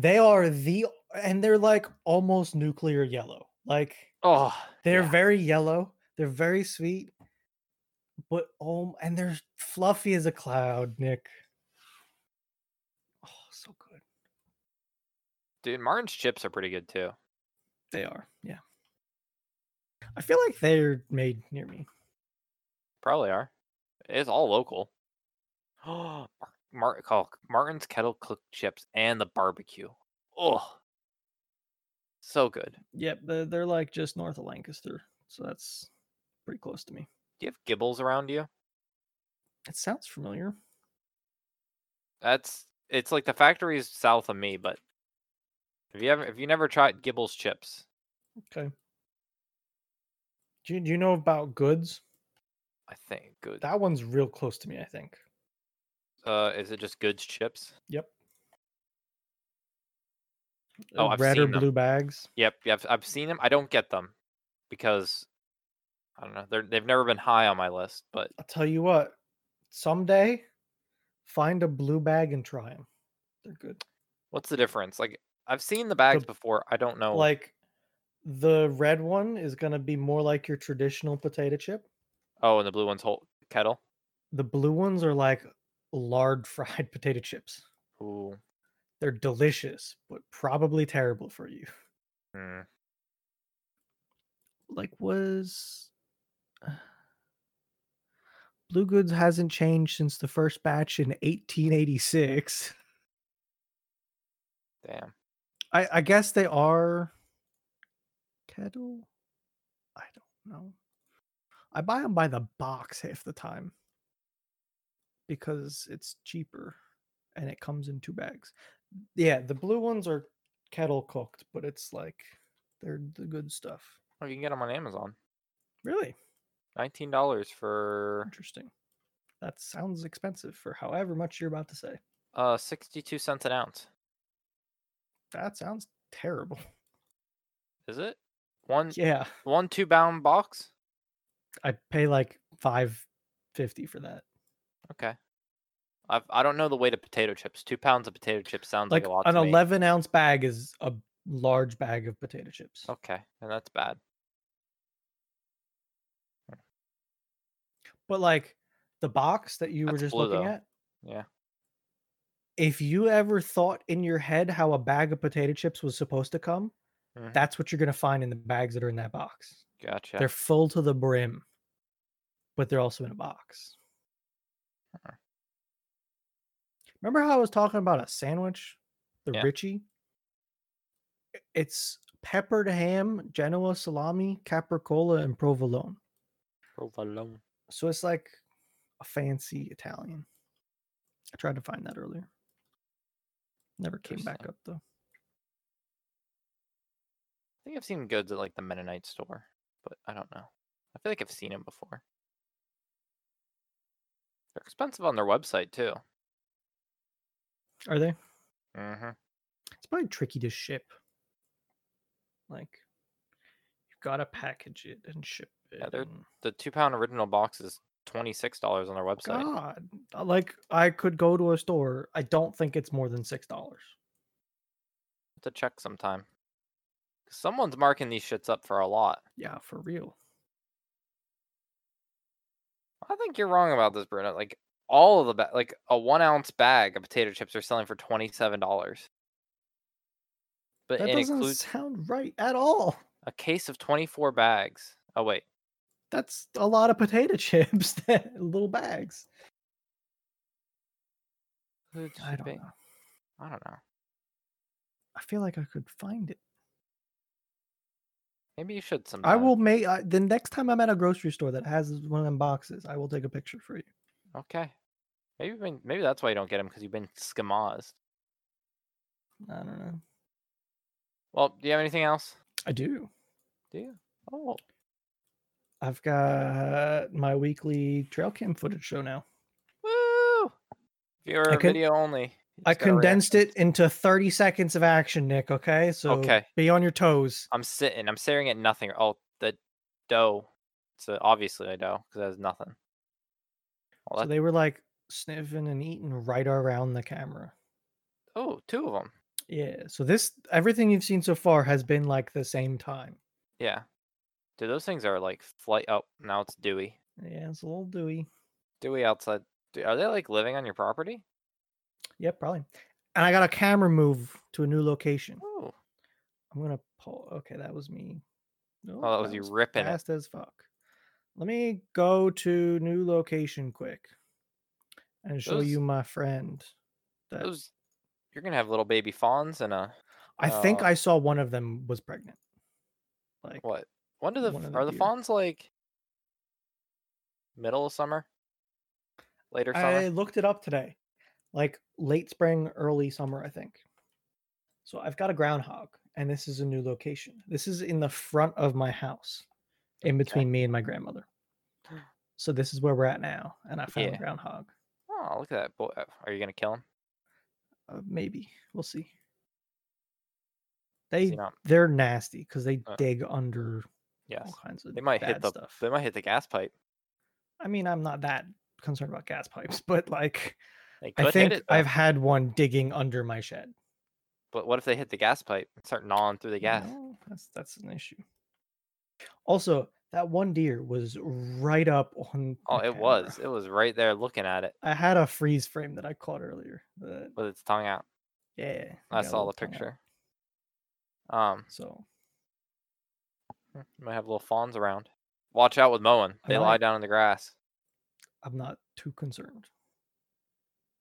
Speaker 2: they are the and they're like almost nuclear yellow. Like
Speaker 1: Oh,
Speaker 2: They're
Speaker 1: yeah.
Speaker 2: very yellow. They're very sweet. But oh, and they're fluffy as a cloud, Nick. Oh, so good.
Speaker 1: Dude, Martin's chips are pretty good too.
Speaker 2: They are. Yeah. I feel like they're made near me.
Speaker 1: Probably are. It's all local. Oh, Mart- call Martin's kettle cooked chips and the barbecue. Oh, so good.
Speaker 2: Yep. They're, they're like just north of Lancaster. So that's pretty close to me.
Speaker 1: Do you have Gibbles around you?
Speaker 2: It sounds familiar.
Speaker 1: That's it's like the factory's south of me, but have you ever have you never tried Gibbles chips?
Speaker 2: Okay. Do you, do you know about goods?
Speaker 1: I think good.
Speaker 2: That one's real close to me, I think.
Speaker 1: Uh, is it just goods chips?
Speaker 2: Yep.
Speaker 1: Oh,
Speaker 2: Uh,
Speaker 1: I've
Speaker 2: Red or
Speaker 1: seen them.
Speaker 2: blue bags.
Speaker 1: Yep, yeah, I've, I've seen them. I don't get them because I don't know. They're they've never been high on my list, but
Speaker 2: I'll tell you what, someday find a blue bag and try them. They're good.
Speaker 1: what's the difference? Like I've seen the bags before. I don't know.
Speaker 2: Like the red one is going to be more like your traditional potato chip.
Speaker 1: oh, and the blue one's whole kettle.
Speaker 2: The blue ones are like lard fried potato chips.
Speaker 1: Ooh.
Speaker 2: They're delicious, but probably terrible for you.
Speaker 1: Hmm.
Speaker 2: Like was Blue Goods hasn't changed since the first batch in 1886.
Speaker 1: Damn.
Speaker 2: I, I guess they are kettle. I don't know. I buy them by the box half the time because it's cheaper and it comes in two bags. Yeah, the blue ones are kettle cooked, but it's like they're the good stuff.
Speaker 1: Oh, you can get them on Amazon.
Speaker 2: Really
Speaker 1: Nineteen dollars for
Speaker 2: interesting. That sounds expensive for however much you're about to say.
Speaker 1: uh sixty-two cents an ounce.
Speaker 2: That sounds terrible.
Speaker 1: Is it one
Speaker 2: Yeah,
Speaker 1: one two pound box?
Speaker 2: I pay like 550 for that.
Speaker 1: Okay. I've, I don't know the weight of potato chips. Two pounds of potato chips sounds like,
Speaker 2: like
Speaker 1: a lot.
Speaker 2: an
Speaker 1: to me.
Speaker 2: 11 ounce bag is a large bag of potato chips
Speaker 1: Okay, and that's bad.
Speaker 2: but like the box that you were
Speaker 1: That's
Speaker 2: just
Speaker 1: blue,
Speaker 2: looking
Speaker 1: though.
Speaker 2: at
Speaker 1: Yeah.
Speaker 2: if you ever thought in your head how a bag of potato chips was supposed to come
Speaker 1: Mhm.
Speaker 2: that's what you're going to find in the bags that are in that box
Speaker 1: Gotcha.
Speaker 2: they're full to the brim but they're also in a box
Speaker 1: Huh.
Speaker 2: remember how i was talking about a sandwich the
Speaker 1: Yeah.
Speaker 2: richie I- it's peppered ham genoa salami capricola and provolone
Speaker 1: Provolone.
Speaker 2: so it's like a fancy italian i tried to find that earlier never came back
Speaker 1: Interesting.
Speaker 2: up though
Speaker 1: I think I've seen goods at like the Mennonite store, but I don't know. I feel like I've seen them before. They're expensive on their website too.
Speaker 2: are they
Speaker 1: Mm-hmm.
Speaker 2: it's probably tricky to ship like you gotta package it and ship it
Speaker 1: Yeah, they're
Speaker 2: and-
Speaker 1: The two pound original box is twenty six dollars on their website.
Speaker 2: Oh, God, uh, like I could go to a store. I don't think it's more than six dollars.
Speaker 1: Have to check sometime. Someone's marking these shits up for a lot.
Speaker 2: Yeah, for real.
Speaker 1: I think you're wrong about this, Bruno. Like all of the ba- like a one ounce bag of potato chips are selling for twenty seven dollars. But
Speaker 2: That
Speaker 1: it
Speaker 2: doesn't
Speaker 1: includes
Speaker 2: sound right at all.
Speaker 1: a case of twenty four bags. Oh wait,
Speaker 2: That's a lot of potato chips, that- little bags.
Speaker 1: Who'd
Speaker 2: I don't know.
Speaker 1: shipping- I don't know.
Speaker 2: I feel like I could find it.
Speaker 1: Maybe you should sometime.
Speaker 2: I will make I, the next time I'm at a grocery store that has one of them boxes. I will take a picture for you.
Speaker 1: Okay. Maybe you've been, maybe that's why you don't get them because you've been skamazed.
Speaker 2: I don't know.
Speaker 1: Well, do you have anything else?
Speaker 2: I do.
Speaker 1: Oh,
Speaker 2: I've got my weekly trail cam footage show now.
Speaker 1: woo! Viewer
Speaker 2: con-
Speaker 1: video only. You
Speaker 2: I
Speaker 1: just gotta react.
Speaker 2: condensed it into 30 seconds of action, Nick. Okay, so
Speaker 1: Okay.
Speaker 2: be on your toes.
Speaker 1: I'm sitting. I'm staring at nothing. Oh, the dough. It's a, obviously a dough because has nothing. Well,
Speaker 2: So
Speaker 1: that,
Speaker 2: they were like sniffing and eating right around the camera.
Speaker 1: oh, two of them.
Speaker 2: Yeah. So this everything you've seen so far has been like the same time.
Speaker 1: Yeah. Dude, those things are like flight. Oh, now it's dewy.
Speaker 2: Yeah, it's a little dewy.
Speaker 1: Dewy outside. Dude, are they like living on your property?
Speaker 2: Yep, probably. and I got a camera move to a new location.
Speaker 1: Oh,
Speaker 2: I'm gonna pull. Okay, that was me. No,
Speaker 1: Oh, that was you ripping it.
Speaker 2: fast as fuck. Let me go to new location quick, and show
Speaker 1: Those-
Speaker 2: you my friend. That
Speaker 1: those you're gonna have little baby fawns and a
Speaker 2: I think
Speaker 1: uh,
Speaker 2: I saw one of them was pregnant. Like
Speaker 1: what? When do the
Speaker 2: One of the
Speaker 1: are the
Speaker 2: deer.
Speaker 1: fawns like middle of summer, later summer?
Speaker 2: I looked it up today, like late spring, early summer, I think. So I've got a groundhog, and this is a new location. This is in the front of my house, in between me and my grandmother. So this is where we're at now, and I found
Speaker 1: Yeah.
Speaker 2: a groundhog.
Speaker 1: Oh, look at that boy! Are you gonna kill him?
Speaker 2: Uh, maybe we'll see.
Speaker 1: Is
Speaker 2: They
Speaker 1: he not-
Speaker 2: they're nasty because they
Speaker 1: Uh,
Speaker 2: dig under
Speaker 1: yes.
Speaker 2: all kinds of
Speaker 1: They might hit
Speaker 2: Oh, bad
Speaker 1: the
Speaker 2: stuff.
Speaker 1: they might hit the gas pipe.
Speaker 2: I mean, I'm not that concerned about gas pipes, but like
Speaker 1: They could
Speaker 2: I think
Speaker 1: hit it. though.
Speaker 2: I've had one digging under my shed.
Speaker 1: But what if they hit the gas pipe and start gnawing through the gas?
Speaker 2: No, that's that's an issue. Also, that one deer was right up on.
Speaker 1: Oh,
Speaker 2: my
Speaker 1: it
Speaker 2: camera.
Speaker 1: was. It was right there looking at it
Speaker 2: I had a freeze frame that I caught earlier. But
Speaker 1: with its tongue out.
Speaker 2: yeah, it
Speaker 1: I
Speaker 2: got a
Speaker 1: saw
Speaker 2: little
Speaker 1: the
Speaker 2: tongue out,
Speaker 1: picture. Um,
Speaker 2: So
Speaker 1: you might have little fawns around. Watch out with mowing.
Speaker 2: I
Speaker 1: They lie
Speaker 2: might.
Speaker 1: down in the grass.
Speaker 2: I'm not too concerned,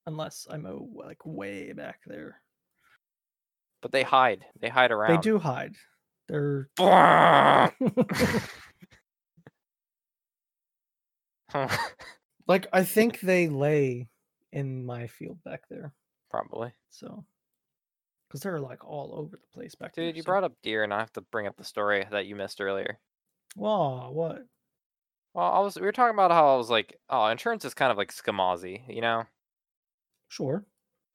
Speaker 2: unless I mow like way back there.
Speaker 1: But they hide. They hide around.
Speaker 2: They do hide. They're like I think they lay in my field back there.
Speaker 1: Probably.
Speaker 2: So, because they're like all over the place back there.
Speaker 1: Dude, you
Speaker 2: so-
Speaker 1: brought up deer, and I have to bring up the story that you missed earlier.
Speaker 2: Whoa, what?
Speaker 1: Well, I was we were talking about how I was like, oh, insurance is kind of like scamozzy, you know,
Speaker 2: Sure.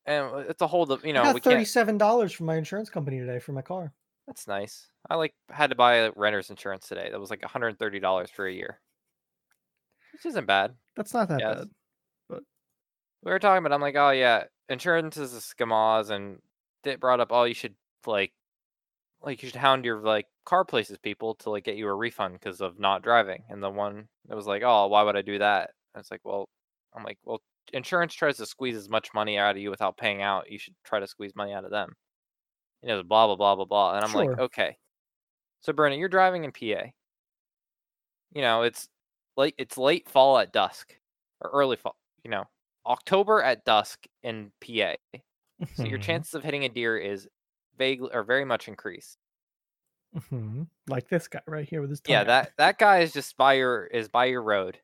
Speaker 1: and uh, it's a hold up, you
Speaker 2: I
Speaker 1: know,
Speaker 2: got
Speaker 1: we can't.
Speaker 2: thirty-seven dollars from my insurance company today for my car.
Speaker 1: That's nice. I like had to buy renter's insurance today. That was like $130 for a year. Which isn't bad.
Speaker 2: That's not that
Speaker 1: Yes.
Speaker 2: bad.
Speaker 1: We were talking about I'm like, oh yeah, insurance is a scamoz and it brought up oh you should like like you should hound your like car places people to like get you a refund because of not driving. And the one that was like, Oh, why would I do that? I was like, Well I'm like, Well, insurance tries to squeeze as much money out of you without paying out. You should try to squeeze money out of them. You know, blah blah blah blah blah. And I'm like,
Speaker 2: Sure.
Speaker 1: okay. So Brenna, you're driving in PA. You know, it's late it's late fall at dusk or early fall, you know. October at dusk in PA. So your
Speaker 2: Mhm,
Speaker 1: chances of hitting a deer is vaguely or very much increased.
Speaker 2: mhm. like this guy right here with his tongue
Speaker 1: Yeah,
Speaker 2: out.
Speaker 1: that that guy is just by your is by your road.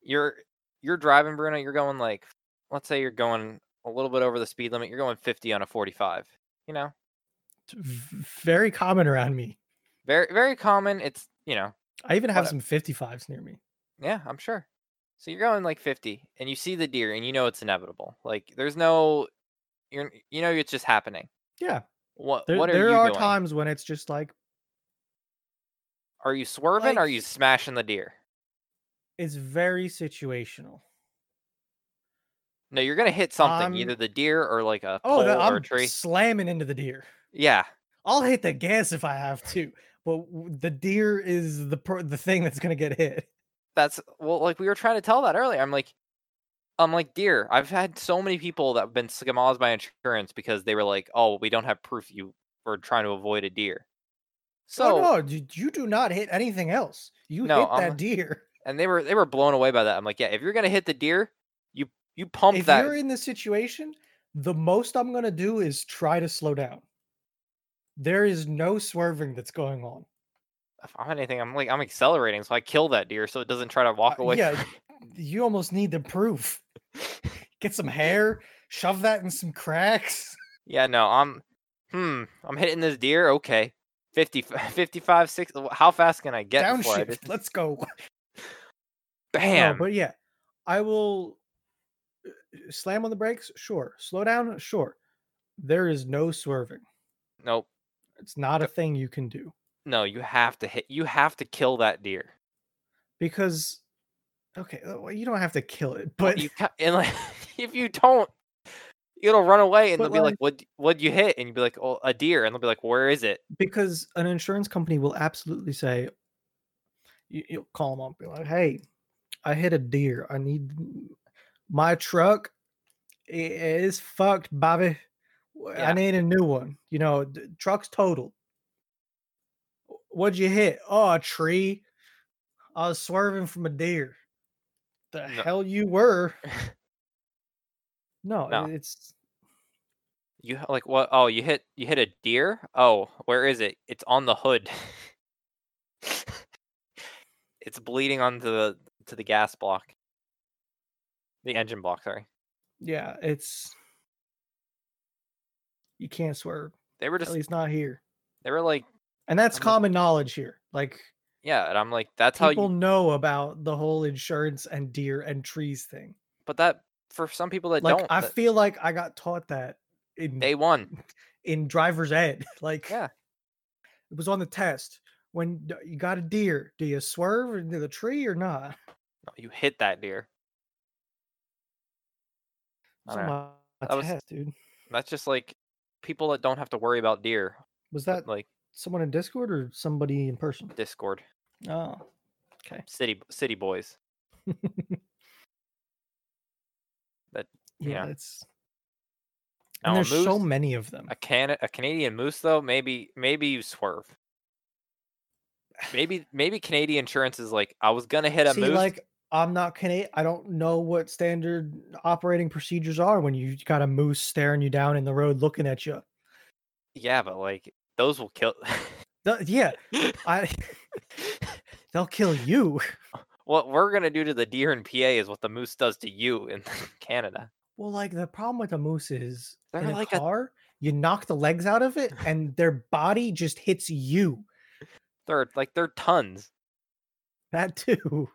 Speaker 1: You're you're driving, Bruno. You're going like, let's say you're going a little bit over the speed limit. You're going 50 on a 45. You know,
Speaker 2: It's v- very common around me.
Speaker 1: very very common. It's you know,
Speaker 2: I even have
Speaker 1: Whatever.
Speaker 2: some fifty-fives near me.
Speaker 1: Yeah, I'm sure. So you're going like 50 and you see the deer and you know it's inevitable. Like there's no you're you know it's just happening.
Speaker 2: Yeah.
Speaker 1: What
Speaker 2: There,
Speaker 1: what are
Speaker 2: there
Speaker 1: you
Speaker 2: are
Speaker 1: doing?
Speaker 2: times when it's just like
Speaker 1: Are you swerving? are you
Speaker 2: like-
Speaker 1: smashing the deer?
Speaker 2: it's very situational.
Speaker 1: No, you're gonna hit something,
Speaker 2: I'm-
Speaker 1: either the deer or like a
Speaker 2: Um Oh,
Speaker 1: pole
Speaker 2: that
Speaker 1: or a
Speaker 2: I'm
Speaker 1: tree.
Speaker 2: slamming into the deer.
Speaker 1: Yeah,
Speaker 2: I'll hit the gas if I have to, but w- the deer is the pro- the thing that's gonna get hit.
Speaker 1: that's well, like we were trying to tell that earlier. I'm like, I'm like deer. I've had so many people that have been scammaged by insurance because they were like, oh, we don't have proof you were trying to avoid a deer. So
Speaker 2: oh, no, you, you do not hit anything else. You
Speaker 1: No,
Speaker 2: hit
Speaker 1: I'm-
Speaker 2: that deer.
Speaker 1: and they were they were blown away by that. I'm like, yeah, if you're gonna hit the deer, you you pump
Speaker 2: if
Speaker 1: that.
Speaker 2: you're in this situation, the most I'm gonna do is try to slow down. There is no swerving that's going on.
Speaker 1: If I'm anything, I'm like I'm accelerating, so I kill that deer so it doesn't try to walk
Speaker 2: Uh,
Speaker 1: away.
Speaker 2: yeah, you almost need the proof. Get some hair, shove that in some cracks.
Speaker 1: Yeah, no, I'm hmm, I'm hitting this deer. Okay. 50 55 6 how fast can I get before I
Speaker 2: Downshift.
Speaker 1: just,
Speaker 2: Let's go. No,
Speaker 1: bam.
Speaker 2: but yeah, I will uh, slam on the brakes. Sure. Slow down. Sure. There is no swerving.
Speaker 1: nope.
Speaker 2: It's not a thing you can do.
Speaker 1: No, you have to hit you have to kill that deer.
Speaker 2: because okay uh, well, you don't have to kill it
Speaker 1: Well,
Speaker 2: but
Speaker 1: you ca- and like, if you don't it'll run away and
Speaker 2: But
Speaker 1: they'll be like what what'd you hit and you'll be like oh a deer and they'll be like where is it
Speaker 2: because an insurance company will absolutely say you, you'll call them up and be like hey i hit a deer i need m- my truck it is fucked, Bobby. W-
Speaker 1: Yeah.
Speaker 2: I need a new one. You know, the truck's totaled. What'd you hit? Oh, a tree. I was swerving from a deer. The
Speaker 1: No.
Speaker 2: hell you were. No,
Speaker 1: No.
Speaker 2: it's
Speaker 1: You h- like what? Oh, you hit you hit a deer. Oh, where is it? It's on the hood. it's bleeding onto the to the gas block, the engine block. Sorry,
Speaker 2: yeah, it's you can't swerve.
Speaker 1: they were
Speaker 2: At
Speaker 1: just
Speaker 2: least not here.
Speaker 1: they were like
Speaker 2: And that's
Speaker 1: I'm not-
Speaker 2: common knowledge here. Like
Speaker 1: yeah, and I'm like that's how
Speaker 2: people
Speaker 1: you.
Speaker 2: know about the whole insurance and deer and trees thing.
Speaker 1: But that for some people that
Speaker 2: like
Speaker 1: don't,
Speaker 2: I
Speaker 1: that-
Speaker 2: feel like I got taught that in
Speaker 1: day one.
Speaker 2: in driver's ed. Like
Speaker 1: Yeah.
Speaker 2: it was on the test. When d- you got a deer, do you swerve into the tree or not?
Speaker 1: No, you hit that deer. I
Speaker 2: It's
Speaker 1: don't
Speaker 2: on
Speaker 1: know.
Speaker 2: my- my
Speaker 1: That was-
Speaker 2: test, dude.
Speaker 1: That's just like people that don't have to worry about deer.
Speaker 2: Was
Speaker 1: but,
Speaker 2: that
Speaker 1: like
Speaker 2: someone in Discord or somebody in person?
Speaker 1: Discord
Speaker 2: Oh,
Speaker 1: city city boys. Yeah.
Speaker 2: yeah. It's
Speaker 1: Now,
Speaker 2: and
Speaker 1: a
Speaker 2: there's so
Speaker 1: moose-
Speaker 2: many of them.
Speaker 1: A can a Canadian moose though, maybe maybe you swerve. Maybe maybe Canadian insurance is like I was gonna hit a
Speaker 2: See,
Speaker 1: moose.
Speaker 2: like I'm not Canadian. I don't know what standard operating procedures are when you got a moose staring you down in the road, looking at you.
Speaker 1: yeah, but like those will kill.
Speaker 2: Th- yeah, I they'll kill you.
Speaker 1: what we're gonna do to the deer in PA is what the moose does to you in Canada.
Speaker 2: Well, like the problem with the moose is
Speaker 1: They're
Speaker 2: in a
Speaker 1: like a-
Speaker 2: car, you knock the legs out of it, and their body just hits you.
Speaker 1: They're like they're tons.
Speaker 2: That too.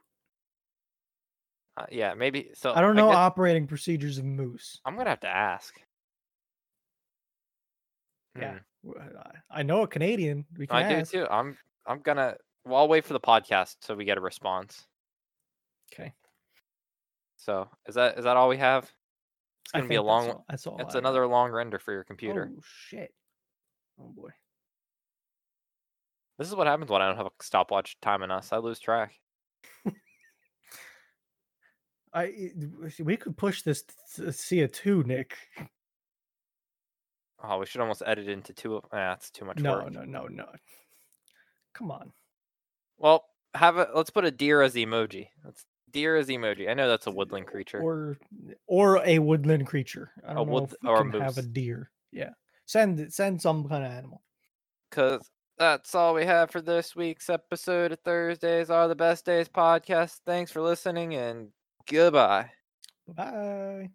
Speaker 1: Uh, yeah, maybe. So
Speaker 2: I don't know
Speaker 1: guess-
Speaker 2: operating procedures of moose.
Speaker 1: I'm gonna have to ask.
Speaker 2: Yeah,
Speaker 1: Hmm.
Speaker 2: w- I- I know a Canadian. We can
Speaker 1: I do
Speaker 2: ask.
Speaker 1: too. I'm I'm gonna. Well, I'll wait for the podcast so we get a response.
Speaker 2: Okay,
Speaker 1: So is that is that all we have? It's
Speaker 2: I
Speaker 1: gonna be a
Speaker 2: think
Speaker 1: long.
Speaker 2: That's all, that's all
Speaker 1: That's
Speaker 2: I got.
Speaker 1: another long render for your computer.
Speaker 2: Oh shit! Oh boy.
Speaker 1: This is what happens when I don't have a stopwatch timing us. I lose track.
Speaker 2: I it- w- we could push this to Sia two, Nick.
Speaker 1: Oh, we should almost edit into two. Of, ah, it's too much
Speaker 2: No,
Speaker 1: work.
Speaker 2: no, no, no. Come on.
Speaker 1: Well, have a. Let's put a deer as the emoji. Let's deer as the emoji. I know that's a woodland creature.
Speaker 2: Or or a woodland creature. I don't know
Speaker 1: wood-
Speaker 2: if we
Speaker 1: or a
Speaker 2: can have a
Speaker 1: moose.
Speaker 2: deer. Yeah. Send it- send some kind of animal.
Speaker 1: Because that's all we have for this week's episode of Thursdays Are the Best Days podcast. Thanks for listening and goodbye.
Speaker 2: Bye.